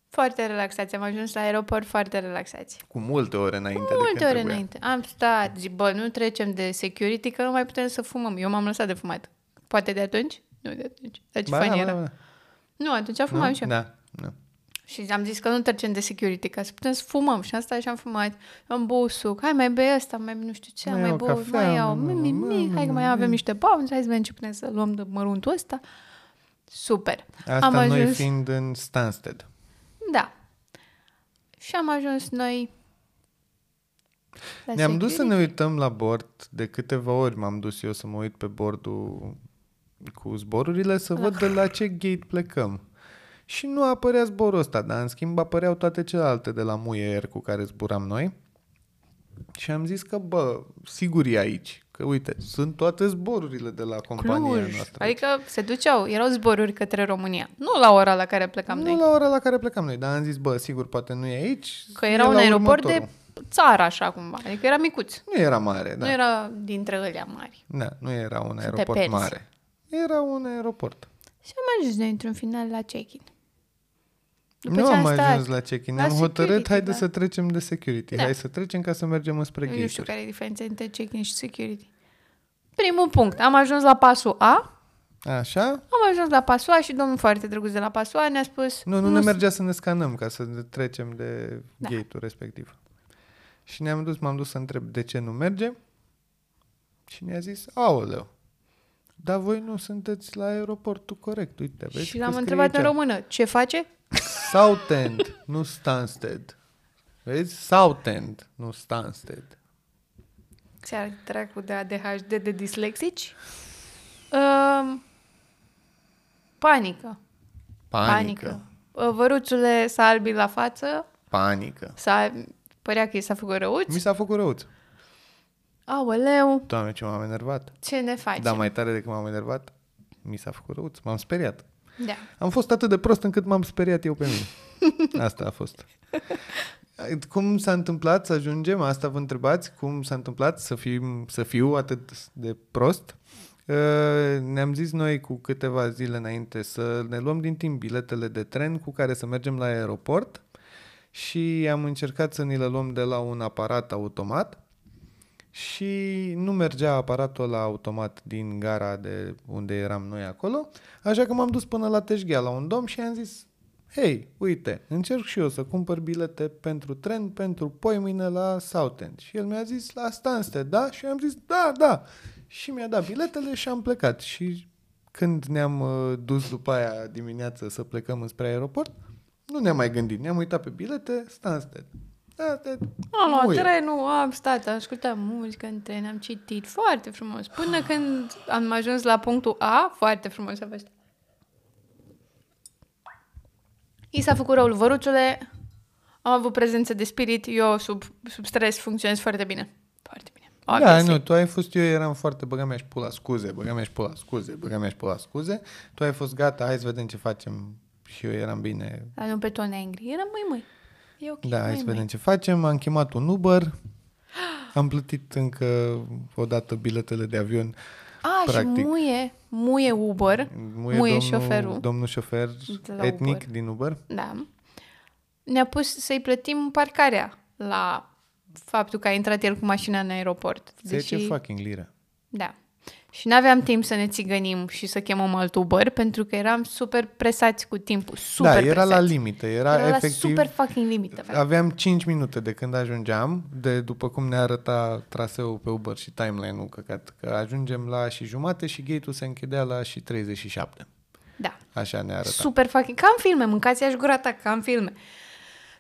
Speaker 2: Foarte relaxați. Am ajuns la aeroport foarte relaxați.
Speaker 1: Cu multe ore înainte. de când
Speaker 2: Multe ore
Speaker 1: trebuia.
Speaker 2: înainte. Am stat, zic, bă, nu trecem de security, că nu mai putem să fumăm. Eu m-am lăsat de fumat. Poate de atunci? Nu de atunci. Dar ce
Speaker 1: Ba,
Speaker 2: fain
Speaker 1: da,
Speaker 2: era.
Speaker 1: ba, da.
Speaker 2: Nu, atunci
Speaker 1: Nu?
Speaker 2: fumam și eu.
Speaker 1: Da, da.
Speaker 2: Și am zis că nu trecem de security, ca să putem să fumăm. Și asta și am fumat. Am băut suc. Hai, mai bei ăsta, mai nu știu ce,
Speaker 1: Mai
Speaker 2: mai, mai
Speaker 1: iau
Speaker 2: băut,
Speaker 1: cafea,
Speaker 2: mai iau.
Speaker 1: mă,
Speaker 2: Mi, mi,
Speaker 1: mă,
Speaker 2: mi,
Speaker 1: mă,
Speaker 2: hai că mai
Speaker 1: mă,
Speaker 2: avem
Speaker 1: mă.
Speaker 2: niște pauze. Hai să vedem ce putem să luăm de măruntul ăsta. Super.
Speaker 1: Asta
Speaker 2: am
Speaker 1: noi
Speaker 2: ajuns...
Speaker 1: fiind în Stansted.
Speaker 2: Da. Și am ajuns noi la
Speaker 1: Ne-am dus să
Speaker 2: security.
Speaker 1: ne uităm la bord. De câteva ori m-am dus eu să mă uit pe bordul cu zborurile să văd de la ce gate plecăm. Și nu apărea zborul ăsta, dar în schimb apăreau toate celelalte de la Muie Air cu care zburam noi. Și am zis că, bă, sigur e aici. Că uite, sunt toate zborurile de la compania
Speaker 2: Cluj.
Speaker 1: noastră.
Speaker 2: Adică se duceau, erau zboruri către România. Nu la ora la care plecam
Speaker 1: nu
Speaker 2: noi.
Speaker 1: la ora la care plecam noi, dar am zis, bă, sigur, poate nu e aici.
Speaker 2: Că
Speaker 1: e
Speaker 2: era un
Speaker 1: la
Speaker 2: aeroport de
Speaker 1: următorul.
Speaker 2: țară, așa cumva. Adică era micuț.
Speaker 1: Nu era mare, da.
Speaker 2: Nu era dintre ălea mari.
Speaker 1: Da, nu era un
Speaker 2: te
Speaker 1: aeroport
Speaker 2: pierzi.
Speaker 1: mare. Era un aeroport.
Speaker 2: Și am ajuns noi într-un final la check-in. După
Speaker 1: nu
Speaker 2: ce
Speaker 1: am
Speaker 2: am
Speaker 1: mai
Speaker 2: stat,
Speaker 1: ajuns la check-in.
Speaker 2: la
Speaker 1: Am hotărât,
Speaker 2: security,
Speaker 1: haide
Speaker 2: da.
Speaker 1: să trecem de security.
Speaker 2: Da.
Speaker 1: Hai să trecem ca să mergem înspre
Speaker 2: Eu nu știu
Speaker 1: gate
Speaker 2: care e diferența între check-in și security. Primul punct, am ajuns la pasul A,
Speaker 1: Așa?
Speaker 2: am ajuns la pasul A și domnul foarte drăguț de la pasul A ne-a spus
Speaker 1: Nu, nu ne mergea să ne scanăm ca să ne trecem de
Speaker 2: Da.
Speaker 1: gate-ul respectiv. Și ne-am dus, m-am dus să întreb de ce nu merge și ne-a zis, aoleu, dar voi nu sunteți la aeroportul corect, uite, vezi
Speaker 2: Și
Speaker 1: că
Speaker 2: l-am
Speaker 1: scrie
Speaker 2: întrebat în
Speaker 1: aici."
Speaker 2: română, ce face?
Speaker 1: Southend, nu Stansted. Vezi? Southend, nu Stansted.
Speaker 2: Ți-ar dracu de ADHD de dislexici? Um, panică.
Speaker 1: Panică.
Speaker 2: Uh, Văruțule s-a albit la față,
Speaker 1: Panică.
Speaker 2: s-a, părea că i s-a făcut
Speaker 1: Mi
Speaker 2: răuț.
Speaker 1: s-a făcut răuț.
Speaker 2: Aoleu,
Speaker 1: Doamne, ce m-am enervat.
Speaker 2: ce ne faci?
Speaker 1: Dar Da, mai tare decât m-am enervat, mi s-a făcut răuț. M-am speriat.
Speaker 2: da.
Speaker 1: Am fost atât de prost încât m-am speriat eu pe mine. Asta a fost. Cum s-a întâmplat să ajungem? Asta vă întrebați? Cum s-a întâmplat să, fim, să fiu atât de prost? Uh, Ne-am zis noi cu câteva zile înainte să ne luăm din timp biletele de tren cu care să mergem la aeroport și am încercat să ni le luăm de la un aparat automat și nu mergea aparatul la automat din gara de unde eram noi acolo, așa că m-am dus până la Teșghea la un domn și am zis Hei, uite, încerc și eu să cumpăr bilete pentru tren pentru poimâine la Southend. Și el mi-a zis, la Stansted, da? Și eu am zis, da, da. Și mi-a dat biletele și am plecat. Și când ne-am uh, dus după aia dimineață să plecăm înspre aeroport, nu ne-am mai gândit. Ne-am uitat pe bilete, Stansted. Stansted.
Speaker 2: Am luat
Speaker 1: muie.
Speaker 2: trenul, am stat, am ascultat muzică în tren, am citit foarte frumos. Până
Speaker 1: Ah.
Speaker 2: când am ajuns la punctul A, foarte frumos a fost. I s-a făcut răul văruciule, am avut prezență de spirit, eu sub, sub stres funcționez foarte bine. Foarte bine.
Speaker 1: Da,
Speaker 2: Obviously.
Speaker 1: nu, tu ai fost, eu eram foarte băga mea și pula scuze, băga mea și pula scuze, băga mea și pula scuze. Tu ai fost gata, hai să vedem ce facem. Și eu eram bine,
Speaker 2: Dar nu pe ton angry, eram mai măi. E ok,
Speaker 1: Da, hai
Speaker 2: măi,
Speaker 1: să
Speaker 2: măi.
Speaker 1: vedem ce facem. Am chemat un Uber. Am plătit încă o dată biletele de avion.
Speaker 2: A, și
Speaker 1: practic.
Speaker 2: muie, muie Uber, muie, muie șoferul.
Speaker 1: Domnul șofer
Speaker 2: De la
Speaker 1: etnic
Speaker 2: Uber.
Speaker 1: din Uber.
Speaker 2: Da. Ne-a pus să-i plătim parcarea la faptul că a intrat el cu mașina în aeroport.
Speaker 1: 10 fucking lire.
Speaker 2: Da. Și n-aveam timp să ne țigănim și să chemăm alt Uber, pentru că eram super presați cu timpul. Super
Speaker 1: da, era
Speaker 2: presați.
Speaker 1: la limită. Era,
Speaker 2: era
Speaker 1: efectiv...
Speaker 2: la super fucking limită. frate.
Speaker 1: Aveam 5 minute de când ajungeam, de după cum ne arăta traseul pe Uber și timeline-ul căcat, că ajungem la și jumate și gate-ul se închidea la și 37.
Speaker 2: Da.
Speaker 1: Așa ne arăta.
Speaker 2: Super fucking, ca în filme, mâncați aș gura ta, ca în filme.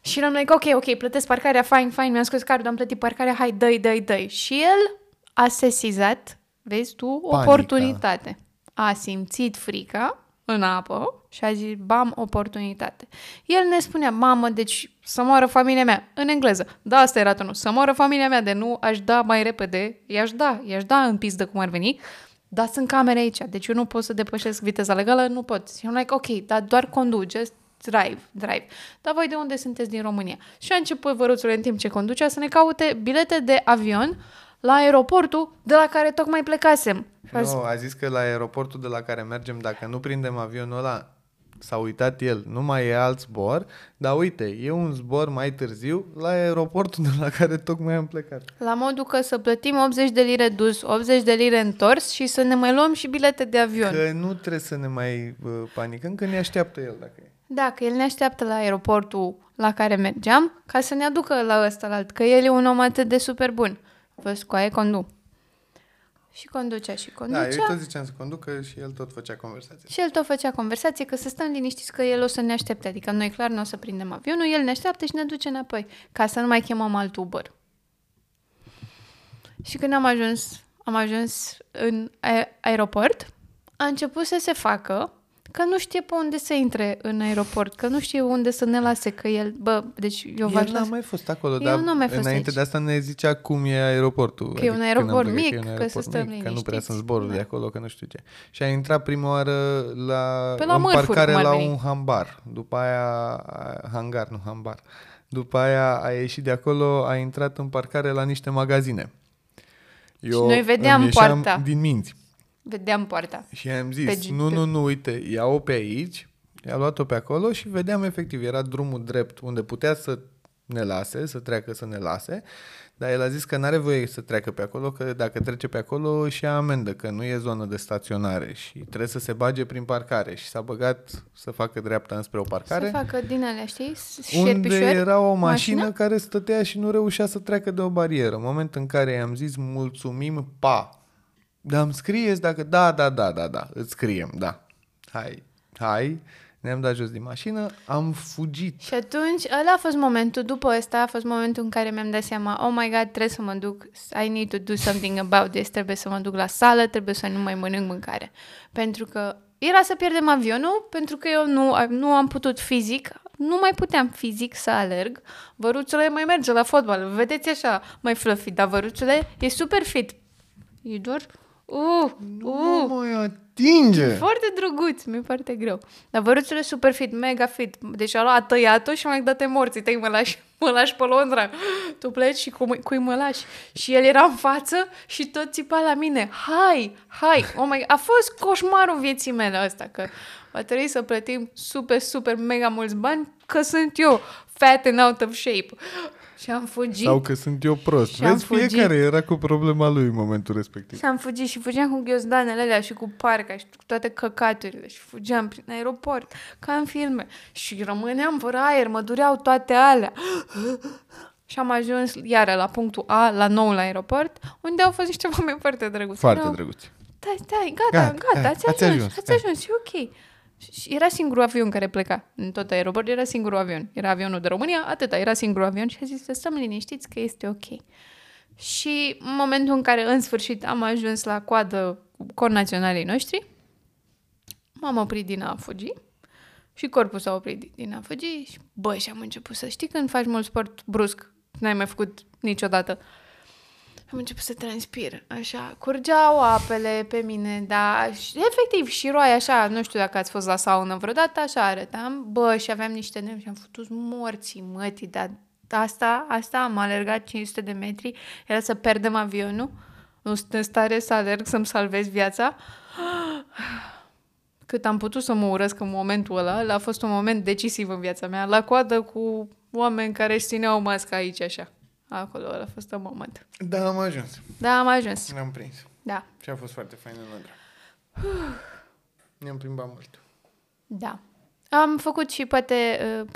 Speaker 2: Și eram like, ok, ok, plătesc parcarea, fine, fine, mi-am scos cardul, am plătit parcarea, hai, dă-i, dă-i, dă-i. Și el a sesizat, vezi tu,
Speaker 1: Panica.
Speaker 2: oportunitate. A simțit frica în apă și a zis, bam, oportunitate. El ne spunea, mamă, deci să moară familia mea, în engleză. Da, asta era tonul, să moară familia mea, de nu aș da mai repede, i-aș da, i-aș da în pizdă cum ar veni, dar sunt camere aici, deci eu nu pot să depășesc viteza legală, nu pot. Și am like, ok, dar doar conduce, drive, drive. Dar voi de unde sunteți din România? Și a început văruțul în timp ce conducea să ne caute bilete de avion la aeroportul de la care tocmai plecasem. Și a zis,
Speaker 1: Nu, a zis că la aeroportul de la care mergem, dacă nu prindem avionul ăla, s-a uitat el, nu mai e alt zbor, dar uite, e un zbor mai târziu la aeroportul de la care tocmai am plecat.
Speaker 2: La modul că să plătim 80 de lire dus, 80 de lire întors și să ne mai luăm și bilete de avion. Că...
Speaker 1: Că nu trebuie să ne mai uh, panicăm, că ne așteaptă el dacă e.
Speaker 2: Da, că el ne așteaptă la aeroportul la care mergeam ca să ne aducă la ăsta la alt, că el e un om atât de super bun. Vă scoaie condu. Și conducea și
Speaker 1: Da,
Speaker 2: conducea.
Speaker 1: eu tot ziceam să conducă și el tot făcea conversație.
Speaker 2: Și el tot făcea conversație că să stăm liniștiți că el o să ne aștepte. Adică noi clar nu o să prindem avionul, el ne așteaptă și ne duce înapoi ca să nu mai chemăm alt Uber. Și când am ajuns, am ajuns în aer- aeroport, a început să se facă că nu știe pe unde să intre în aeroport, că nu știe unde să ne lase, că el, bă, deci eu v-aș
Speaker 1: el n-a
Speaker 2: lăsa-
Speaker 1: mai fost acolo,
Speaker 2: Eu
Speaker 1: dar
Speaker 2: n-am mai fost
Speaker 1: înainte
Speaker 2: aici.
Speaker 1: de asta ne zicea cum e aeroportul. adică
Speaker 2: Că e un
Speaker 1: când am
Speaker 2: aeroport
Speaker 1: plecat,
Speaker 2: mic,
Speaker 1: e un
Speaker 2: că
Speaker 1: aeroport
Speaker 2: să stăm
Speaker 1: mic, Că nu prea
Speaker 2: liniștiți.
Speaker 1: sunt zboruri
Speaker 2: Da.
Speaker 1: de acolo, că nu știu ce. Și a intrat prima oară la,
Speaker 2: Pe Păi la
Speaker 1: în
Speaker 2: mărfuri,
Speaker 1: parcare
Speaker 2: cum ar
Speaker 1: la
Speaker 2: veni.
Speaker 1: un hambar. După aia, hangar, nu hambar. După aia a ieșit de acolo, a intrat în parcare la niște magazine. Eu
Speaker 2: noi vedeam
Speaker 1: îmi ieșeam
Speaker 2: poarta.
Speaker 1: din minți.
Speaker 2: vedeam poarta.
Speaker 1: Și am
Speaker 2: Pe
Speaker 1: zis,
Speaker 2: G-
Speaker 1: nu,
Speaker 2: pe-
Speaker 1: nu, nu, uite, ia-o pe aici, i-a luat-o pe acolo și vedeam efectiv, era drumul drept unde putea să ne lase, să treacă să ne lase, dar el a zis că n-are voie să treacă pe acolo, că dacă trece pe acolo și ia amendă, că nu e zonă de staționare și trebuie să se bage prin parcare și s-a băgat să facă dreapta înspre o
Speaker 2: Care?
Speaker 1: parcare
Speaker 2: Să facă din alea, știi? S-
Speaker 1: unde
Speaker 2: șerpișori,
Speaker 1: era o mașină, care stătea și nu reușea să treacă de o barieră. În momentul în care i-am zis mulțumim, pa. Dar îmi scrieți dacă da, da, da, da, da, îți scriem, da. Hai, hai. Ne-am dat jos din mașină, am fugit.
Speaker 2: Și atunci, ăla a fost momentul, după ăsta a fost momentul în care mi-am dat seama, oh my god, trebuie să mă duc, I need to do something about this, trebuie să mă duc la sală, trebuie să nu mai mănânc mâncare. Pentru că era să pierdem avionul, pentru că eu nu, nu am putut fizic, nu mai puteam fizic să alerg. Văruțule mai merge la fotbal, vedeți așa, mai fluffy, dar văruțule e super fit. Iudor? Uh,
Speaker 1: Nu
Speaker 2: uh,
Speaker 1: mă mai atinge.
Speaker 2: Foarte drăguț, mi-e foarte greu. Dar văruțul e super fit, mega fit. Deci a luat, a tăiat-o și mi-a dat te morții. Tăi mă lași, mă lași pe Londra. Tu pleci și cu, cui mă lași? Și el era în față și tot țipa la mine. Hai, hai. Oh my... A fost coșmarul vieții mele ăsta, că va trebui să plătim super, super, mega mulți bani, că sunt eu fat and out of shape. Și am fugit.
Speaker 1: Sau că sunt eu prost.
Speaker 2: Și am
Speaker 1: Vezi,
Speaker 2: fugit.
Speaker 1: fiecare era cu problema lui în momentul respectiv.
Speaker 2: Și am fugit și fugeam cu ghiozdanele alea și cu parca și cu toate căcaturile și fugeam prin aeroport, ca în filme. Și rămâneam fără aer, mă dureau toate alea. Și am ajuns iară la punctul A, la noul aeroport, unde au fost niște oameni foarte drăguți.
Speaker 1: Foarte
Speaker 2: Erau,
Speaker 1: drăguț.
Speaker 2: Stai, stai, gata,
Speaker 1: Gata,
Speaker 2: gata,
Speaker 1: hai,
Speaker 2: ați,
Speaker 1: ați
Speaker 2: ajuns,
Speaker 1: ajuns,
Speaker 2: ați
Speaker 1: hai."
Speaker 2: ajuns, e ok. Și- Și era singurul avion care pleca în tot aeroportul, era singurul avion. Era avionul de România, atâta, era singurul avion și a zis să stăm liniștiți că este ok. Și în momentul în care în sfârșit am ajuns la coadă cu connaționalii noștri, m-am oprit din a fugi și corpul s-a oprit din a fugi și bă, și am început să știi când faci mult sport brusc, n-ai mai făcut niciodată. Am început să transpir, așa, curgeau apele pe mine, dar și- efectiv și roai așa, nu știu dacă ați fost la saună vreodată, așa arătam, bă, și aveam niște nervi și am făcut morții mătii, dar asta, asta am alergat 500 de metri, era să pierdem avionul, nu sunt în stare să alerg să-mi salvez viața. Cât am putut să mă urăsc în momentul ăla, ăla a fost un moment decisiv în viața mea, la coadă cu oameni care își țineau masca aici, așa. Acolo ăla a fost un moment.
Speaker 1: Da, am ajuns.
Speaker 2: Da, am ajuns.
Speaker 1: Ne-am prins.
Speaker 2: Da.
Speaker 1: Și a fost foarte fain în Londra. Ne-am plimbat mult.
Speaker 2: Da. Am făcut și poate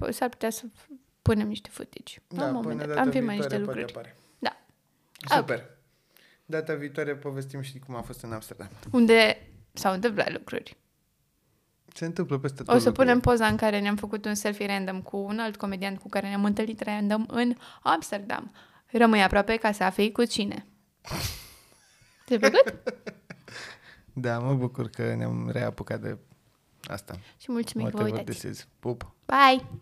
Speaker 2: uh, s-ar putea să punem niște footage.
Speaker 1: Da,
Speaker 2: Am
Speaker 1: până
Speaker 2: momente.
Speaker 1: data
Speaker 2: Am
Speaker 1: viitoare
Speaker 2: filmat niște
Speaker 1: poate
Speaker 2: lucruri.
Speaker 1: apare.
Speaker 2: Da.
Speaker 1: Super. Data viitoare povestim și cum a fost în Amsterdam.
Speaker 2: Unde s-au întâmplat lucruri.
Speaker 1: Se întâmplă peste tot
Speaker 2: O să
Speaker 1: lucrurile.
Speaker 2: punem poza în care ne-am făcut un selfie random cu un alt comedian cu care ne-am întâlnit random în Amsterdam. Rămâi aproape ca să afli cu cine. Te plăcut?
Speaker 1: Da, mă bucur că ne-am reapucat de asta.
Speaker 2: Și mulțumim că vă
Speaker 1: Whatever
Speaker 2: uitați.
Speaker 1: this is. Pup!
Speaker 2: Bye!